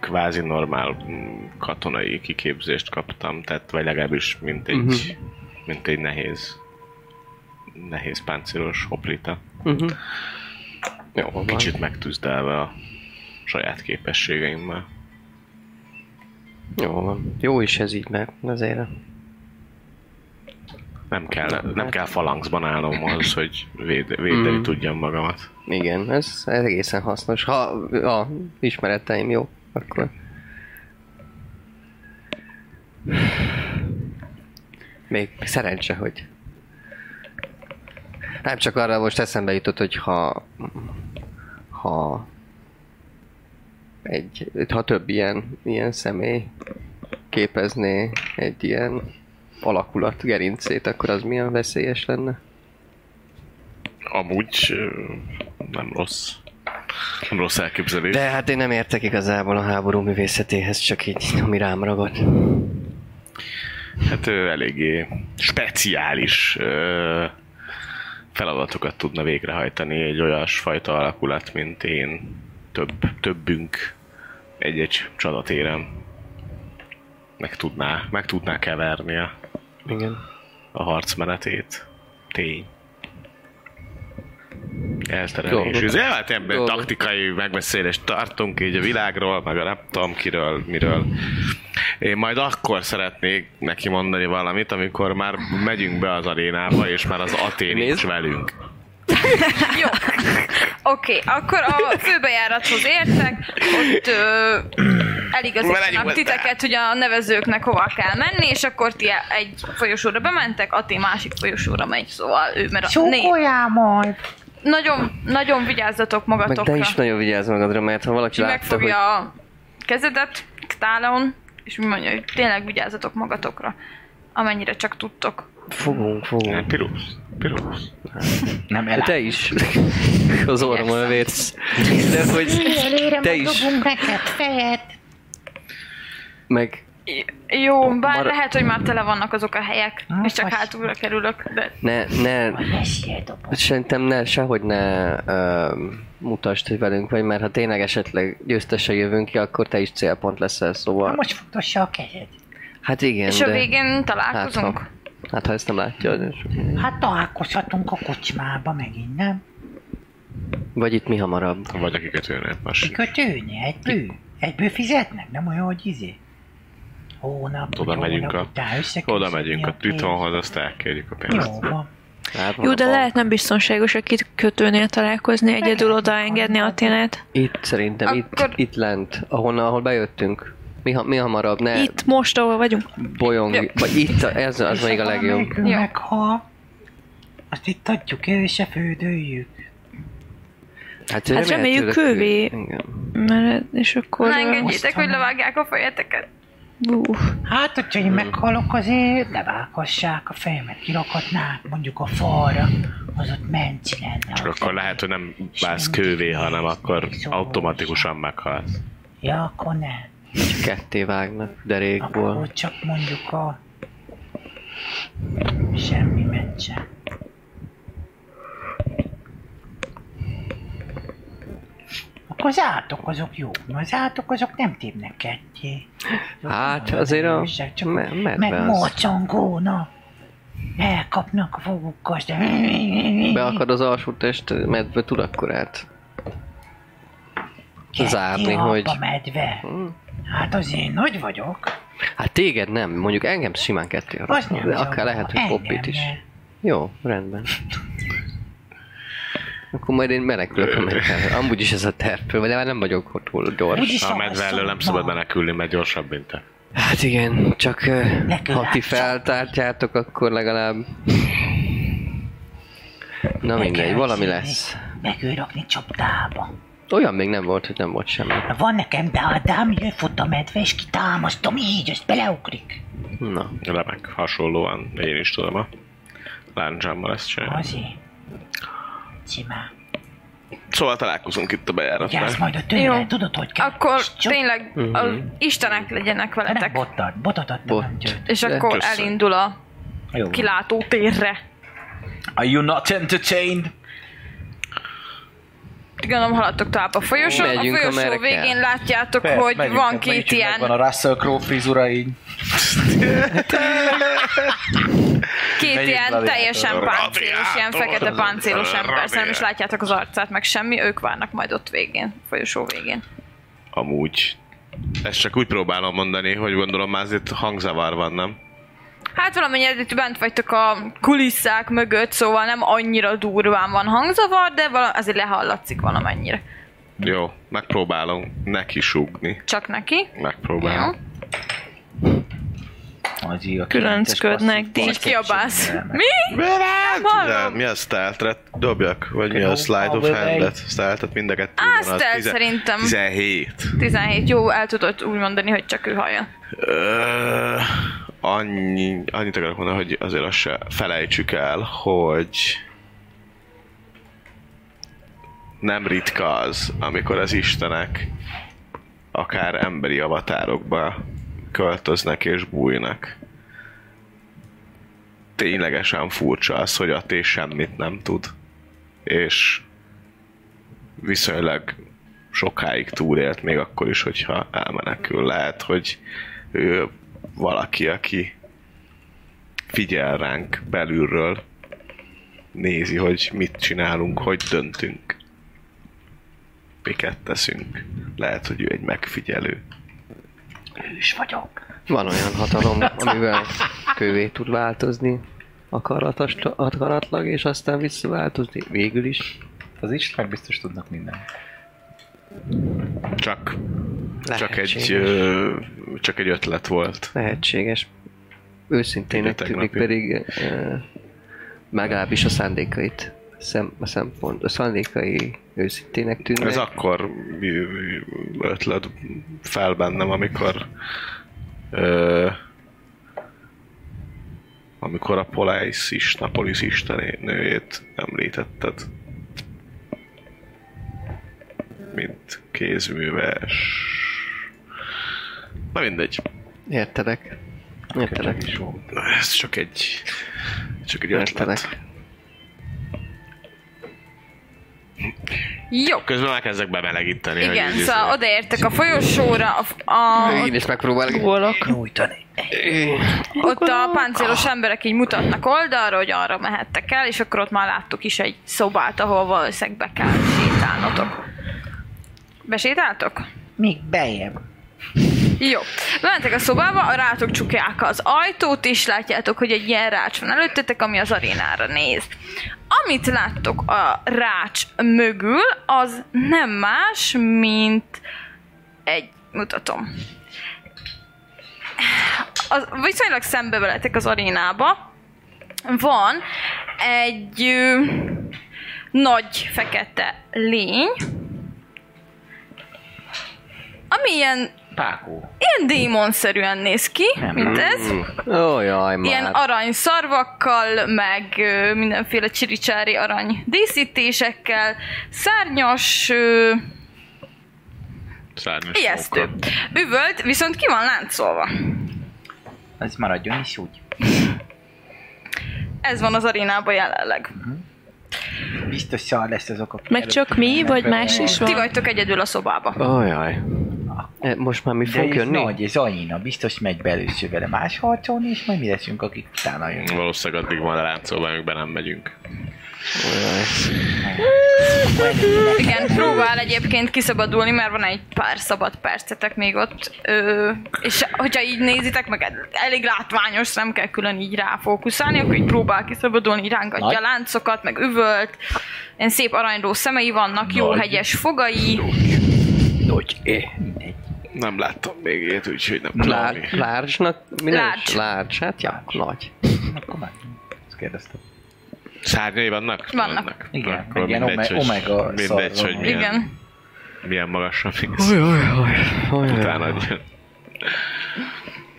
E: kvázi normál mm, katonai kiképzést kaptam, tehát vagy legalábbis mint egy, uh-huh. mint egy nehéz nehéz páncélos hoplita.
D: Uh-huh. Jó, van.
E: Kicsit megtüzdelve a saját képességeimmel.
D: Jó van. Jó is ez így, mert azért
E: Nem kell, nem kell falangzban állnom ahhoz, hogy véd, védeni hát- mm. tudjam magamat.
D: igen, ez, ez egészen hasznos. Ha a ismereteim jó, akkor... Még szerencse, hogy... Nem csak arra most eszembe jutott, hogy ha... Ha... Egy, ha több ilyen, ilyen személy képezné egy ilyen alakulat gerincét, akkor az milyen veszélyes lenne?
E: Amúgy ö, nem rossz. Nem rossz elképzelés.
D: De
E: De...
D: hát én nem értek igazából a háború művészetéhez, csak így, ami rám ragad.
E: Hát ő eléggé speciális ö, feladatokat tudna végrehajtani egy olyasfajta alakulat, mint én. Több, többünk egy-egy csatatérem meg tudná, meg tudná keverni a,
D: Igen.
E: a harcmenetét. Tény.
D: Dolgok.
E: Elterelés. Ez hát ebben
D: Dolgok.
E: taktikai megbeszélést tartunk így a világról, meg a nem tudom kiről, miről. Én majd akkor szeretnék neki mondani valamit, amikor már megyünk be az arénába, és már az Atén
D: Nézd.
E: is velünk.
B: Jó. Oké, okay, akkor a főbejárathoz értek, ott ö, eligazítanak
E: Menjünk
B: titeket, hogy a nevezőknek hova kell menni, és akkor ti egy folyosóra bementek, Ati másik folyosóra megy, szóval ő, mert a né-
G: Csókoljál majd.
B: nagyon, nagyon vigyázzatok
D: Meg
B: magatokra.
D: te is nagyon vigyázz magadra, mert ha valaki
B: Úgyhogy
D: látta, hogy...
B: megfogja a kezedet, Ktálon, és mi mondja, hogy tényleg vigyázzatok magatokra, amennyire csak tudtok.
D: Fogunk, fogunk.
E: Pirus. Pirus.
F: Nem
D: De
F: elállt.
D: te is. Az orromon lövét. De hogy
G: Élére
D: te
G: meg
D: is.
G: dobunk neked fejet.
D: meg
B: Jó, bár
D: Mara-
B: lehet, hogy már tele vannak azok a helyek, és csak
G: fasz.
B: hátulra kerülök, de
D: ne, ne,
G: Mesélj dobom.
D: Szerintem ne, sehogy ne ö, mutasd, hogy velünk vagy, mert ha tényleg esetleg győztesen jövünk ki, akkor te is célpont leszel, szóval...
G: Most fogdossa a kezed.
D: Hát igen,
B: És a
D: de-
B: végén találkozunk?
D: Hát, ha. Hát ha ezt nem látja, az is-
G: Hát találkozhatunk a kocsmába megint, nem?
D: vagy itt mi hamarabb.
E: Vagy akiket jönnek most.
G: Kikötőni, egyből. Egyből fizetnek, nem olyan, hogy izé. Hónap,
E: Oda megyünk a-
G: után összekötjük
E: Oda megyünk a
G: pénzt.
E: Titonhoz, azt elkérjük a pénzt.
G: Jó van.
D: Hát van
C: Jó,
D: a
C: de
D: bank.
C: lehet nem biztonságos a kikötőnél találkozni, egyedül odaengedni Attilát.
D: Itt szerintem,
B: Akkor-
D: itt, itt lent, ahonnan, ahol bejöttünk. Mi, ha, mi hamarabb, ne itt.
C: Itt, most, ahol vagyunk.
D: bolyong,
B: Ja.
D: vagy itt, ez az még a legjobb.
B: Jó.
G: Meg ha... Azt itt adjuk el, és se földöljük.
D: Hát,
C: Hát reméljük kővé.
D: Igen.
C: Mert, és akkor...
B: Ne engedjétek, hogy levágják a fejeteket.
C: Ú,
G: Hát, hogyha én meghalok azért, ne vághassák a fejemet, kirakhatnák mondjuk a falra, az ott mencs lenne.
E: Csak akkor lehet, hogy nem válsz kővé, hanem akkor automatikusan meghalsz.
G: Ja, akkor nem.
D: Ketté vágnak
G: Akkor
D: derékból.
G: ott csak mondjuk a... Semmi meccse. Akkor az átok azok jó. Na, az átok azok nem tépnek ketté. Azok
D: Hát
G: nem
D: azért a
G: erősek, csak
D: me-
G: meg
D: medve az.
G: mocangóna. Elkapnak a fogukkal, de...
D: Beakad az alsó test medve tud akkorát.
G: Ketté
D: zárni,
G: alpa
D: hogy-
G: medve.
D: Hm.
G: Hát az én nagy vagyok.
D: Hát téged nem, mondjuk engem simán ketté
G: Az
D: harapnak,
G: nem
D: de
G: zavar.
D: akár lehet, hogy
G: Engem
D: poppit is.
G: ne.
D: Jó, rendben. Akkor majd én menekülök a medve. Amúgy is ez a terv, vagy már nem vagyok ott túl gyors.
G: Úgyis
E: A medve elől nem szabad
G: benne.
E: menekülni, mert gyorsabb, mint te.
D: Hát igen, csak ö,
G: Neked
D: ha ti
G: látszom.
D: feltártjátok, akkor legalább... Na mindegy, valami lesz.
G: Meg ő rakni csapdába.
D: Olyan még nem volt, hogy nem volt semmi.
G: Na Van nekem dádám, jön fut a medve, és kitámasztom így, azt beleugrik.
D: Na,
E: Remek, hasonlóan én is tudom a láncsámmal ezt csinálni.
G: Azért. Cimám.
E: Szóval találkozunk itt a
G: Vigyázz
E: bejáratnál.
G: majd a tőle,
B: Jó.
G: tudod, hogy kell.
B: Akkor
G: Cs- cs-
B: tényleg az
F: Mhm.
B: istenek legyenek
G: Nem
B: veletek.
G: bottad, botot adtam.
D: Bot.
G: nem győd.
B: És akkor
E: Köszönöm.
B: elindul a
F: Jó.
B: kilátótérre.
F: Are you not entertained?
B: Gondolom haladtok tovább a folyosón. A
D: Megyünk, amerre
B: folyosó
D: kell.
B: végén látjátok,
F: Persze,
B: hogy
F: megyünk,
B: van
F: hát
B: két
F: megyünk, csak
B: ilyen,
F: Megvan a Russell Crowe frizura így.
B: két
F: megyünk
B: ilyen
F: gladiátor.
B: teljesen páncélos, ilyen fekete
E: Gladiátor.
B: páncélos ember.
E: Gladiátor.
B: Nem is látjátok az arcát, meg semmi. Ők várnak majd ott végén, a folyosó végén.
E: Amúgy. Ezt csak úgy próbálom mondani, hogy gondolom már azért hangzavar van, nem?
B: Hát valamennyire itt bent vagytok a kulisszák mögött, szóval nem annyira durván van hangzavar, de vala, azért lehallatszik valamennyire.
E: Jó, megpróbálom neki súgni.
B: Csak neki. Jó.
E: Megpróbálom.
F: Az így a
C: Különcködnek,
F: kilences passzív
B: Így kiabálsz.
F: balkezség, mert-
B: Mi? Nem
E: Nem,
B: hallom.
E: mi a stealth Dobjak? Vagy mi a
F: Jó,
E: slide of
F: dobj egy.
E: hand-et? Stealth-et mind a kettő.
B: Á,
E: van, az
B: stealth
E: tizen-
B: szerintem.
E: 17.
B: 17. Jó, el tudod úgy mondani, hogy csak ő hallja.
E: Ö, annyi, annyit akarok mondani, hogy azért azt se felejtsük el, hogy nem ritka az, amikor az istenek akár emberi avatárokba költöznek és bújnak. Ténylegesen furcsa az, hogy a té semmit nem tud. És viszonylag sokáig túlélt, még akkor is, hogyha elmenekül. Lehet, hogy ő valaki, aki figyel ránk belülről, nézi, hogy mit csinálunk, hogy döntünk, miket teszünk. Lehet, hogy ő egy megfigyelő.
G: Hűs vagyok.
D: van olyan hatalom, amivel kővé tud változni akaratos, akaratlag, és aztán visszaváltozni végül is.
F: Az Istenek biztos tudnak mindent.
E: Csak, csak
D: Lehetséges.
E: egy, ö, csak egy ötlet volt.
D: Lehetséges. Őszintének
E: Ugye
D: tűnik
E: tegnapi.
D: pedig ö, legalábbis a szándékait. Szem, a szempont, a szándékai őszintének tűnnek.
E: Ez akkor ö, ötlet fel bennem, amikor ö, amikor a Polaris is, Napolis istenőjét említetted. Mint kézműves. Na mindegy.
D: Értelek. Értelek.
E: Ez csak egy csak egy ötlet.
D: Értelek.
B: Jó.
E: Közben elkezdek bemelegíteni. hogy
B: Igen,
E: így izé-
B: szóval odaértek a folyosóra, a, a,
D: Én is megpróbálok.
C: Volok.
F: Nyújtani.
B: ott a páncélos emberek így mutatnak oldalra, hogy arra mehettek el, és akkor ott már láttuk is egy szobát, ahol valószínűleg be kell sétálnotok. Besétáltok?
F: Még bejebb.
B: Jó. Mentek a szobába, rátok csukják az ajtót, és látjátok, hogy egy ilyen rács van előttetek, ami az arénára néz. Amit láttok a rács mögül, az nem más, mint egy, mutatom. Az, viszonylag szembe veletek az arénába. Van egy ö, nagy fekete lény, ami ilyen
F: Pákó.
B: ilyen démonszerűen néz ki, mint ez.
D: Ó, jaj, már.
B: Ilyen arany szarvakkal, meg ö, mindenféle csiricsári arany díszítésekkel, szárnyas, ö,
E: Szárnyas
B: ijesztő.
E: móka.
B: Üvölt, viszont ki van láncolva.
F: Ez maradjon is úgy.
B: Ez van az arénában jelenleg.
F: Biztos szar lesz azok, akik
C: Meg
F: előtt
C: csak mi,
F: mennek
C: vagy
F: be,
C: más
F: mert-
C: is
B: Ti
C: van?
B: vagytok egyedül a szobába.
D: Ó, jaj. E, Most már mi
F: De
D: fog
F: ez
D: jönni?
F: nagy, ez annyira, biztos megy be először vele más harcolni, és majd mi leszünk, akik utána jönnek.
E: Valószínűleg addig van a láncolva, amíg be nem megyünk.
B: Igen, próbál egyébként kiszabadulni, mert van egy pár szabad percetek még ott. Ö, és hogyha így nézitek, meg elég látványos, nem kell külön így ráfókuszálni, akkor így próbál kiszabadulni, irángatja
F: Nagy.
B: a láncokat, meg üvölt. Ilyen szép aranyró szemei vannak, jó
F: Nagy.
B: hegyes fogai.
F: Nagy, é. Mindegy.
E: Nem láttam még ilyet, úgyhogy nem tudom.
D: Lár,
E: mi.
D: lárcsnak? Mi
B: Lárcs.
D: lárcs. lárcs? Hát ja, nagy.
F: Akkor már ezt kérdeztem.
E: Szárnyai vannak?
B: Vannak.
F: Igen,
E: Akkor
F: egy ilyen
E: mindegy,
F: ome-
E: hogy-
F: omega
E: Mindegy,
F: szar
E: hogy
F: van.
E: milyen, Igen.
B: Igen.
E: milyen magasra mész. Utána jön.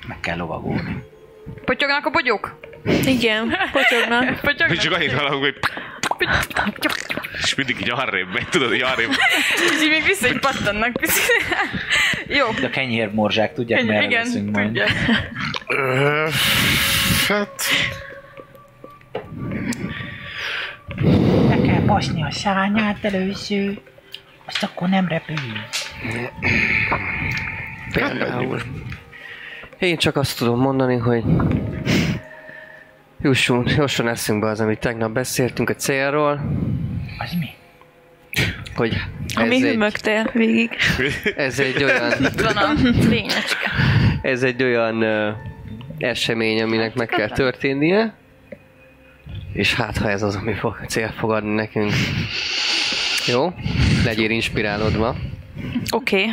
F: Meg kell lovagolni.
B: Potyognak a bogyók?
C: Igen, potyognak.
E: Mi csak annyit hallunk, hogy és mindig így arrébb megy, tudod, így arrébb.
B: És így még vissza így pattannak. jó.
F: De a kenyérmorzsák tudják, merre Igen,
B: Igen,
F: leszünk majd.
B: tudja.
E: Ö, Hát,
F: Le kell baszni a szárnyát először, azt akkor nem repülünk.
D: Például. Én csak azt tudom mondani, hogy jusson, jusson eszünkbe az, amit tegnap beszéltünk a célról,
F: Az mi?
D: hogy ez
C: Ami
D: egy,
C: hümögtél végig.
D: ez egy olyan,
B: Itt van a lényecske.
D: ez egy olyan ö, esemény, aminek meg kell történnie, és hát ha ez az, ami fog, cél fog adni nekünk. Jó? Legyél inspirálódva.
C: Oké.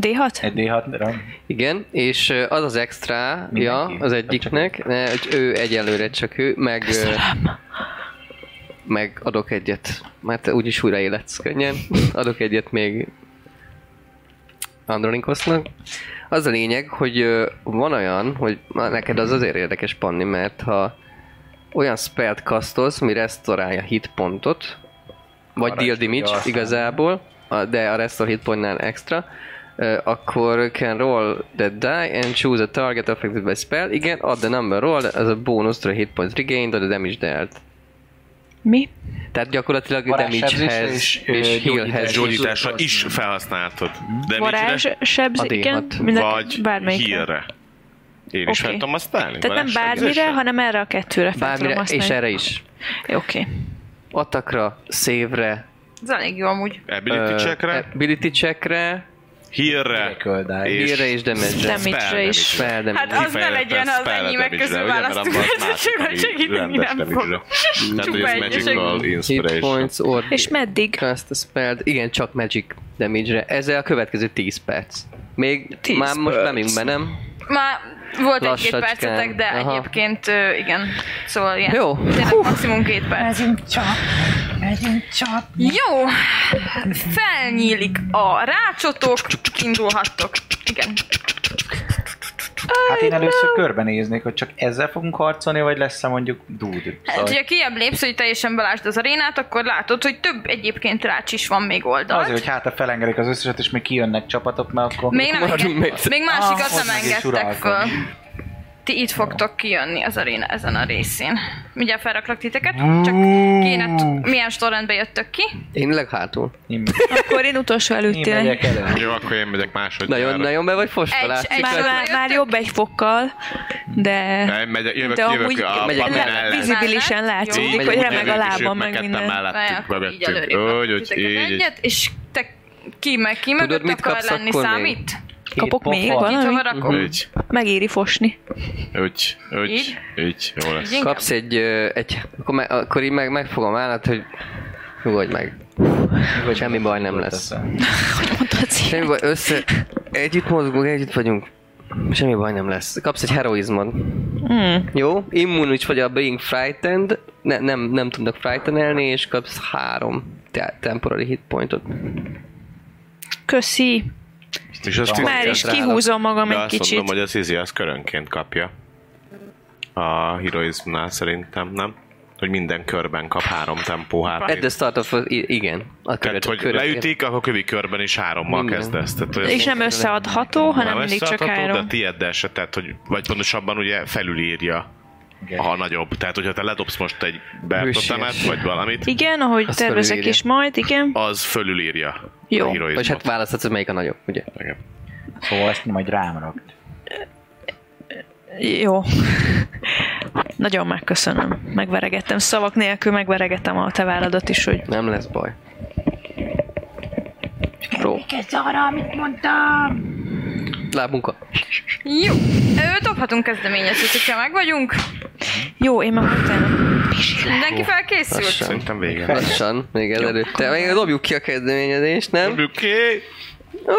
C: D6?
F: Egy D6-ra?
D: Igen, és ö, az az extrája
F: Mindenki.
D: az egyiknek, ne, hogy ő egyelőre csak ő, meg... ö, Meg adok egyet, mert te úgyis újra életsz könnyen. Adok egyet még Androlinkosznak. Az a lényeg, hogy ö, van olyan, hogy na, neked az azért érdekes, Panni, mert ha olyan spelt kasztolsz, mi restaurálja hitpontot, vagy
F: Arra
D: deal
F: is tudja
D: damage
F: használni.
D: igazából, a- de a restore hitpontnál extra, ö, akkor can roll the die and choose a target affected by spell. Igen, add the number roll, az a bonus to the hit points regained, or the damage dealt.
C: Mi?
D: Tehát gyakorlatilag
F: Varázssebzésre
D: damage-hez
F: és,
D: és,
F: ö,
D: és heal-hez
F: gyógyítás.
E: gyógyításra is felhasználhatod. De
C: Varázs,
E: mit
C: sebz,
D: A D6.
C: igen,
E: ide?
C: mindenki-
E: Vagy
C: bármelyikre.
E: hírre. Én is
C: Oké.
E: fel tudom használni.
C: Tehát nem
E: varázs
C: bármire,
E: sebzésre?
C: hanem erre a kettőre fel tudom
D: Bármire, és
C: használni.
D: erre is.
C: Jó, Oké.
D: Atakra, szévre,
B: Ez elég jó amúgy.
E: Ability checkre,
D: eh, ability checkre,
E: hírre,
F: Köldálj.
E: És-
D: hírre és damage-re.
C: Damage-re
E: spell
C: is.
E: damage-re.
D: Spell damage.
B: Hát az ne
E: Kifejezetten
B: legyen az
E: spell
B: ennyi
E: damage-re,
B: megközül
E: ugye, mert
B: választjuk,
E: abban az
B: mert
E: másik,
B: segíteni
E: ami
B: segíteni nem
E: rendes
B: fog.
E: damage-re. Tehát, hogy
B: Csupa
E: ez
B: egyesek.
E: magical
D: Hit
E: inspiration.
D: points or
C: És meddig?
D: cast a spell. Igen, csak magic damage-re. Ezzel a következő 10 perc. Még 10
C: 10
D: már most
C: perc.
D: nem inkben, nem?
B: Már volt egy-két
D: Lassacskán.
B: percetek, de
D: Aha.
B: egyébként ö, igen. Szóval ilyen.
D: Jó.
B: Tényleg maximum két perc.
G: Megyünk csak, megyünk csak.
B: Jó. Felnyílik a rácsotok, indulhattok. Igen.
F: Hát én először körbenéznék, hogy csak ezzel fogunk harcolni, vagy lesz-e mondjuk dúd. Szóval
B: Hát, hogyha kiebb lépsz, hogy teljesen belásd az arénát, akkor látod, hogy több egyébként rács is van még oldalt.
F: Azért, hogy hát a felengedik az összeset, és még kijönnek csapatok, mert akkor...
B: Még nem
D: Maradunk
B: enged...
D: még-
B: még másikat
F: Ah,
B: nem
F: ott meg is
B: engedtek föl.
F: uralkodni.
B: Ti itt fogtok kijönni az aréna, ezen a részén. Mindjárt felraklak titeket, csak kéne, t- milyen sorrendbe jöttök ki.
D: Én leg hátul.
F: Én,
C: Akkor én utolsó előtt
F: én
C: tényleg.
F: megyek elő.
E: Jó, akkor én megyek másodjára.
D: Nagyon, nagyon be vagy fosta,
B: Egy-
D: látszik.
B: egy-
D: látszik.
C: Már, már jobb egy fokkal, de...
E: Nem, megyek, jövök,
C: De
E: jövök
C: amúgy
E: a
D: megyek
E: papin
D: mellett.
E: ellen.
B: Vizi-
C: Vizibilisen
B: Mellett? Jó.
C: látszik,
D: Így
C: hogy
D: megyünk,
C: remeg a
D: jövünk,
C: lábam, meg minden.
B: Vaj,
E: Mellettük,
B: akkor így
E: mögöttük.
B: előrébb
E: Úgy,
B: raklak
E: úgy,
B: titeket
E: így, így.
B: egyet, és te ki meg ki
D: Tudod,
B: mögött
D: mit
B: akar
D: kapsz
B: lenni
D: akkor még?
B: számít?
C: Kapok
F: Két
C: még
F: pofa.
B: Így
C: valami?
B: havarakom.
E: Úgy,
C: Megéri fosni.
E: úgy,
B: Így?
E: úgy, így, jó lesz.
B: Inkább.
D: Kapsz egy, ö, egy akkor, me, akkor így meg, megfogom állat, hogy nyugodj meg.
F: Nyugodj
D: Semmi
F: meg,
D: baj nem
F: jól
D: lesz.
F: teszel.
D: Semmi baj, össze, együtt mozgunk, együtt vagyunk. Semmi baj nem lesz. Kapsz egy heroizmot.
C: Hmm.
D: Jó? Immunis vagy a being frightened, ne, nem, nem tudnak frightenelni, és kapsz három te- temporary hit pointot.
C: Köszi.
E: És azt
F: Van.
C: Már
E: izé-
C: is
D: rálak.
C: kihúzom magam
E: de
C: egy
E: azt mondom,
C: kicsit.
E: hogy az Izzy az körönként kapja. A heroizmnál szerintem, nem? Hogy minden körben kap három tempó
D: At the
E: hp
D: start of, i- igen. A
E: Tehát,
D: köröd,
E: hogy
D: köröd-
E: leütik, akkor kövi körben is hárommal
D: Minden.
E: kezdesz. Tehát, hogy
C: És nem összeadható, hanem
E: nem
C: mindig csak
E: összeadható,
C: három.
E: De tieddel se, tehát, hogy, vagy pontosabban ugye felülírja
F: Igen.
E: ha nagyobb. Tehát, hogyha te ledobsz most egy Bertotemet,
D: Hősies.
E: vagy valamit,
C: Igen, ahogy
D: Azt
C: tervezek
D: felülírja.
C: is majd, igen.
E: az fölülírja
C: Jó.
E: a
D: Vagy hát
E: heroizmot.
D: választhatsz, hogy melyik a nagyobb, ugye?
E: Igen.
F: Szóval ezt majd rám rakd.
C: Jó. Nagyon megköszönöm. Megveregettem. Szavak nélkül megveregettem a te váradat is, hogy
D: Nem lesz baj.
C: pró.
G: Ez arra, amit mondtam.
D: Lábunka.
B: Jó, Ö, dobhatunk kezdeményezőt, hogyha meg vagyunk.
C: Jó, én meg utána.
B: Mindenki felkészült.
D: Lassan.
E: Szerintem vége.
D: Lassan, még előtte. Még dobjuk ki a kezdeményezést, nem?
E: Dobjuk ki!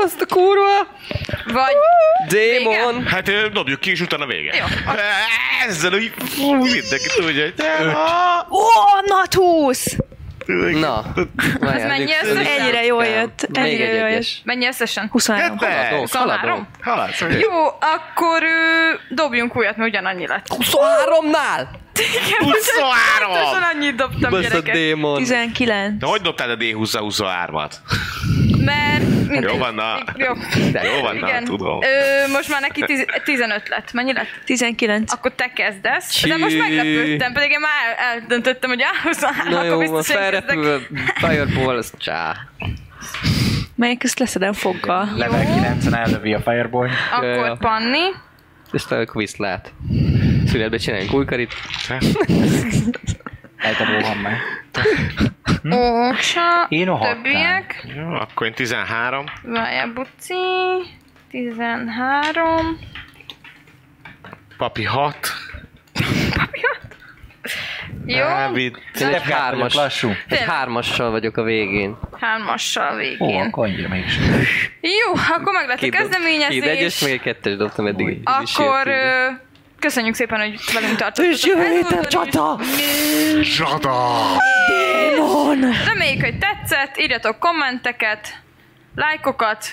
D: Azt a kurva!
B: Vagy
D: Démon!
E: Hát ö, dobjuk ki, és utána vége.
B: Jó.
E: Ezzel úgy fú, mindenki tudja, hogy...
C: Ó, hát nat 20!
D: Na, várjál,
B: mennyi
D: Lipsz-
B: összesen?
D: Lipsz-
C: Ennyire jól jött,
D: Még
C: ennyire
D: egy
C: jól
D: egyes.
B: mennyi összesen?
C: 23.
E: Hetven!
D: Haladunk, haladunk.
B: Huszonhárom?
E: Haladsz, ugye?
B: Jó, akkor ö, dobjunk újat, mert ugyanannyi lett.
D: 23-nál!
B: Pontosan
E: 23!
B: annyit dobtam,
D: Basz a
B: gyerekek.
D: démon!
C: 19.
E: De hogy dobtál a D20-23-at?
D: Hát
B: Mert... mindegy.
E: Jó van, na.
B: Jó.
E: Jó van, na,
B: Igen.
E: tudom.
B: Ö, most már neki tiz- 15 lett. Mennyi lett?
C: 19.
B: Akkor te kezdesz. De
D: Csí.
B: most meglepődtem, pedig én már el- eldöntöttem, hogy á, 23,
D: Na
B: akkor
D: jó, van,
B: biztos én
D: felrepülve,
B: kezdek.
D: fireball, az csá.
C: Melyik ezt leszedem foggal.
F: Level 9-en ellövi a Fireboy.
D: Ja,
B: Akkor
D: ja.
B: Panni.
D: És talán akkor viszlát. Szünetbe csináljunk új karit.
F: Eltabolom meg.
B: Óksa.
F: Hm? Én a hatnál.
B: Többiek.
E: Jó, akkor én 13.
B: Várjál, Buci. 13.
E: Papi 6.
B: Jó,
E: Dávid.
D: Én egy
F: Defkád vagyok,
D: hármas,
F: lassú.
D: egy hármassal vagyok a végén.
B: hármassal
F: Ó,
B: végén.
F: akkor annyira mégis.
B: Jó, akkor meg lett a
D: Két dob- Két egyes,
B: kezdeményezés.
D: meg egy kettes dobtam eddig.
B: Akkor ö, köszönjük szépen, hogy velünk tartottatok. És jövő héten csata! Démon! Reméljük, hogy tetszett, írjatok kommenteket, lájkokat,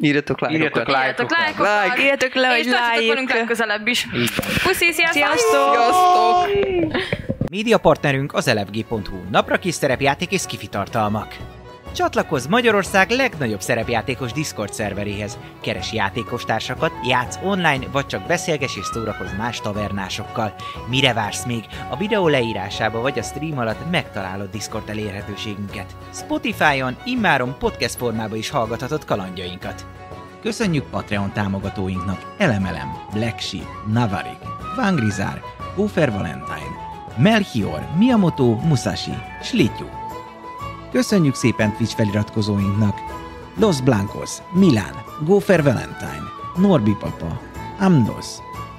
D: Írjatok
F: Írjatok
D: lájkokat.
B: írjatok lájkokat,
D: Like.
C: Írjatok le,
B: és
C: hogy
B: tartsatok velünk
C: like.
B: legközelebb is. Puszi, sziasztok!
D: Sziasztok!
A: Média partnerünk az elefg.hu, napra kis szerepjáték és kifi tartalmak. Csatlakozz Magyarország legnagyobb szerepjátékos Discord szerveréhez. Keres játékostársakat, játsz online, vagy csak beszélges és szórakozz más tavernásokkal. Mire vársz még? A videó leírásába vagy a stream alatt megtalálod Discord elérhetőségünket. Spotify-on immáron podcast formában is hallgathatod kalandjainkat. Köszönjük Patreon támogatóinknak Elemelem, Black Sheep, Navarik, Vangrizár, Ufer Valentine, Melchior, Miyamoto, Musashi, Slityu. Köszönjük szépen Twitch feliratkozóinknak Los Blancos, Milán, Gófer Valentine, Norbi Papa, Amnos,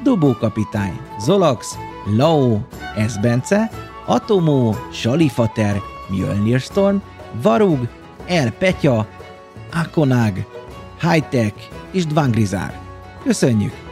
A: Dobó Kapitány, Zolax, Lao, Esbence, Atomó, Salifater, Mjölnir Storm, Varug, El Petya, Akonag, Hightech és Dvangrizár. Köszönjük!